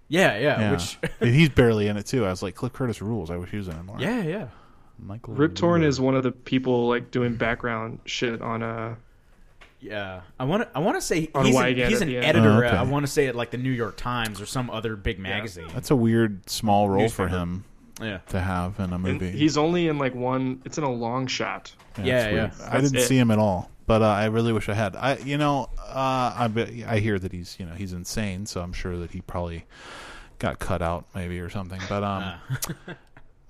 Yeah, yeah.
Yeah,
Which,
And he's barely in it too. I was like, Cliff Curtis rules. I wish he was in it more.
yeah, yeah.
Michael
Rip Torn is one of the people like doing background shit on uh
Yeah, I want to. I want to say
On
he's,
Wygant
an, he's
at
an
the end.
editor.
Oh, okay.
I want to say at like the New York Times or some other big magazine.
that's a weird small role for
Newspaper.
him
Yeah,
to have in a
and
movie.
he's only in like one it's in a long shot.
yeah,
it's
yeah.
weird. I didn't
it.
see him at all, but uh, I really wish I had. I, you know, uh, I be- I hear that he's you know he's insane, so I'm sure that he probably got cut out maybe or something. But um,
Ah.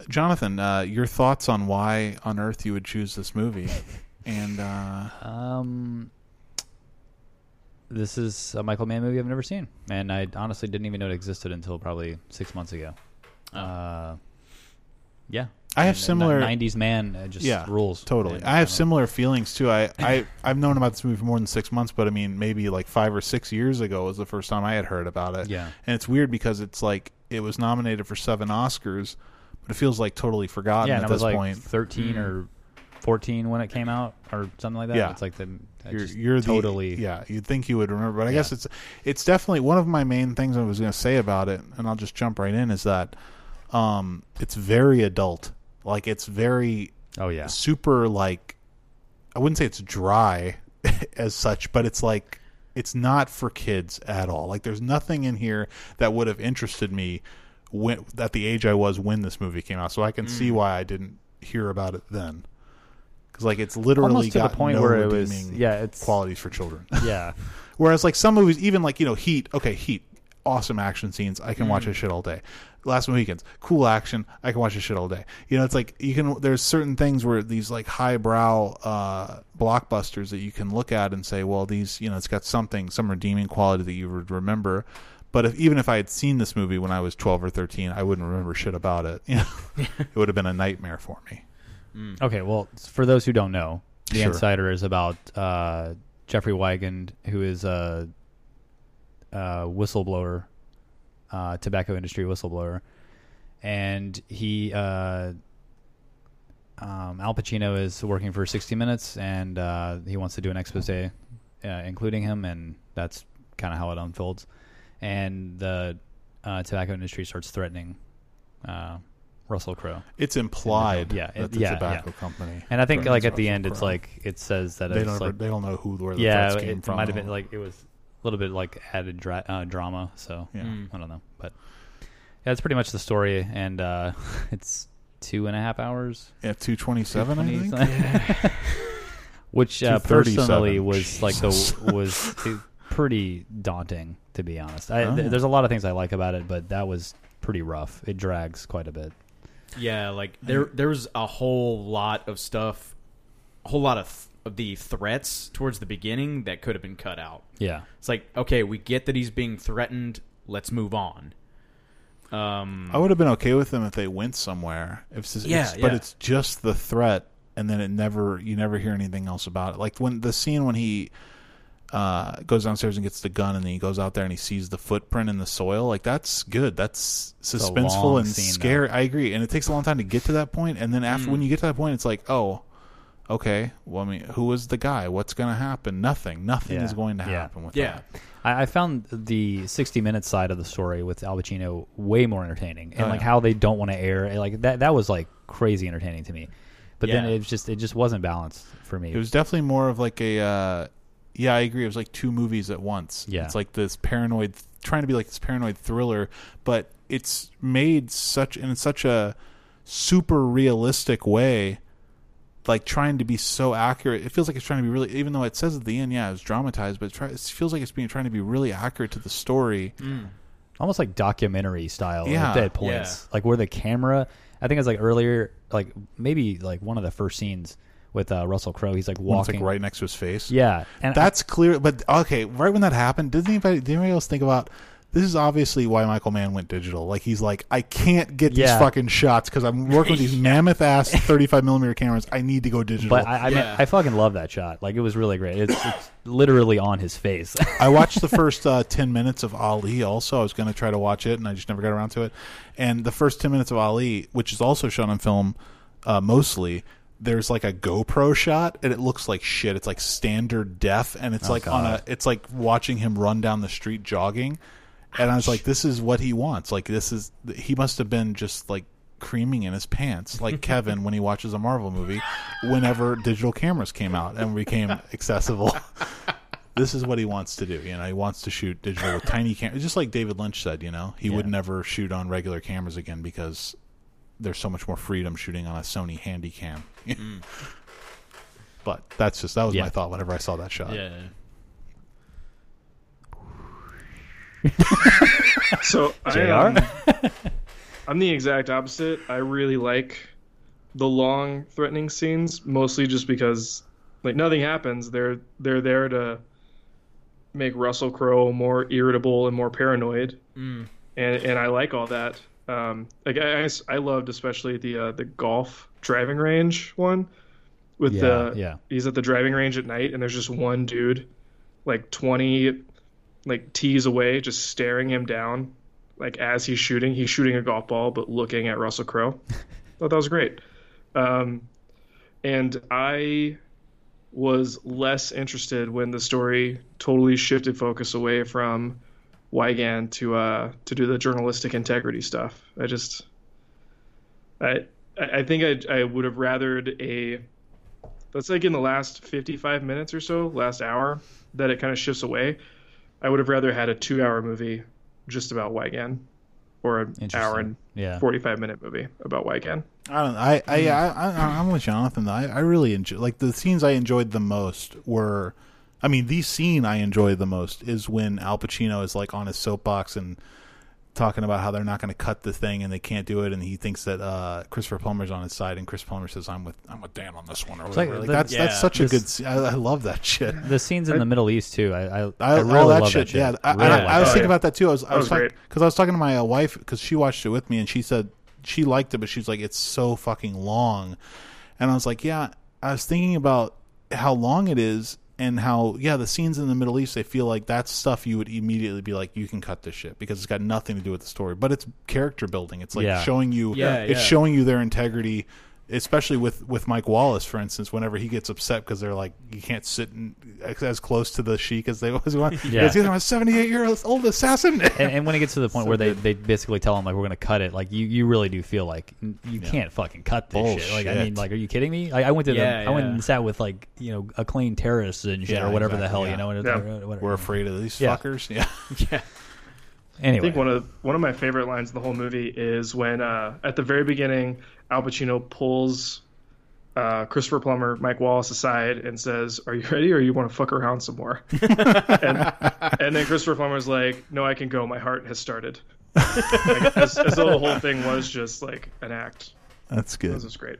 Jonathan, uh, your thoughts on why on earth you would choose this movie? And uh,
Um, this is a Michael Mann movie I've never seen, and I honestly didn't even know it existed until probably six months ago. Uh, yeah,
I have
And- and that
similar-
'90s man uh, just
yeah,
rules
totally.
And
I have
don't-
similar feelings too. I, I I've known about this movie for more than six months, but I mean maybe like five or six years ago was the first time I had heard about it.
Yeah.
and it's weird because it's like it was nominated for seven Oscars. But it feels like totally forgotten
Yeah,
at
and I
this
was like
point.
13 or 14 when it came out, or something like that.
Yeah.
it's like the I
you're,
just
you're the-
totally
yeah you'd think you would remember but i guess it's it's definitely one of my main things i was going to say about it and i'll just jump right in is that um it's very adult like it's very
Oh yeah,
super like i wouldn't say it's dry as such but it's like it's not for kids at all like there's nothing in here that would have interested me when at the age i was when this movie came out so i can
Mm.
see why i didn't hear about it then because like it's literally
Almost to the
got
point
no
where it was-
redeeming
yeah, it's-
qualities for children
yeah.
Whereas like some movies, even like you know Heat, okay, Heat, awesome action scenes, I can
Mm.
watch this shit all day. Last Mohicans, cool action, I can watch this shit all day. You know, it's like you can. There's certain things where these like highbrow uh, blockbusters that you can look at and say, well, these you know, it's got something, some redeeming quality that you would remember. But if, even if I had seen this movie when I was 12 or 13, I wouldn't remember shit about it. You know? it would have been a nightmare for me.
Okay, well, for those who don't know, The
Sure.
Insider is about uh, Jeffrey Wigand, who is a, a whistleblower, uh, tobacco industry whistleblower, and he uh, um, Al Pacino is working for 60 Minutes, and uh, he wants to do an expose, uh, including him, and that's kind of how it unfolds. And the uh, tobacco industry starts threatening uh, Russell Crowe.
It's implied,
Yeah,
that
it-
the
yeah,
tobacco
yeah.
company.
And I think
threatens
like at the
Russell
end, it's
Crowe.
like it says that
they
it's
don't ever,
like
they don't know who where the
yeah,
threats
it,
came
it
from.
might have been like it was a little bit like added dra- uh, drama. So
Yeah. Mm.
I don't know, but yeah, it's pretty much the story, and uh, it's two and a half hours,
yeah, two twenty seven. I
20
think.
something. which uh, personally
237.
was like
Jesus.
the was pretty daunting to be honest. I,
Oh,
th-
yeah.
There's a lot of things I like about it, but that was pretty rough. It drags quite a bit.
Yeah, like there there was a whole lot of stuff, a whole lot of th- of the threats towards the beginning that could have been cut out.
Yeah,
It's like, okay, we get that he's being threatened. Let's move on. Um,
I would have been okay with them if they went somewhere. If it's,
Yeah,
it's- but
yeah.
it's just the threat, and then it never you never hear anything else about it. Like when the scene when he uh, goes downstairs and gets the gun, and then he goes out there and he sees the footprint in the soil. Like that's good. That's
long
suspenseful and
scene, though. Mm.
scary. I agree, and it takes a long time to get to that point. And then after when you get to that point, it's like, oh, okay. Well, I mean, who was the guy? What's going to happen? Nothing. Nothing
Yeah.
is going to
Yeah.
happen with
yeah,
that.
I, I found the 60 minute side of the story with Al Pacino way more entertaining, and
Oh,
like
yeah.
eh, how they don't want to air like that. That was like crazy entertaining to me. But then
Yeah.
it was just it just wasn't balanced for me.
It was definitely more of like a. Uh, yeah, I agree. It was like two movies at once.
Yeah.
it's like this paranoid, trying to be like this paranoid thriller, but it's made such in such a super realistic way. Like trying to be so accurate, it feels like it's trying to be really. Even though it says at the end, yeah, it's dramatized, but it, try, it feels like it's being trying to be really accurate to the story.
almost like documentary style
Yeah.
at that points. Like where the camera, I think it was like earlier, like maybe like one of the first scenes with uh, Russell Crowe. He's like
When It's
walking,
like right next to his face.
Yeah, and I-
That's clear, but okay. Right when that happened, did anybody, did anybody else think about this? Is obviously why Michael Mann went digital. Like he's like, I can't get these
Yeah.
fucking shots because I'm working with these mammoth ass 35 millimeter cameras. I need to go digital.
but I I, mean,
Yeah.
I fucking love that shot. Like it was really great. It's, it's literally on his face.
I watched the first uh, 10 minutes of Ali also. I was going to try to watch it, and I just never got around to it. And the first 10 minutes of Ali, which is also shown on film uh, mostly, there's like a GoPro shot, and it looks like shit. It's like standard def, and it's like on a. It's like watching him run down the street jogging, and I was like, "This is what he wants. Like this is he must have been just like creaming in his pants, like Kevin when he watches a Marvel movie. Whenever digital cameras came out and became accessible." this is what he wants to do. You know, he wants to shoot digital with tiny cameras, just like David Lynch said. You know, he would never shoot on regular cameras again because there's so much more freedom shooting on a Sony Handycam. but that's just that was
Yeah.
my thought whenever I saw that shot.
Yeah.
So I, um, I'm the exact opposite. I really like the long threatening scenes, mostly just because like nothing happens. They're they're there to make Russell Crowe more irritable and more paranoid,
Mm.
and and I like all that. Um, like I, I s- I loved especially the uh, the golf driving range one with the
yeah.
he's at the driving range at night and there's just one dude like 20 like tees away just staring him down like as he's shooting he's shooting a golf ball but looking at russell crowe thought that was great um, and i was less interested when the story totally shifted focus away from Wygant to uh to do the journalistic integrity stuff. I just I I I think I I would have rathered a that's like in the last 55 minutes or so, last hour that it kind of shifts away. I would have rather had a 2-hour movie just about Wygant or an hour and
Yeah.
45 minute movie about Wygant.
I don't. I I, I, I I'm with Jonathan. though. I, I really enjoy like the scenes I enjoyed the most were, I mean, the scene I enjoy the most is when Al Pacino is like on his soapbox and talking about how they're not going to cut the thing and they can't do it, and he thinks that uh, Christopher Plummer's on his side, and Chris Plummer says, "I'm with I'm with Dan on this one," or
like-
whatever. Like,
the-
that's that's
yeah.
such a
This-
good. scene. I, I love that shit.
the scenes in the Middle East too. I I,
I,
I really
all that
love
shit.
that shit.
Yeah, I,
Really
I,
like
I was
that
thinking
shit.
about that too. I was, I
That
was
was great.
because I was talking to my uh, wife because she watched it with me and she said she liked it, but she's like, it's so fucking long, and I was like, yeah. I was thinking about how long it is and how yeah, the scenes in the Middle East they feel like that's stuff you would immediately be like, you can cut this shit because it's got nothing to do with the story, but it's character building. It's like
Yeah.
showing you,
Yeah,
it's
yeah.
showing you their integrity. Especially with, with Mike Wallace, for instance, whenever he gets upset because they're like, you can't sit in, as close to the sheik as they always want.
Yeah.
It's either my 78 year old assassin.
and, and when it gets to the point where they, they basically tell him like we're gonna cut it, like you, you really do feel like n- you can't fucking cut this shit. Like I mean,
Bullshit.
like are you kidding me? Like I went to
Yeah,
the, I went
yeah.
and sat with like you know a clean terrorist and shit
Yeah,
or whatever the
exactly,
hell
yeah.
you know. And
Yeah.
or whatever.
We're afraid of these
Yeah.
fuckers. Yeah.
I
Anyway,
think one of one of my favorite lines in the whole movie is when uh, at the very beginning Al Pacino pulls uh, Christopher Plummer, Mike Wallace aside and says, "Are you ready, or you want to fuck around some more?" and, and then Christopher Plummer's like, "No, I can go. My heart has started." like, as, as though the whole thing was just like an act.
That's good.
This is great.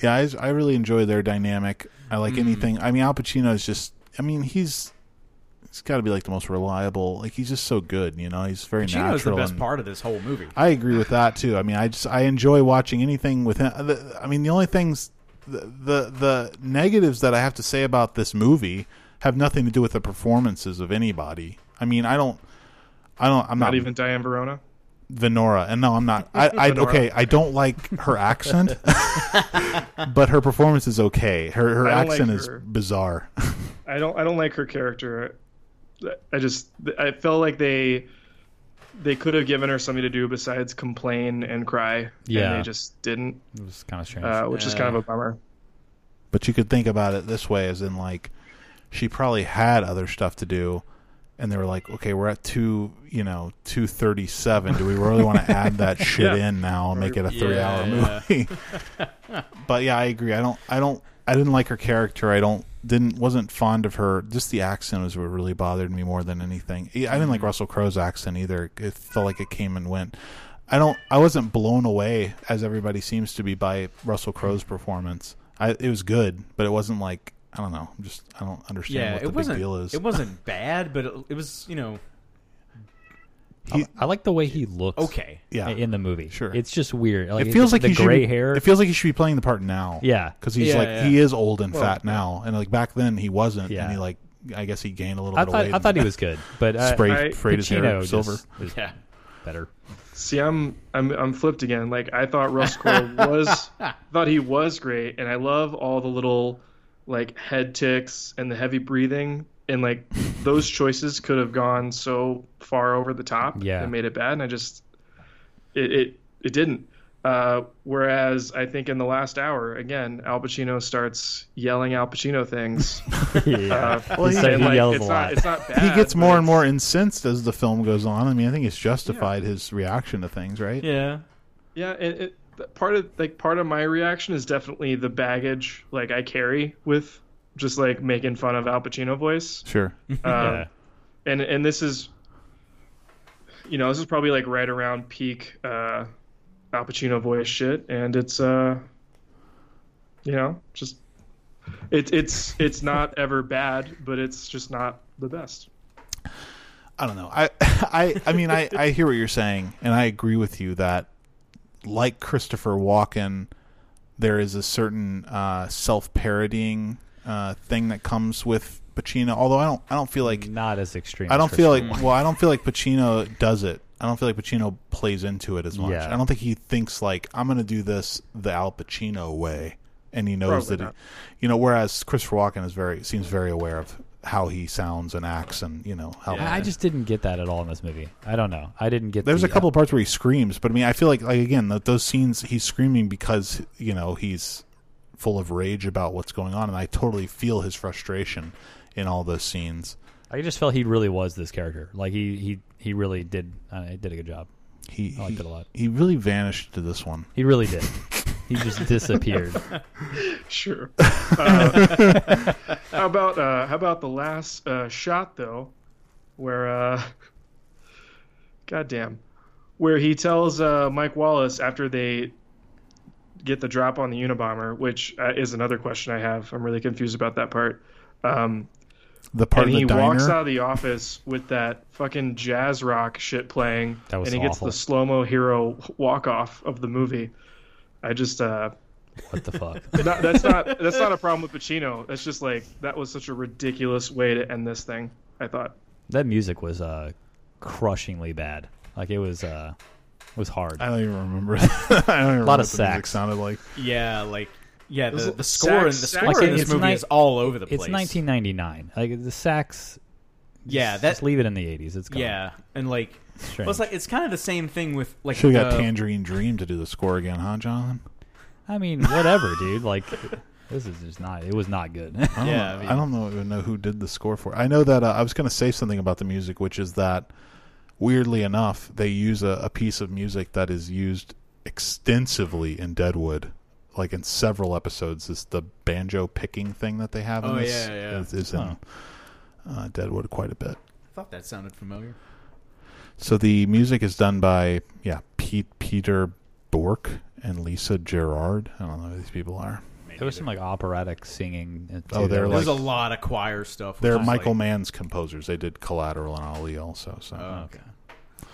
Yeah, I, I really enjoy their dynamic. I like
Mm-hmm.
anything. I mean, Al Pacino is just, I mean, he's, he's got to be like the most reliable. Like, he's just so good, you know? He's very natural.
Chino's the best
and-
part of this whole movie.
I agree with that too. I mean, I just I enjoy watching anything with him. The- I mean, the only things the, the the negatives that I have to say about this movie have nothing to do with the performances of anybody. I mean, I don't, I don't, I'm not,
Not even Diane Verona.
Venora, and no, I'm not. I, I
Venora.
okay, I don't like her accent, but her performance is okay. Her her
I don't like
accent is
her.
bizarre.
I don't I don't like her character. I just I felt like they they could have given her something to do besides complain and cry.
Yeah.
and they just didn't,
It was kind of strange.
uh, which is kind of a bummer.
But you could think about it this way, as in like she probably had other stuff to do, and they were like, okay, we're at two, you know, two thirty seven. Do we really want to add that shit in now and make it a three hour
yeah.
movie? but yeah, I agree. I don't, I don't, I didn't like her character. I don't, didn't, wasn't fond of her. Just the accent was what really bothered me more than anything. Yeah, I didn't
Mm-hmm.
like Russell Crowe's accent either. It felt like it came and went. I don't. I wasn't blown away as everybody seems to be by Russell Crowe's
Mm-hmm.
performance. I it was good, but it wasn't like I don't know. I'm just I don't understand
yeah,
what the
it wasn't.
big deal is.
It wasn't bad, but it, it was you know
I like the way he looks.
okay.
yeah,
in the movie.
Sure.
it's just weird. Like,
it feels like
the
he should
gray
be-
hair.
It feels like he should be playing the part now.
Yeah.
because he's
Yeah,
like
yeah.
he is old and fat now, and like back then he wasn't,
Yeah.
and he like I guess he gained a little
I
bit
thought
of weight.
I thought he was good, but uh,
sprayed,
I-
sprayed his hair
Pacino just
silver.
was
Yeah.
better.
See, I'm I'm I'm flipped again. Like I thought Russ Crowe was thought he was great, and I love all the little like head ticks and the heavy breathing, and like those choices could have gone so far over the top
Yeah.
and made it bad, and I just it it, it didn't. Uh, whereas I think in the last hour, again, Al Pacino starts yelling Al Pacino things.
yeah,
Well,
he,
he-
said
and,
he
like,
yells
it's
a
not,
lot.
It's not bad.
He gets
but
more and
it's-
more incensed as the film goes on. I mean, I think it's justified his reaction to things, right?
Yeah.
Yeah, it, it th- part of like part of my reaction is definitely the baggage like I carry with just like making fun of Al Pacino voice,
Sure.
Um, and and this is, you know, this is probably like right around peak uh, Al Pacino voice shit, and it's uh, you know, just it's it's it's not ever bad, but it's just not the best.
I don't know. I I I mean I I hear what you're saying and I agree with you that like Christopher Walken there is a certain uh self-parodying uh thing that comes with Pacino although I don't I don't feel like
not as extreme.
I
as
don't feel
Christopher
like well I don't feel like Pacino does it. I don't feel like Pacino plays into it as much.
Yeah.
I don't think he thinks like I'm going to do this the Al Pacino way and he knows
Probably
that
not.
he, you know whereas Christopher Walken is very seems very aware of how he sounds and acts and you know how
I I just didn't get that at all in this movie. I don't know. I didn't get.
There's
the-
a couple parts where he screams, but I mean, I feel like, like again, th those scenes he's screaming because you know he's full of rage about what's going on, and I totally feel his frustration in all those scenes.
I just felt he really was this character. Like he he he really did. Uh, he did a good job.
He
I liked
he,
it a lot.
he really vanished to this one.
He really did. he just disappeared.
Sure. Uh, how about uh, how about the last uh, shot though, where uh, goddamn, where he tells uh, Mike Wallace after they get the drop on the Unabomber, which uh, is another question I have. I'm really confused about that part. Um,
The part
and
of the
he walks
diner.
out of the office with that fucking jazz rock shit playing,
That was
and he gets
awful.
the slow mo hero walk off of the movie. I just uh,
What the fuck?
not, that's not that's not a problem with Pacino. That's just like that was such a ridiculous way to end this thing. I thought.
That music was uh, crushingly bad. Like it was uh, it was hard.
I don't even remember. I don't even remember what the music
sax.
sounded like.
Yeah, like yeah, the,
Those
the score in the
sax-
score
sax-
in this
It's
movie
ni-
is all over the place.
It's 1999. Like the sax.
Yeah,
just-
that
just leave it in the 80s. It's gone.
yeah, and like well,
Strange.
it's like it's kind of the same thing with like
Should have got
the-
Tangerine Dream to do the score again, huh, John?
I mean, whatever, dude. Like this is just not. It was not good.
I don't
Yeah,
know,
I mean-
I don't know even know who did the score for. it. I know that uh, I was going to say something about the music, which is that weirdly enough, they use a, a piece of music that is used extensively in Deadwood, like in several episodes. Is the banjo picking thing that they have?
Oh,
in this,
yeah, yeah.
Is, is
Huh.
in uh, Deadwood quite a bit.
I thought that sounded familiar.
So the music is done by yeah Pete Peter Bork and Lisa Gerard. I don't know who these people are.
there was some like operatic singing. and-
Oh, they're
that
like-
was-
There's a lot of choir stuff. which
They're
is,
Michael
Like,
Mann's composers. They did Collateral and Ali also. So.
oh, okay.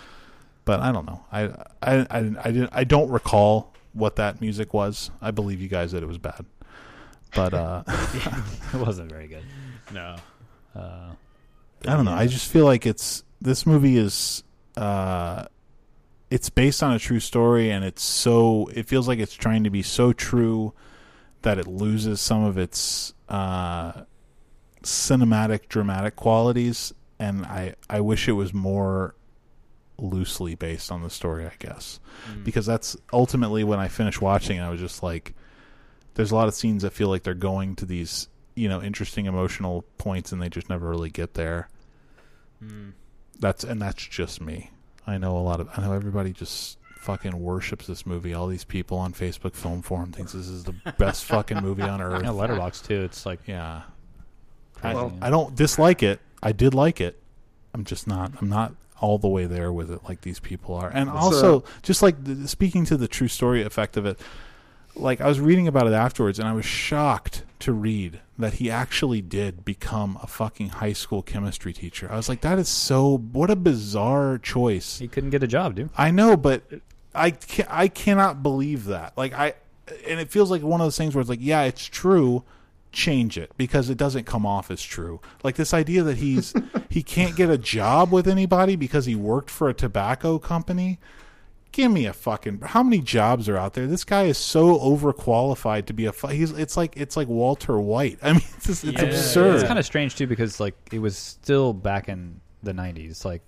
but I don't know. I I I, I, didn't, I don't recall what that music was. I believe you guys that it was bad, but uh, I
it wasn't very good.
No.
don't know. I just feel like it's this movie is uh, it's based on a true story, and it's so it feels like it's trying to be so true that it loses some of its uh, cinematic dramatic qualities, and I I wish it was more loosely based on the story, I guess, because that's ultimately when I finished watching. I was just like, there's a lot of scenes that feel like they're going to these you know interesting emotional points and they just never really get there that's and that's just me i know a lot of i know everybody just fucking worships this movie all these people on facebook film forum thinks this is the best fucking movie on earth
Yeah, Letterbox too. It's like
yeah I,
Well-
I don't dislike it i did like it i'm just not i'm not all the way there with it like these people are and also just like the, speaking to the true story effect of it like I was reading about it afterwards and I was shocked to read that he actually did become a fucking high school chemistry teacher. I was like that is so what a bizarre choice.
he couldn't get a job, dude.
I know but I ca I cannot believe that. Like I and it feels like one of those things where it's like yeah, it's true change it because it doesn't come off as true. Like this idea that he's he can't get a job with anybody because he worked for a tobacco company give me a fucking how many jobs are out there this guy is so overqualified to be a fu- he's it's like it's like walter white i mean it's, just, it's
Yeah.
absurd
It's kind of strange too because like it was still back in the '90s. Like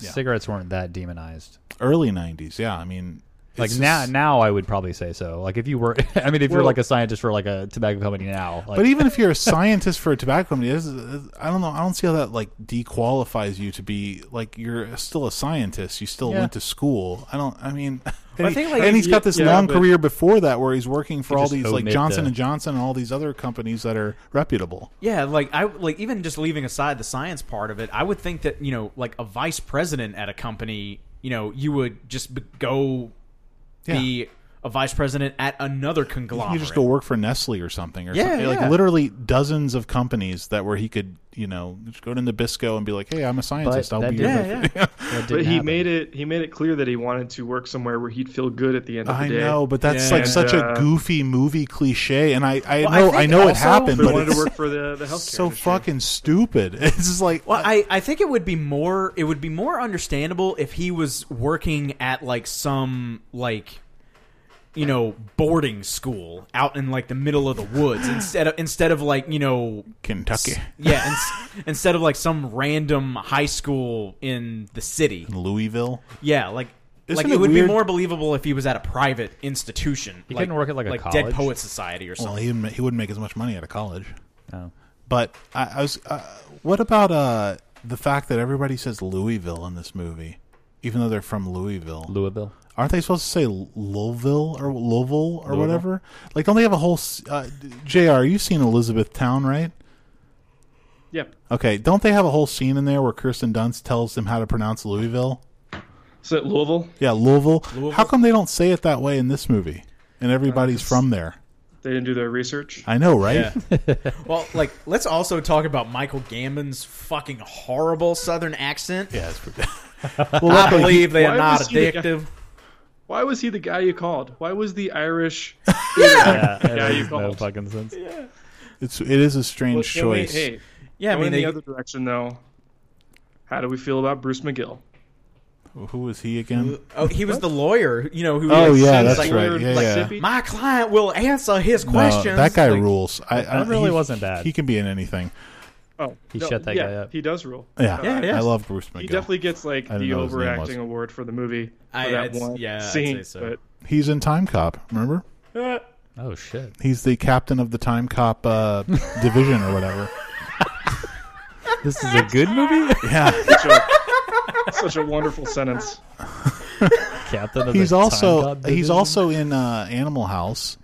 Yeah.
cigarettes weren't that demonized.
early 90s yeah i mean it's
Like
just-
now, now I would probably say so. Like if you were, I mean, if you're
Well-
like a scientist for like a tobacco company now, like,
but even if you're a scientist for a tobacco company this is, i don't know i don't see how that like dequalifies you to be like you're still a scientist you still
Yeah.
went to school i don't i mean
I
and,
think,
he,
like,
and he's got
yeah,
this
yeah,
long
but-
career before that where he's working for
You
all
just
these like
omit
johnson
the-
and johnson and all these other companies that are reputable
Yeah, like I like even just leaving aside the science part of it, I would think that you know, like a vice president at a company, you know, you would just b- go be a vice president at another conglomerate.
You just go work for Nestle or something, or
Yeah,
something.
yeah.
like literally dozens of companies that where he could, you know, just go to Nabisco and be like, "Hey, I'm a scientist. I'll
that
be
did-
your
yeah, yeah.
But he made it. He made it clear that he wanted to work somewhere where he'd feel good at the end of the
I
day.
know, but that's
Yeah.
like such a
And, uh,
goofy movie cliche, and I, I
Well, I
know,
think
I, know it
also-
happened,
But he
but
wanted
it's
to work for the the healthcare.
so
industry.
fucking stupid. It's just like,
Well, I, I think it would be more it would be more understandable if he was working at like some like you know boarding school out in like the middle of the woods instead of instead of like you know
Kentucky,
yeah ins- instead of like some random high school in the city
Louisville.
yeah like
Isn't
like
it
it would
weird-
be more believable if he was at a private institution he
couldn't work at, like, a
Dead
college?
Poet Society or something
Well, he wouldn't, ma- he wouldn't make as much money out of college.
Oh.
But I, I was. Uh, what about uh, the fact that everybody says Louisville in this movie, even though they're from Louisville?
Louisville.
Aren't they supposed to say L- Louisville or Louisville or whatever? Like, don't they have a whole? s- Uh, d- Jr. You've seen Elizabethtown, right?
Yep.
Okay, don't they have a whole scene in there where Kirsten Dunst tells them how to pronounce Louisville?
So at Louisville,
Yeah, Louisville. How come they don't say it that way in this movie? And everybody's
Uh,
from there.
they didn't do their research.
I know, right?
Well, like, let's also talk about Michael Gambon's fucking horrible Southern accent.
Yeah, it's pretty.
I believe they
Why
are not
was he the guy-
addictive.
Why was he the guy you called? Why was the Irish?
Yeah,
Yeah, you
no
called.
fucking sense.
It's it is a
Well,
strange
can we-
choice.
hey,
Yeah, I
going
mean,
in
they,
the other direction though. How do we feel about Bruce McGill?
Who was he again?
oh, he was the lawyer, you know, who.
Oh,
like,
yeah,
says,
that's
like,
right.
Weird
Yeah,
Mississippi?
My client will answer his
No,
questions.
Uh, that guy
Like,
rules. I, I
That really
he-
wasn't bad.
He can be in anything.
Oh,
He shut that
yeah,
guy up.
He does rule. Uh,
Yeah,
Yeah, yeah.
I love Bruce McGill.
He definitely gets like
I didn't
the
know his name was.
overacting award for the movie for
I-
that
I'd-
one
yeah, I'd
scene.
say so.
But
He's in Time Cop. Remember?
Oh shit!
He's the captain of the Time Cop uh, division or whatever.
This is a good movie.
Yeah,
such a, such a wonderful sentence.
Captain. Of
he's
the Time
also
God
he's
Division.
also in uh, Animal House,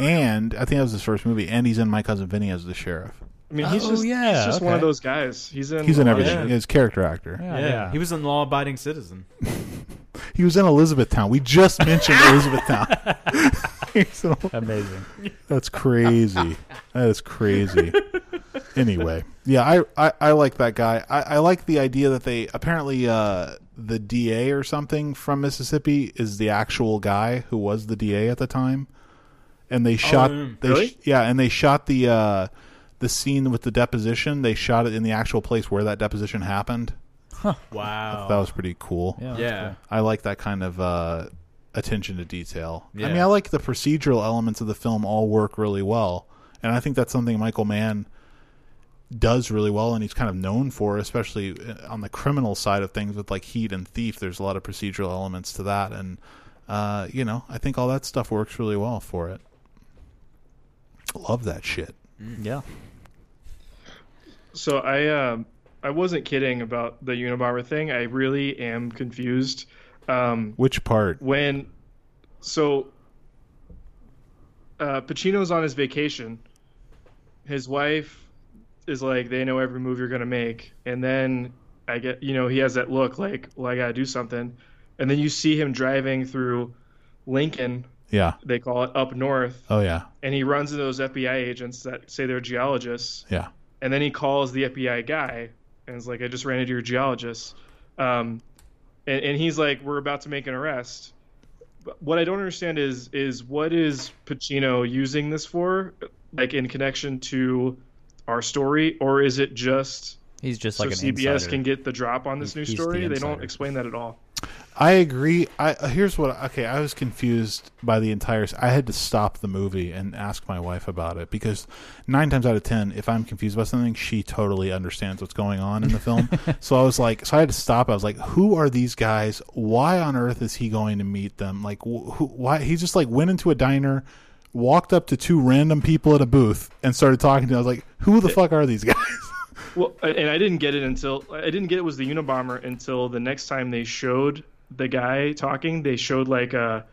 and I think that was his first movie. And he's in My Cousin Vinny as the sheriff.
I mean, he's
Oh,
just
yeah,
he's just one of
okay.
those guys. He's in
He's in
a lot of
everything.
shit.
He's a character actor.
Oh, Yeah,
Yeah,
yeah.
he was in Law Abiding Citizen.
He was in Elizabethtown. We just mentioned Elizabethtown. He's in-
amazing.
That's crazy. that is crazy. Anyway, yeah, I, I, I like that guy. I, I like the idea that they apparently uh, the DA or something from Mississippi is the actual guy who was the DA at the time, and they shot
mm,
they
really?
sh- yeah, and they shot the uh, the scene with the deposition. They shot it in the actual place where that deposition happened.
Wow.
That was pretty cool.
Yeah.
yeah.
I like that kind of uh, attention to detail.
Yeah.
I mean, I like the procedural elements of the film all work really well, and I think that's something Michael Mann does really well and he's kind of known for, especially uh, on the criminal side of things with like Heat and Thief. There's a lot of procedural elements to that, and uh, you know, I think all that stuff works really well for it. Love that shit.
Yeah.
So I um I wasn't kidding about the Unabomber thing. I really am confused. Um,
Which part?
when so uh, Pacino's on his vacation. His wife is like, they know every move you're gonna make, and then I get, you know, he has that look like, well, I gotta do something, and then you see him driving through Lincoln,
Yeah.
they call it up north,
Oh yeah.
and he runs into those FBI agents that say they're geologists,
Yeah.
and then he calls the FBI guy and is like, "I just ran into your geologist," um, and, and he's like, "We're about to make an arrest." But what I don't understand is is what is Pacino using this for, like in connection to our story, or is it just
He's just like an
so CBS
insider.
can get the drop on this new
He's the
story? they don't
insider.
explain that at all.
I agree. I here's what. Okay, I was confused by the entire. I had to stop the movie and ask my wife about it because nine times out of ten, if I'm confused about something, she totally understands what's going on in the film. so I was like, so I had to stop. I was like, who are these guys? Why on earth is he going to meet them? Like, wh- who, why? He just like went into a diner, walked up to two random people at a booth, and started talking to. Them. I was like, who the fuck are these guys?
Well, and I didn't get it until I didn't get it was the Unabomber until the next time they showed the guy talking. They showed like a.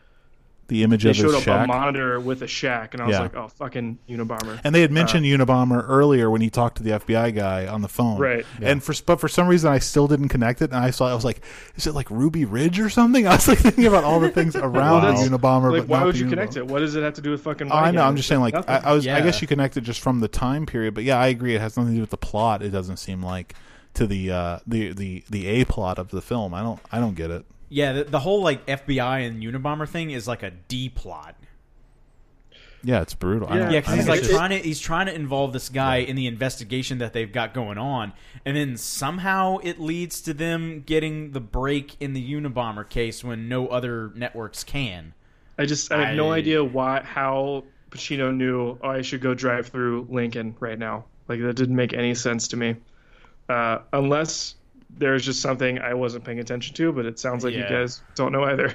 the image
they
of his
showed up a
shack.
monitor with a shack, and I was
Yeah.
like, "Oh, fucking Unabomber!"
And they had mentioned Unabomber earlier when he talked to the FBI guy on the phone,
Right.
And for but for some reason I still didn't connect it, and I saw I was like, is it like Ruby Ridge or something? I was like thinking about all the things around
that's-
Unabomber.
like,
but
why
not
would
the
you
Unabomber.
connect it? What does it have to do with fucking?
Oh, I
Weekend?
know. I'm just saying, like,
Nothing.
I, I was. I
Yeah.
guess you connected just from the time period, but yeah, I agree. It has nothing to do with the plot. It doesn't seem like to the uh, the the the a plot of the film. I don't. I don't get it.
Yeah, the, the whole like FBI and Unabomber thing is like a D plot.
Yeah, it's brutal. I don't,
Yeah, because
I
he's
don't
like
get it.
trying to he's trying to involve this guy in the investigation that they've got going on, and then somehow it leads to them getting the break in the Unabomber case when no other networks can.
I just I have no
I-
idea why how Pacino knew. Oh, I should go drive through Lincoln right now. Like that didn't make any sense to me, uh, unless there's just something I wasn't paying attention to. But it sounds like you
Yeah.
guys don't know either.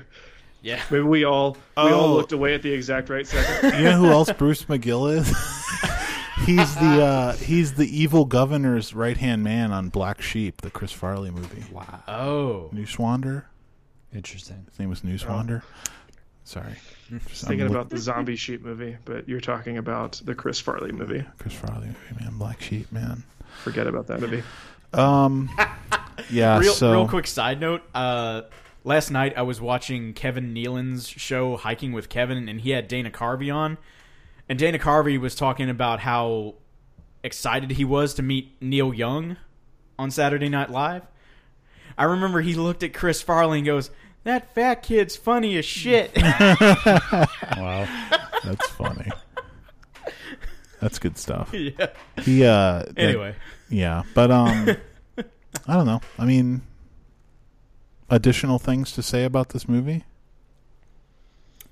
Yeah.
Maybe we all we all
Oh.
looked away at the exact right second.
You know who else Bruce McGill is? he's the uh, he's the evil governor's right hand man on Black Sheep, the Chris Farley movie.
Oh,
Newswander.
Interesting.
His name was Newswander. Sorry, just
Thinking about the zombie sheep movie, but you're talking about the Chris Farley movie.
Chris Farley movie, man. Black Sheep, man.
Forget about that movie.
Um, yeah.
real
so
real quick side note. Uh, last night I was watching Kevin Nealon's show Hiking with Kevin, and he had Dana Carvey on, and Dana Carvey was talking about how excited he was to meet Neil Young on Saturday Night Live. I remember he looked at Chris Farley and goes, "That fat kid's funny as shit."
Wow.
that's funny. That's good stuff.
yeah.
He uh. that-
Anyway,
yeah, but um, I don't know. I mean, additional things to say about this movie?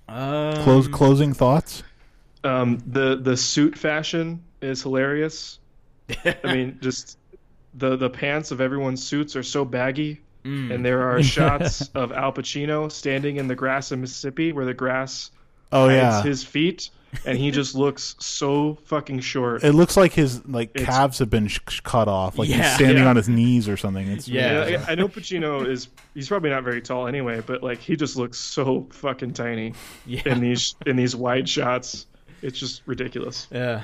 um,
Close closing thoughts.
Um, the the suit fashion is hilarious. I mean, just the the pants of everyone's suits are so baggy,
Mm.
and there are shots of Al Pacino standing in the grass in Mississippi where the grass
Oh
hides
yeah,
his feet, and he just looks so fucking short.
it looks like his like
It's-
calves have been sh- sh- cut off. Like he's
Yeah.
standing
Yeah.
on his knees or something. It's
Yeah.
And I, I know Pacino is he's probably not very tall anyway, but like he just looks so fucking tiny
yeah.
in these in these wide shots. It's just ridiculous.
Uh, how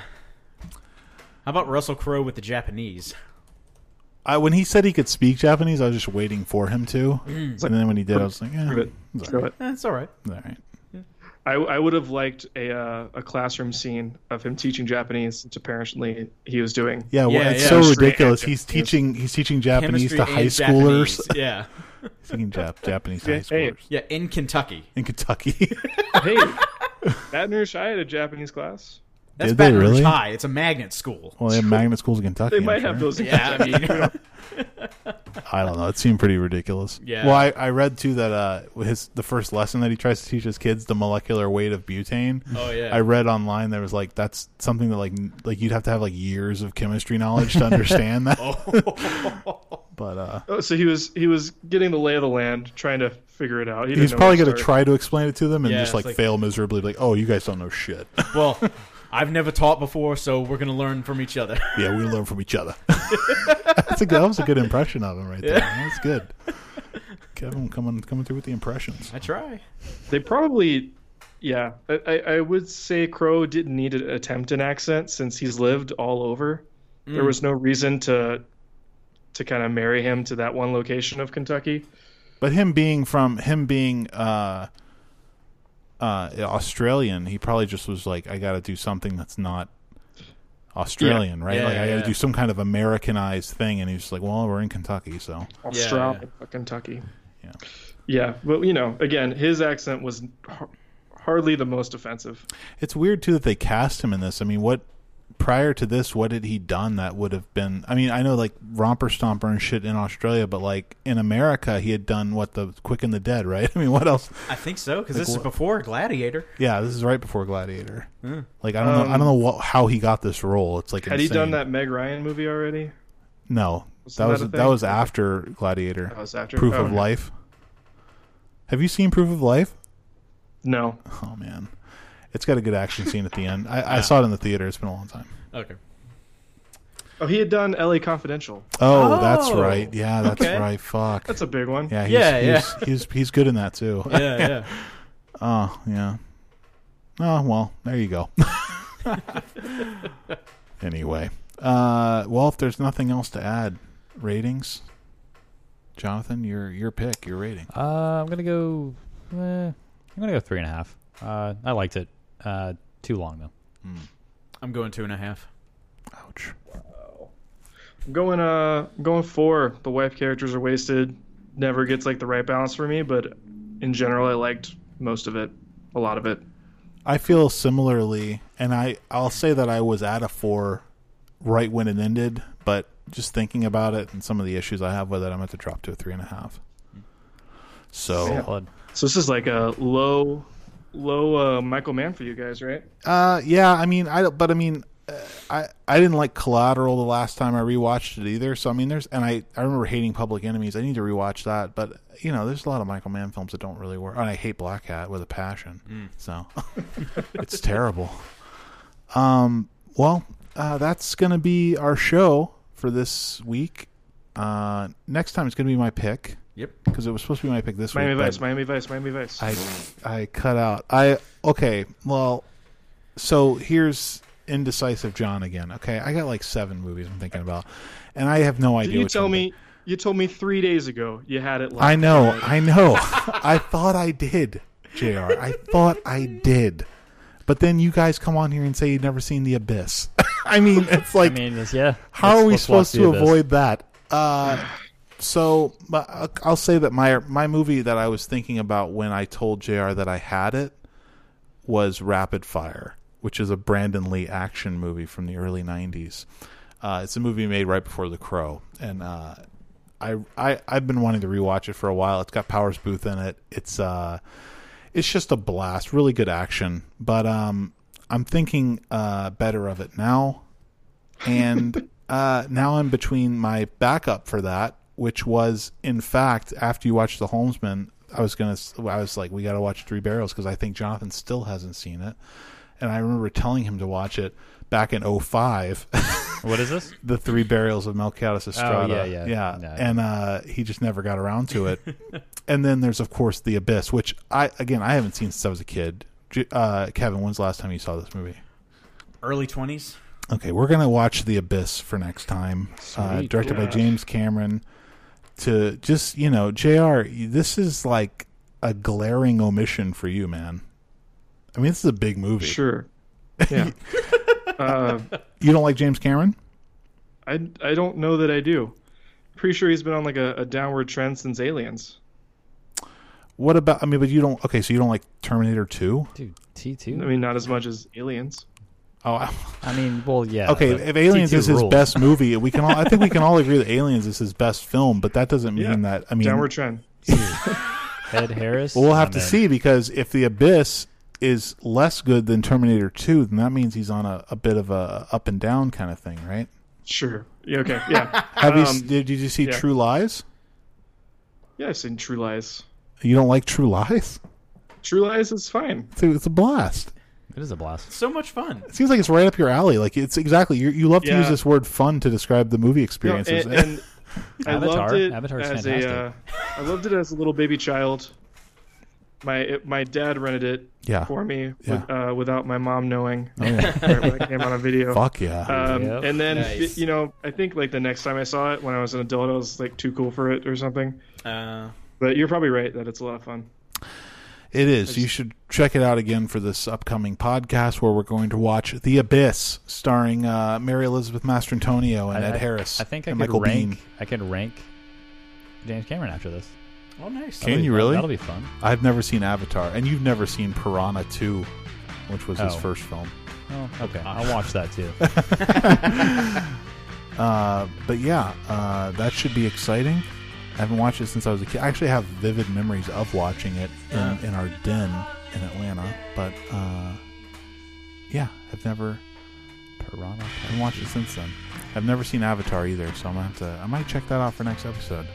about Russell Crowe with the Japanese?
I, when he said he could speak Japanese, I was just waiting for him to. And then when he did, I was like, yeah,
Mm. Prove it.
it's all
Show
right.
it.
That's all right.
All right.
I, I would have liked a uh, a classroom scene of him teaching Japanese, which apparently he was doing.
Yeah, well,
Yeah,
it's
yeah.
so
Chemistry
ridiculous.
and
He's teaching. He's teaching Japanese
Chemistry
to high
and
schoolers.
Japanese. Yeah.
Teaching Jap- Japanese to high
Yeah, hey.
schoolers
Yeah, in Kentucky.
in Kentucky.
Hey, Batner, I had a Japanese class.
That's
Did they
Baton Rouge
really?
High. It's a magnet school.
Well, they have magnet schools in Kentucky.
They
I'm
might
sure.
have those. in
Yeah, I mean,
I don't know. It seemed pretty ridiculous.
Yeah.
Well, I, I read too that uh, his the first lesson that he tries to teach his kids the molecular weight of butane.
Oh, yeah.
I read online there was like that's something that like n- like you'd have to have like years of chemistry knowledge to understand that. but uh,
Oh, so he was he was getting the lay of the land, trying to figure it out. He didn't
he's
know
probably
where
going to
start.
try to explain it to them and
Yeah,
just
it's
like,
like-
fail miserably. Like, oh, you guys don't know shit.
well, I've never taught before, so we're gonna learn from each other.
yeah, we learn from each other. that's a good, that was a good impression of him right there. That's good. Kevin coming coming through with the impressions.
I try.
They probably, yeah. I, I, I would say Crow didn't need to attempt an accent since he's lived all over.
Mm.
There was no reason to to kind of marry him to that one location of Kentucky.
But him being from him being uh, uh, Australian, he probably just was like, I got to do something that's not Australian, right?
Yeah,
like I got to
yeah.
do some kind of Americanized thing, and he's just like, well, we're in Kentucky, so
Yeah,
Australia, Kentucky.
Yeah.
Yeah, but you know, again, his accent was har- hardly the most offensive.
it's weird too that they cast him in this. I mean, what prior to this, what had he done that would have been? I mean, I know like Romper Stomper and shit in Australia, but like in America, he had done what the Quick and the Dead, right? I mean, what else?
I think so because this
Like
is
what-
before Gladiator.
Yeah, this is right before Gladiator. Like I don't know, I don't know what, how he got this role. It's like
Um, Had he
insane.
done that Meg Ryan movie already?
No,
Wasn't
that
that
was
a
that,
thing?
was after Gladiator.
That was after-
Proof
oh,
of
okay.
Life. Have you seen Proof of Life?
No.
Oh man, it's got a good action scene at the end. I, I saw it in the theater. It's been a long time.
Okay.
Oh, he had done L.A. Confidential.
Oh, that's
Oh,
right. Yeah, that's
okay.
right. Fuck.
That's a big one.
yeah, he's,
Yeah,
he's, he's he's good in that too.
Yeah, yeah.
Oh yeah. Oh well, there you go. anyway, uh, well, if there's nothing else to add, ratings. Jonathan, your your pick, your rating.
Uh, I'm gonna go. eh, I'm gonna go three and a half. Uh, I liked it. Uh, too long though.
I'm going two and a half.
Ouch.
I'm going uh I'm going four. The wife characters are wasted. Never gets like the right balance for me, but in general I liked most of it. A lot of it.
I feel similarly, and I I'll say that I was at a four right when it ended, but just thinking about it and some of the issues I have with it, I'm at to drop to a three and a half. So,
Solid.
So this is like a low low uh, Michael Mann for you guys, right?
uh, yeah, I mean, I but I mean, uh, I I didn't like Collateral the last time I rewatched it either. So I mean, there's and I I remember hating Public Enemies. I need to rewatch that, but you know, there's a lot of Michael Mann films that don't really work, and I hate Black Hat with a passion. So it's terrible. Um, Well, uh, that's going to be our show for this week. Uh, next time it's going to be my pick
Yep.
because it was supposed to be my pick this
Miami
week.
Vice,
but
Miami Vice, Miami Vice.
I I cut out. I okay. Well, so here's indecisive John again. Okay, I got like seven movies I'm thinking about, and I have no
Did
idea.
you
which
tell
one to
me you told me three days ago you had it
I
live.
know, I know. I thought I did, JR. I thought I did. But then you guys come on here and say you've never seen The Abyss. I mean, it's like,
I mean, it's- yeah.
how
Let's-
are we
let's
supposed
watch the
to
abyss.
avoid that? Uh, so my, I'll say that my my movie that I was thinking about when I told JR that I had it was Rapid Fire, which is a Brandon Lee action movie from the early '90s. Uh, it's a movie made right before The Crow, and uh, I, I I've been wanting to rewatch it for a while. It's got Powers Booth in it. It's uh, it's just a blast. Really good action, but um, I'm thinking uh, better of it now and uh, now I'm between my backup for that, which was in fact after you watched The Holmesman, I was gonna, I was like, we got to watch Three Barrels because I think Jonathan still hasn't seen it, and I remember telling him to watch it back in 05
What is this?
the three burials of Melchiades Estrada.
Oh, yeah, yeah. No.
And uh, he just never got around to it. and then there's of course the abyss, which I again I haven't seen since I was a kid. J- Uh, Kevin, when's the last time you saw this movie?
Early twenties.
Okay, we're gonna watch The Abyss for next time. Uh, directed by
Yeah.
James Cameron. To just you know, Jr. This is like a glaring omission for you, man. I mean, this is a big movie.
Sure. Yeah. uh,
You don't like James Cameron?
I I don't know that I do. Pretty sure he's been on like a, a downward trend since Aliens.
What about? I mean, but you don't. Okay, so you don't like Terminator Two?
Dude, T two.
I mean, not as much as Aliens.
Oh,
I mean, well, yeah.
okay.
but
If Aliens
T2
is his
rules.
best movie, we can all. I think we can all agree that Aliens is his best film, but that doesn't mean
Yeah.
that. I mean,
Downward trend.
Ed Harris, Oh,
Well, we'll have
I'm
to
in.
see because if the Abyss is less good than Terminator Two, then that means he's on a, a bit of a up and down kind of thing, right?
Sure. Yeah, okay. Yeah.
Have you
Um,
you did you see
yeah.
True Lies?
yeah, I've seen True Lies.
You don't like True Lies?
True Lies is fine.
It's a, it's a blast.
It is a blast.
So much fun.
It seems like it's right up your alley. Like it's exactly you. You love to
Yeah.
use this word "fun" to describe the movie
No,
experiences. eh?
and, and I
Avatar.
loved it
Avatar's
as
fantastic.
a. Uh, I loved it as a little baby child. My it, my dad rented it
yeah.
for me with,
Ah. Yeah.
uh, without my mom knowing
Oh, yeah.
right, when it came on a video.
Fuck yeah.
Um,
Yep.
And then
Nice.
you know, I think like the next time I saw it when I was an adult, I was like too cool for it or something.
Uh,
But you're probably right that it's a lot of fun.
It is. You should check it out again for this upcoming podcast where we're going to watch The Abyss, starring uh, Mary Elizabeth Mastrantonio and
I-
Ed
I-
Harris.
I think I
and
could
Michael
rank.
Biehn.
I could rank James Cameron after this.
oh, nice.
Can
That'll
you
be-
really?
That'll be fun.
I've never seen Avatar, and you've never seen Piranha 2, which was his
Oh.
first film.
Oh, okay. I'll watch that too.
Uh, but yeah, uh, that should be exciting. I haven't watched it since I was a kid. I actually have vivid memories of watching it in, in our den in Atlanta, but uh, yeah, I've never
Piranha.
haven't watched it since then. I've never seen Avatar either, so I'm gonna have to. I might check that out for next episode.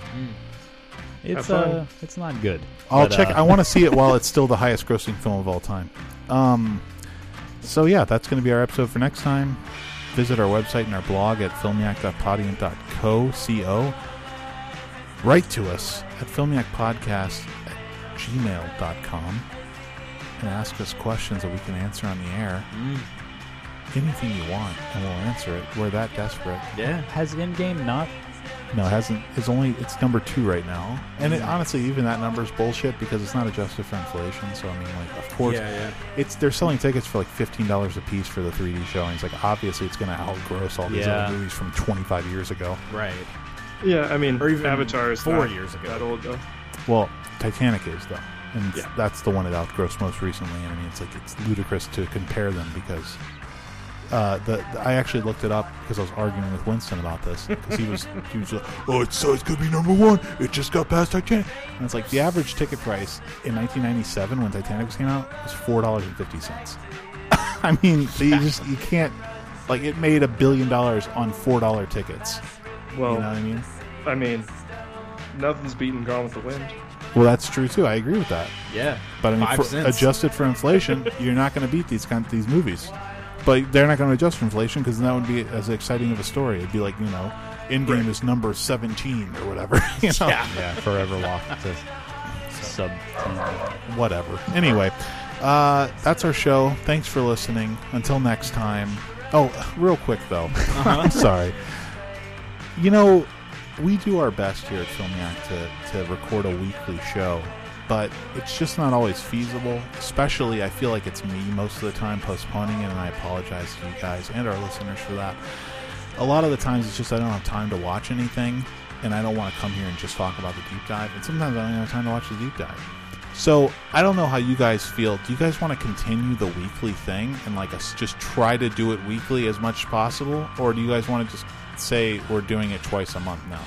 It's
fun.
uh, it's not good.
I'll
but,
check.
uh,
I want to see it while it's still the highest grossing film of all time. Um, so yeah, that's going to be our episode for next time. Visit our website and our blog at filmyak.podium.co. C-O. Write to us at filmyakpodcast at gmail.com and ask us questions that we can answer on the air.
Mm.
Anything you want, and we'll answer it. We're that desperate.
Yeah.
Has Endgame not?
No, it hasn't. It's only it's number two right now, and it,
Mm.
honestly, even that number's bullshit because it's not adjusted for inflation. So I mean, like, of course,
yeah.
it's they're selling tickets for like fifteen dollars a piece for the 3D showings. Like, obviously, it's going to outgross all these
Yeah.
other movies from 25 years ago.
Right.
Yeah, I mean,
Or even
Avatar is
four
not
years ago.
That old though.
Well, Titanic is though, and
Yeah.
that's the one it outgrossed most recently. And I mean, it's like it's ludicrous to compare them because uh, the, the- I actually looked it up because I was arguing with Winston about this because he was he was like, "Oh, it's so it's gonna be number one. It just got past Titanic." And it's like the average ticket price in 1997 when Titanic came out was four dollars and fifty cents. I mean, so you just you can't like it made a billion dollars on four dollar tickets.
Well,
You know what I mean?
I mean, nothing's beaten Gone with the Wind.
Well, that's true too. I agree with that.
Yeah.
But I mean,
Five
for-
cents.
adjusted for inflation, you're not going to beat these kind these movies. But they're not going to adjust for inflation because that would be as exciting of a story. It'd be like you know, Endgame is number seventeen or whatever. You know,
Yeah, forever locked to sub.
whatever. Anyway, uh, that's our show. Thanks for listening. Until next time. Oh, real quick though, I'm sorry. You know, we do our best here at Filmiac to to record a weekly show, but it's just not always feasible. Especially, I feel like it's me most of the time postponing it, and I apologize to you guys and our listeners for that. A lot of the times, it's just I don't have time to watch anything, and I don't want to come here and just talk about the deep dive. And sometimes I don't even have time to watch the deep dive. So I don't know how you guys feel. Do you guys want to continue the weekly thing and like us just try to do it weekly as much as possible, or do you guys want to just say we're doing it twice a month now?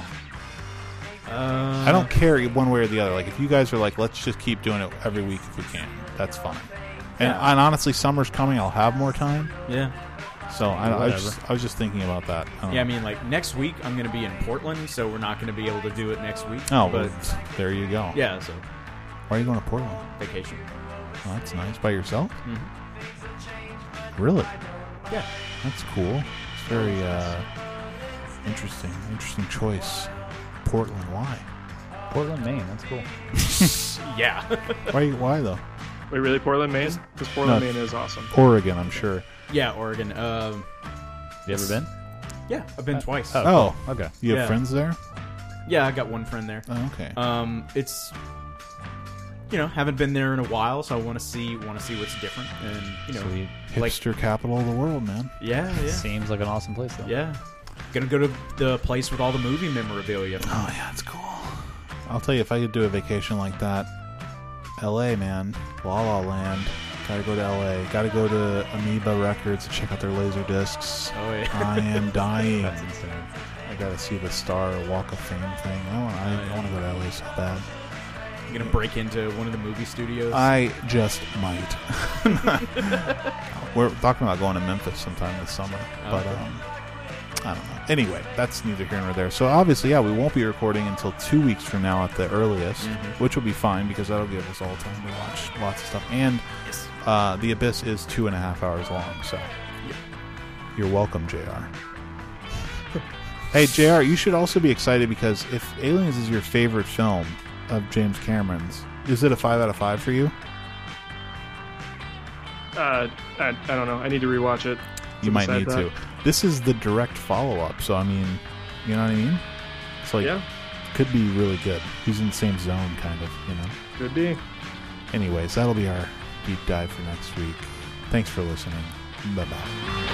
Uh,
I don't care one way or the other. Like if you guys are like, let's just keep doing it every week if we can, that's fine. And,
Yeah.
and honestly, summer's coming. I'll have more time.
Yeah.
So I, I, was
Whatever.
just, I was just thinking about that. I don't
Yeah, I
know.
mean, like next week I'm going to be in Portland, so we're not going to be able to do it next week.
oh,
but
well, there you go.
yeah, so
Why are you going to Portland?
vacation.
Oh, that's nice. By yourself? Really?
Yeah.
That's cool. It's very uh, interesting. Interesting choice. Portland. Why?
Portland, Maine. That's cool.
Yeah.
Why? Why though?
Wait, really, Portland, Maine? Because Portland,
No.
Maine is awesome.
Oregon. I'm sure.
yeah, Oregon. Um,
You ever been?
yeah, I've been twice.
Oh,
Okay.
you have
Yeah.
friends there?
yeah, I got one friend there.
Oh, okay.
Um, it's you know, haven't been there in a while, so I want to see want to see what's different and you know,
Sweet.
like
Hipster capital of the world, man.
yeah, yeah.
Seems like an awesome place though.
Yeah. Going to go to the place with all the movie memorabilia.
Oh yeah, it's cool. I'll tell you, if I could do a vacation like that, L.A. man, La La Land, Gotta go to LA. Gotta go to Amoeba Records and check out their laser discs.
Oh, yeah.
I am dying.
That's insane.
I gotta see the Star Walk of Fame thing. Oh, I want, I, I want to go to LA so bad.
I'm gonna break into one of the movie studios.
I just might. We're talking about going to Memphis sometime this summer, but um, I don't know. Anyway, that's neither here nor there. So obviously, yeah, we won't be recording until two weeks from now at the earliest, which will be fine because that'll give us all time to watch lots of stuff. And uh, the Abyss is two and a half hours long, so you're welcome, Jr. hey, Jr. You should also be excited because if Aliens is your favorite film of James Cameron's, is it a five out of five for you?
Uh, I, I don't know. I need to rewatch it.
you might
decide
need
that.
to. This is the direct follow up, so I mean, you know what I mean? It's like
Yeah,
could be really good. He's in the same zone, kind of, you know.
could be.
Anyways, that'll be our deep dive for next week. Thanks for listening. Bye bye.